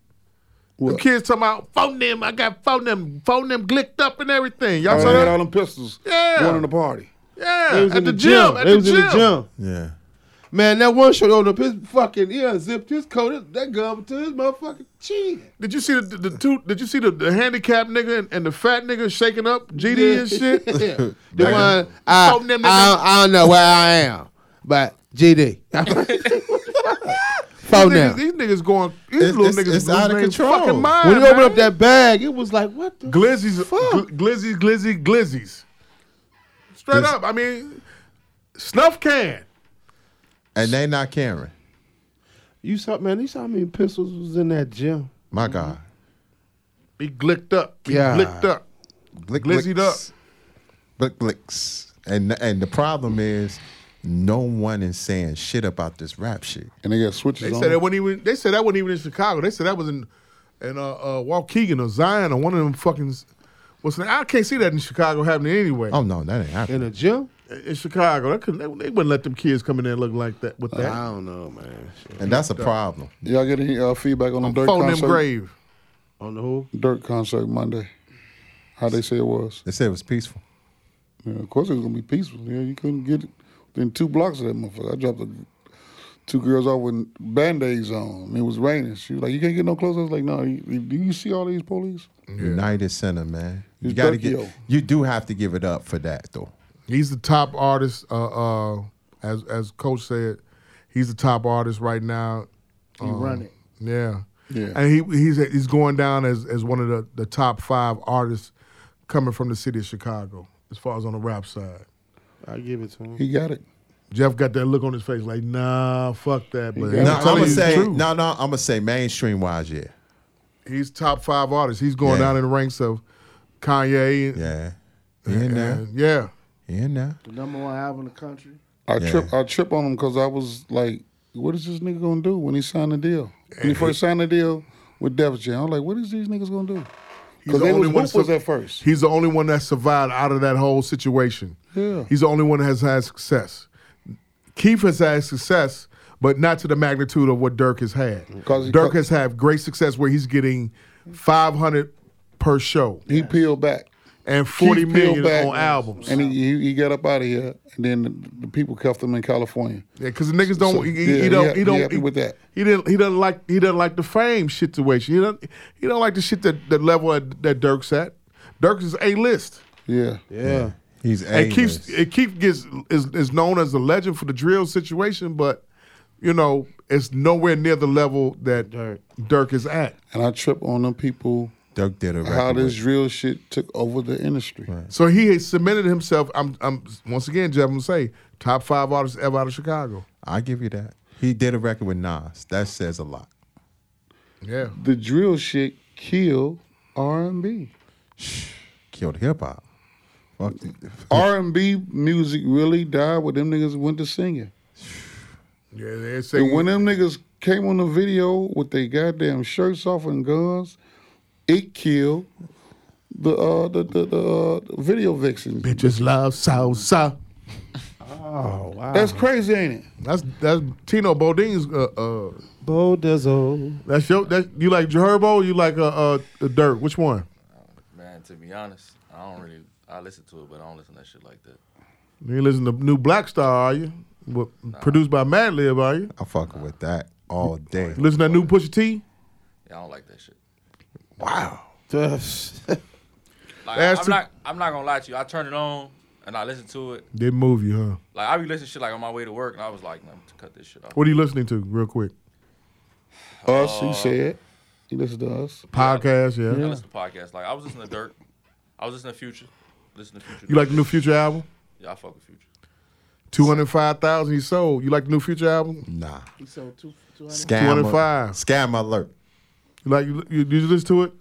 Speaker 4: What?
Speaker 3: Them kids talking about phone them, I got phone them, phone them glicked up and everything. Y'all
Speaker 4: I
Speaker 3: saw
Speaker 4: had all
Speaker 3: that?
Speaker 4: them pistols.
Speaker 3: Yeah.
Speaker 4: One in the party.
Speaker 2: They
Speaker 3: Yeah.
Speaker 2: was
Speaker 3: At
Speaker 2: in
Speaker 3: the gym. At
Speaker 2: They
Speaker 3: the
Speaker 2: was in the
Speaker 3: gym.
Speaker 2: gym.
Speaker 5: Yeah.
Speaker 2: Man, that one short opened up his fucking, he unzipped his coat, his- that gun up to his motherfucking chin.
Speaker 3: Did you see the, the, the two did you see the, the handicapped nigga and, and the fat nigga shaking up GD and shit?
Speaker 2: yeah. The
Speaker 3: Man.
Speaker 2: one, I,
Speaker 3: Phone them niggas.
Speaker 2: I, I don't know where I am, but GD. *laughs*
Speaker 3: *laughs* These
Speaker 2: Phone
Speaker 3: niggas,
Speaker 2: them.
Speaker 3: these niggas going these
Speaker 5: It's-
Speaker 3: little
Speaker 5: it's-
Speaker 3: niggas
Speaker 5: it's out of
Speaker 3: losing their
Speaker 5: control.
Speaker 3: Fucking mind,
Speaker 2: When he
Speaker 3: man.
Speaker 2: opened up that bag, it was like, what the?
Speaker 3: Glizzies, gl- glizzies, glizzy, glizzies. Straight
Speaker 5: This-
Speaker 3: up, I mean, snuff can.
Speaker 5: And they not caring.
Speaker 2: You saw, man, you saw how many pistols was in that gym.
Speaker 5: My
Speaker 3: Mm-hmm.
Speaker 5: God.
Speaker 3: Be glicked up. Be
Speaker 2: Yeah.
Speaker 3: glicked up.
Speaker 5: Glick,
Speaker 3: Glizzied
Speaker 5: glicks. Glick, glicks. And, and the problem is, no one is saying shit about this rap shit.
Speaker 4: And they got switches
Speaker 3: They
Speaker 4: on.
Speaker 3: said that
Speaker 4: them.
Speaker 3: wasn't even. They said that wasn't even in Chicago. They said that was in, in uh, uh, Waukegan or Zion or one of them fucking. s- What's the, I can't see that in Chicago happening anyway.
Speaker 5: Oh, no, that ain't happening.
Speaker 2: In a gym?
Speaker 3: In Chicago, that couldn't, they, they wouldn't let them kids come in there looking like that with that.
Speaker 2: Uh, I don't know, man. Shit.
Speaker 5: And that's a problem.
Speaker 4: Y'all get any uh, feedback on the Dirt
Speaker 3: Phone them
Speaker 4: concert?
Speaker 3: grave.
Speaker 2: On the who?
Speaker 4: Dirt concert Monday. How they say it was.
Speaker 5: They said it was peaceful.
Speaker 4: Yeah, of course it was gonna be peaceful. Yeah, you couldn't get it within two blocks of that motherfucker. I dropped the two girls off with band-aids on. and It was raining. She was like, "You can't get no clothes." I was like, "No." You, do you see all these police?
Speaker 5: United Center, man. You
Speaker 4: It's
Speaker 5: gotta
Speaker 4: Tokyo.
Speaker 5: get. You do have to give it up for that, though.
Speaker 3: He's the top artist. Uh, uh, as as Coach said, he's the top artist right now.
Speaker 9: He
Speaker 4: Uh-huh.
Speaker 9: run it.
Speaker 3: Yeah.
Speaker 4: Yeah.
Speaker 3: And he he's he's going down as as one of the, the top five artists coming from the city of Chicago as far as on the rap side.
Speaker 2: I give it to him.
Speaker 4: He got it.
Speaker 3: Jeff got that look on his face like, nah, fuck that. But
Speaker 4: got
Speaker 3: I'm
Speaker 5: No, I'm
Speaker 3: telling
Speaker 5: gonna
Speaker 3: you the
Speaker 5: say
Speaker 3: truth.
Speaker 5: no, no. I'm gonna say mainstream wise, yeah,
Speaker 3: he's top five artist. He's going
Speaker 5: Yeah.
Speaker 3: down in the ranks of Kanye. And,
Speaker 5: yeah. He in there,
Speaker 3: and- yeah.
Speaker 5: he in there.
Speaker 9: The number one album in the country.
Speaker 4: I
Speaker 5: Yeah.
Speaker 4: trip. I trip on him because I was like, "What is this nigga gonna do when he signed the deal? When he first signed the deal with Def Jam, I'm like, what is these niggas gonna do?
Speaker 3: He's
Speaker 4: Because
Speaker 3: the
Speaker 4: they
Speaker 3: only
Speaker 4: was
Speaker 3: one.
Speaker 4: hoopers was
Speaker 3: That,
Speaker 4: at first.
Speaker 3: he's the only one that survived out of that whole situation.
Speaker 4: Yeah.
Speaker 3: He's the only one that has had success. Keith has had success, but not to the magnitude of what Dirk has had.
Speaker 4: 'Cause he-
Speaker 3: Dirk has had great success where he's getting 500 per show
Speaker 4: He peeled back.
Speaker 3: and forty
Speaker 4: Keith
Speaker 3: million
Speaker 4: peeled back,
Speaker 3: on albums.
Speaker 4: and he, he he got up out of here. And then the, the people cuffed him in California.
Speaker 3: Yeah, because the niggas don't.
Speaker 4: So,
Speaker 3: he, he-
Speaker 4: yeah,
Speaker 3: he
Speaker 4: he
Speaker 3: don't. He,
Speaker 4: ha- he
Speaker 3: don't.
Speaker 4: happy with that.
Speaker 3: He didn't. He doesn't like. He doesn't like the fame situation. He don't. He don't like the shit that that level that, that Dirk's at. Dirk is a list,
Speaker 4: Yeah,
Speaker 2: Yeah.
Speaker 5: He's a
Speaker 3: and Keith. And Keith gets is is known as a legend for the drill situation, but you know it's nowhere near the level that Dirk, is at.
Speaker 4: and I trip on them people
Speaker 5: Dirk did a record.
Speaker 4: how this
Speaker 5: with-
Speaker 4: real shit took over the industry.
Speaker 3: So he has submitted himself. I'm. I'm once again, Jeff. I'm gonna say top five artists ever out of Chicago.
Speaker 5: I give you that. He did a record with Nas. That says a lot.
Speaker 3: Yeah.
Speaker 4: The drill shit killed R and
Speaker 3: *laughs*
Speaker 4: B.
Speaker 5: Killed hip hop. Fuck it.
Speaker 4: R and B music really died when them niggas went to singing.
Speaker 3: Yeah. They say
Speaker 4: And when them niggas came on the video with their goddamn shirts off and guns, it killed the uh, the the, the, uh, the video vixens.
Speaker 3: bitches love salsa.
Speaker 4: That's crazy, ain't it?
Speaker 3: That's that's Tino Bodine's. Uh, uh,
Speaker 2: Boldezo.
Speaker 3: that's your. That you like Herbo? You like uh, uh Dirt? Which one?
Speaker 1: Man, to be honest, I don't really. I listen to it, but I don't listen to that shit like that.
Speaker 3: You ain't listen to New Black Star? Are you? What, Produced by Madlib? Are you?
Speaker 5: I'm fucking with that all day.
Speaker 3: You listen to that new Pusha T?
Speaker 1: Yeah, I don't like that shit.
Speaker 2: That's
Speaker 1: Like,
Speaker 3: That's
Speaker 1: I'm
Speaker 3: too-
Speaker 1: not. I'm not gonna lie to you. I turn it on and I listen to it.
Speaker 3: They move you, huh?
Speaker 1: Like I be listening to shit like on my way to work, and I was like, nah, I'm to cut this shit off.
Speaker 3: What are you listening to, real quick?
Speaker 4: Us, he said. He listened to us.
Speaker 3: Podcast,
Speaker 1: I
Speaker 3: yeah.
Speaker 1: listen to podcasts. Like I was listening to Dirk. I I was listening to Future. Listen to Future.
Speaker 3: You like the new Future album?
Speaker 1: Yeah, I fuck with Future.
Speaker 3: Two hundred five thousand he sold. You like the new Future album?
Speaker 5: Nah.
Speaker 9: He sold two, 200.
Speaker 5: Scam.
Speaker 3: 205.
Speaker 5: Scam alert.
Speaker 3: You like you, you, you listen to it?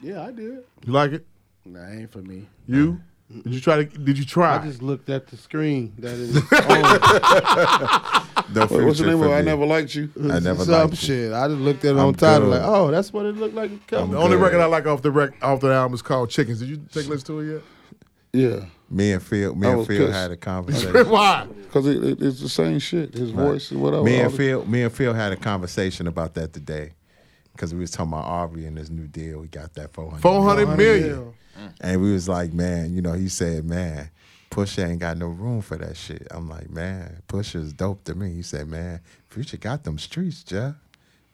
Speaker 9: Yeah, I did.
Speaker 3: You like it?
Speaker 9: Nah, ain't for me.
Speaker 3: You? Did you try to? Did you try?
Speaker 2: I just looked at the screen that is. on.
Speaker 5: The
Speaker 4: Wait, what's the
Speaker 5: future
Speaker 4: name of
Speaker 5: for
Speaker 4: it? I
Speaker 5: me.
Speaker 4: never liked you.
Speaker 5: I never
Speaker 2: Some
Speaker 5: liked you.
Speaker 2: shit. I just looked at it
Speaker 5: I'm
Speaker 2: on title
Speaker 5: good.
Speaker 2: like, oh, that's what it looked like. it covered.
Speaker 3: The only
Speaker 5: good.
Speaker 3: record I like off the rec, off the album is called Chickens. Did you take a listen to it
Speaker 4: Yeah,
Speaker 5: Me and Phil, me
Speaker 4: I
Speaker 5: and
Speaker 4: was
Speaker 5: Phil
Speaker 4: pissed. *laughs*
Speaker 5: had a
Speaker 3: yet? *laughs*
Speaker 5: conversation.
Speaker 3: Why?
Speaker 4: because it, it, it's the same shit. His voice and whatever.
Speaker 5: me
Speaker 4: Oh, all
Speaker 5: and
Speaker 4: the-
Speaker 5: Phil, me and Phil had a conversation about that today, because we was talking about Aubrey and his new deal. We got that four hundred. Mm.
Speaker 3: Four hundred million.
Speaker 9: Yeah.
Speaker 5: And we was like, man, you know, he said, man, Pusha ain't got no room for that shit. I'm like, man, Pusha's dope to me. He said, man, Future got them streets, Jeff.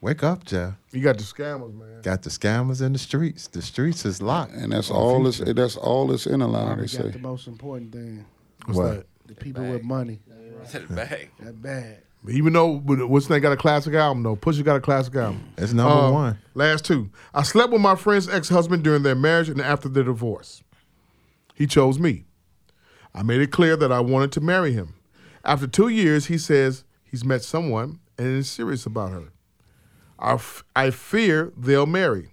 Speaker 5: Wake up, Jeff.
Speaker 3: You got the scammers, man.
Speaker 5: Got the scammers in the streets. The streets is locked.
Speaker 4: And that's all this. That's all this inner line they
Speaker 9: Probably got
Speaker 4: say.
Speaker 9: the most important thing:
Speaker 3: What's
Speaker 5: What?
Speaker 3: that?
Speaker 9: the people with money.
Speaker 1: *laughs*
Speaker 3: *laughs*
Speaker 1: Said it back.
Speaker 9: That bad.
Speaker 3: But even though but what's they got a classic album though. Pusha got a classic album.
Speaker 5: It's number
Speaker 3: Uh,
Speaker 5: one.
Speaker 3: Last two. I slept with my friend's ex-husband during their marriage and after their divorce. He chose me. I made it clear that I wanted to marry him. After two years, he says he's met someone and is serious about her. I, f- I fear they'll marry.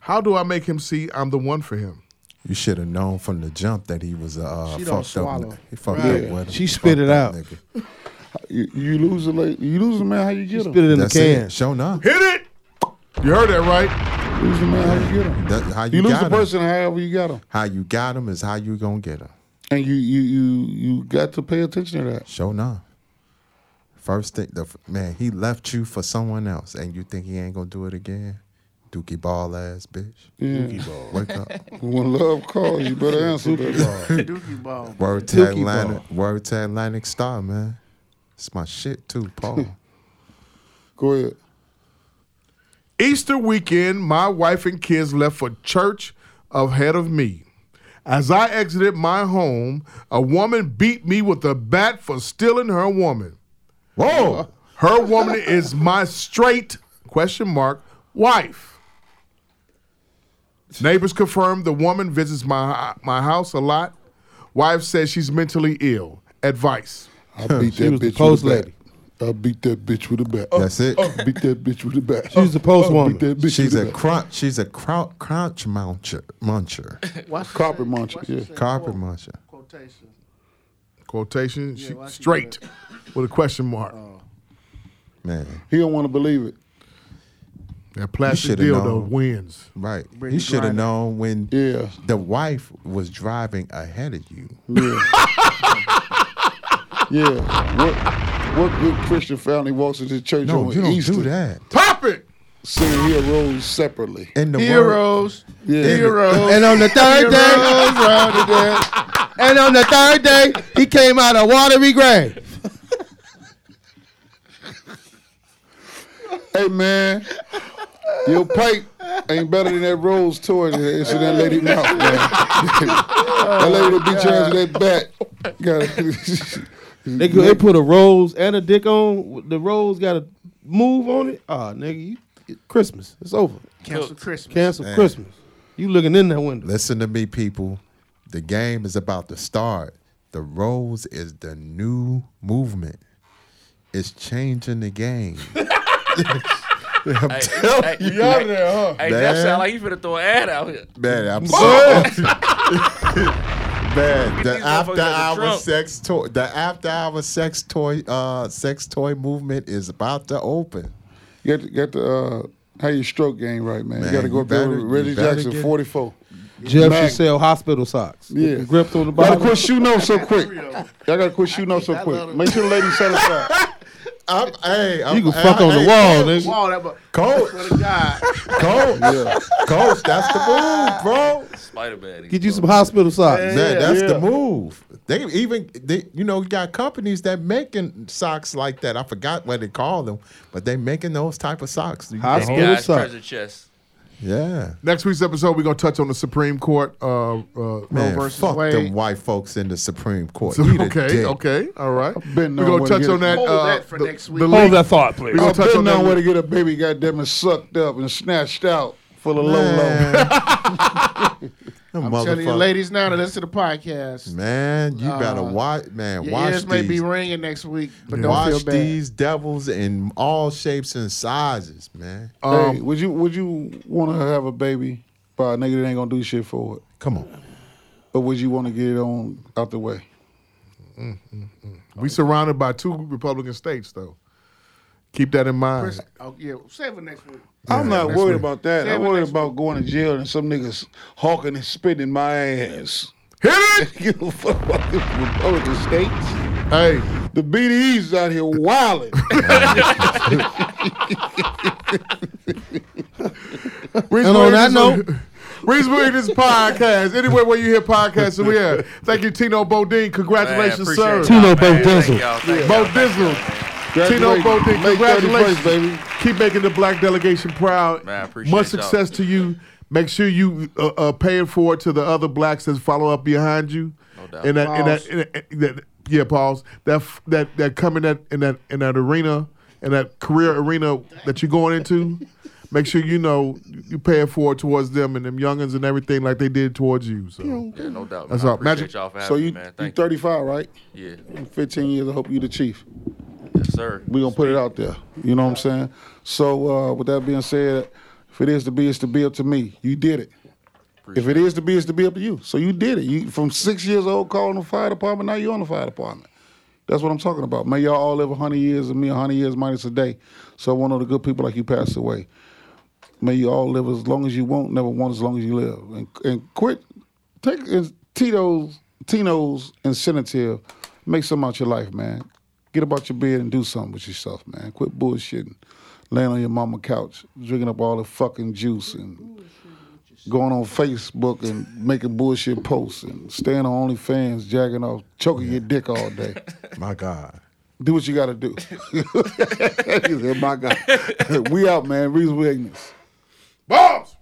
Speaker 3: How do I make him see I'm the one for him?
Speaker 5: You should have known from the jump that he was a uh,
Speaker 9: She don't
Speaker 5: fucked up.
Speaker 9: swallow.
Speaker 5: He fucked
Speaker 2: Right.
Speaker 5: up with him.
Speaker 2: She spit it
Speaker 5: Fucked up
Speaker 2: out.
Speaker 5: nigga.
Speaker 4: You, you lose a lady. You lose a man. How you
Speaker 2: You
Speaker 4: get
Speaker 2: spit
Speaker 4: him?
Speaker 2: it in
Speaker 5: That's
Speaker 2: the can.
Speaker 5: it. Show enough.
Speaker 3: Hit it! You heard that right?
Speaker 4: Lose a man. How you get him?
Speaker 5: That, how you,
Speaker 4: You lose
Speaker 5: got
Speaker 4: a
Speaker 5: him.
Speaker 4: person. However you got him,
Speaker 5: How you got him is how you gonna get him.
Speaker 4: and you you you you got to pay attention to that.
Speaker 5: Show enough. First thing, the f- man, he left you for someone else, and you think he ain't gonna do it again. Dookie ball ass bitch.
Speaker 4: Yeah.
Speaker 5: *laughs* Wake up.
Speaker 4: *laughs* When love calls, you
Speaker 2: *laughs*
Speaker 4: better answer. that.
Speaker 9: Dookie ball.
Speaker 5: Word to
Speaker 2: Dookie
Speaker 5: Atlantic. Word to Atlantic Star, man. It's my shit too,
Speaker 4: *laughs*
Speaker 5: Paul.
Speaker 4: Go ahead.
Speaker 3: Easter weekend, my wife and kids left for church ahead of me. As I exited my home, a woman beat me with a bat for stealing her woman. Whoa! Her woman is my straight question mark wife. Neighbors confirm the woman visits my my house a lot. Wife says she's mentally ill. Advice.
Speaker 4: I
Speaker 2: *laughs*
Speaker 4: beat
Speaker 2: She
Speaker 4: that
Speaker 2: was the
Speaker 4: bitch
Speaker 2: post
Speaker 4: with a
Speaker 2: lady.
Speaker 4: bat. I beat that bitch with a bat.
Speaker 5: That's it.
Speaker 4: I beat that bitch with a bat.
Speaker 2: She was the post
Speaker 4: I
Speaker 2: woman.
Speaker 4: Beat Oh, that bitch
Speaker 5: She's
Speaker 4: with
Speaker 5: a
Speaker 4: a bat.
Speaker 5: crunch. She's a crou- crouch muncher,
Speaker 9: *laughs*
Speaker 5: muncher,
Speaker 9: Watch the
Speaker 4: Carpet
Speaker 9: say-
Speaker 4: muncher,
Speaker 9: watch the
Speaker 4: yeah.
Speaker 9: say
Speaker 5: carpet
Speaker 9: quote-
Speaker 5: muncher.
Speaker 9: Quotation.
Speaker 3: Quotation. she,
Speaker 9: why she Oh.
Speaker 3: straight with a question mark.
Speaker 5: Man,
Speaker 4: He don't want to believe it.
Speaker 3: that plastic
Speaker 5: shoulda
Speaker 3: dildo
Speaker 5: known.
Speaker 3: wins.
Speaker 5: right.
Speaker 9: Brittany
Speaker 5: You should have
Speaker 9: Griner.
Speaker 5: known when
Speaker 4: Yeah.
Speaker 5: the wife was driving ahead of you.
Speaker 4: Yeah. yeah. What, what good Christian family walks into church
Speaker 5: No,
Speaker 4: on
Speaker 5: you don't
Speaker 4: Easter
Speaker 5: do that.
Speaker 3: Pop it!
Speaker 4: singing he arose separately?
Speaker 5: In the world,
Speaker 2: Heroes. Heroes. And on the third day, and on the third day, he came out of watery grave.
Speaker 4: *laughs* Hey man, your pipe ain't better than that rose toy that- that's in that lady mouth, man. *laughs* that lady that beat your ass with that bat. Got *laughs* it.
Speaker 2: They, could, they put a rose and a dick on. The rose got a move on it. Ah, nigga, you, Christmas. It's over.
Speaker 9: Cancel Christmas.
Speaker 2: Cancel
Speaker 5: Man.
Speaker 2: Christmas. You looking in that window.
Speaker 5: listen to me, people. The game is about to start. The rose is the new movement. It's changing the game.
Speaker 1: Hey, hey, you out of there, huh? Hey, that
Speaker 5: Man.
Speaker 1: sound like he finna throw an ad out here.
Speaker 5: Man, I'm so *laughs* Man, the
Speaker 1: these motherfuckers out
Speaker 5: after
Speaker 1: the
Speaker 5: hour
Speaker 1: trunk.
Speaker 5: sex toy the after hour sex toy uh sex toy movement is about to open.
Speaker 4: You got to, got to uh, how your stroke game right, man.
Speaker 5: Man,
Speaker 4: you got to
Speaker 5: you
Speaker 4: go up there
Speaker 5: better-
Speaker 4: with Reggie
Speaker 5: you better
Speaker 4: Jackson,
Speaker 5: get-
Speaker 4: 44.
Speaker 2: Jeff
Speaker 4: Mac.
Speaker 2: should sell hospital socks.
Speaker 4: Yeah.
Speaker 2: With the grips on the
Speaker 4: Y'all gotta
Speaker 2: bottom.
Speaker 4: quit shooting
Speaker 5: *laughs*
Speaker 4: off so quick. Y'all gotta quit shooting off so quick. Make sure the lady's satisfied.
Speaker 5: I'm, hey, I'm,
Speaker 2: You can fuck on the wall, nigga.
Speaker 9: Wall that bu-
Speaker 5: Coach,
Speaker 9: swear to God.
Speaker 5: coach, coach, that's the move, bro.
Speaker 1: Spider Man.
Speaker 2: Get you
Speaker 3: *laughs*
Speaker 2: some hospital socks.
Speaker 5: Man, that's
Speaker 4: yeah.
Speaker 5: the move. They even they, you know, you got companies that making socks like that. I forgot what they call them, but they making those type of socks. You
Speaker 2: Hot
Speaker 5: can-
Speaker 2: spit.
Speaker 1: Guys,
Speaker 2: Suck.
Speaker 1: treasure chest.
Speaker 5: yeah.
Speaker 3: Next week's episode, we're gonna touch on the Supreme Court. Uh, uh,
Speaker 5: Man,
Speaker 3: versus
Speaker 5: fuck
Speaker 3: Wade.
Speaker 5: them white folks in the Supreme
Speaker 3: *laughs*
Speaker 5: Court. Eat a
Speaker 3: okay,
Speaker 5: dick.
Speaker 3: okay, all right. We're
Speaker 4: been knowing
Speaker 3: gonna
Speaker 4: where to
Speaker 3: touch
Speaker 4: get
Speaker 3: on
Speaker 4: it.
Speaker 3: that.
Speaker 9: Hold
Speaker 3: uh,
Speaker 9: that for
Speaker 3: the-
Speaker 9: next
Speaker 3: the
Speaker 9: week.
Speaker 3: leak.
Speaker 2: that thought, please.
Speaker 3: We're gonna
Speaker 4: I've
Speaker 3: touch
Speaker 4: been
Speaker 3: on that.
Speaker 4: down where to get a
Speaker 2: *laughs*
Speaker 5: *laughs*
Speaker 4: baby, goddamn it, sucked up and snatched out full of low low.
Speaker 5: Man.
Speaker 9: I'm telling you,
Speaker 5: motherfucker-
Speaker 9: ladies, now to listen to the podcast.
Speaker 5: Man, you better
Speaker 9: Uh,
Speaker 5: watch. Man,
Speaker 9: Your
Speaker 5: watch
Speaker 9: ears
Speaker 5: these.
Speaker 9: may be ringing next week, but don't
Speaker 5: watch
Speaker 9: feel bad.
Speaker 5: these devils in all shapes and sizes, man.
Speaker 9: Uh,
Speaker 2: Um,
Speaker 4: hey, would you would you want to have a baby by a nigga that ain't gonna do shit for it?
Speaker 5: Come on.
Speaker 4: Or would you want to get it on out the way?
Speaker 3: We surrounded by two Republican states, though. Keep that in mind. *laughs*
Speaker 9: Chris, oh, yeah, save it next week.
Speaker 4: I'm not
Speaker 3: next
Speaker 4: worried
Speaker 3: week.
Speaker 4: about that.
Speaker 9: Save
Speaker 4: I'm
Speaker 9: it
Speaker 4: worried
Speaker 9: next
Speaker 4: about going to jail and some niggas hawking and spitting in my ass. Hit it! *laughs* Give a fuck about the Republican states.
Speaker 3: Hey,
Speaker 4: the BDE's out here
Speaker 1: *laughs*
Speaker 4: wilding.
Speaker 2: And on that note,
Speaker 3: Reason we
Speaker 9: *laughs*
Speaker 3: this podcast. Anywhere where you hear podcasts, we are. Thank you, Tino Bodine. Congratulations, sir. Bo Dizzle. Tino Bodine, congratulations.
Speaker 4: baby.
Speaker 3: Keep making the black delegation proud.
Speaker 1: Man, I appreciate
Speaker 3: Much
Speaker 1: y'all.
Speaker 3: success to you. Make sure you uh, uh, pay it forward to the other blacks that follow up behind you.
Speaker 1: No doubt.
Speaker 3: And that, and that, and that, and that- yeah, pause. That f- that that coming that in that in that arena and that career arena that you're going into. Make sure you know you pay it forward towards them and them youngins and everything like they did towards you. So
Speaker 1: Yeah, no doubt.
Speaker 3: That's
Speaker 1: man. I
Speaker 3: all.
Speaker 1: appreciate
Speaker 3: Magic.
Speaker 1: y'all for having
Speaker 4: So
Speaker 1: me,
Speaker 4: you,
Speaker 1: man.
Speaker 4: you
Speaker 1: Thank you.
Speaker 4: 35, right?
Speaker 1: Yeah.
Speaker 4: In 15 years, I hope you the chief.
Speaker 1: Yes, sir.
Speaker 4: We're going to put it out there. You know what I'm saying? So uh, with that being said, if it is to be, it's to be up to me. You did it. If it is to be, it's to be up to you. So you did it. You From six years old calling the fire department, now you're on the fire department. That's what I'm talking about. May y'all all live 100 years and me 100 years minus a day. So one of the good people like you passed away. May you all live as long as you want, never want as long as you live. And, and quit, take is- Tito's, Tino's incentive, make something out your life, man. Get about your bed and do something with yourself, man. Quit bullshitting, laying on your mama couch, drinking up all the fucking juice and going on Facebook and making bullshit posts and staying on OnlyFans, jacking off, choking your dick all day.
Speaker 9: uh,
Speaker 5: My God.
Speaker 4: Do what you gotta do. *laughs* he *laughs* said, my God. we out, man. Reason we ignorance.
Speaker 3: bombs.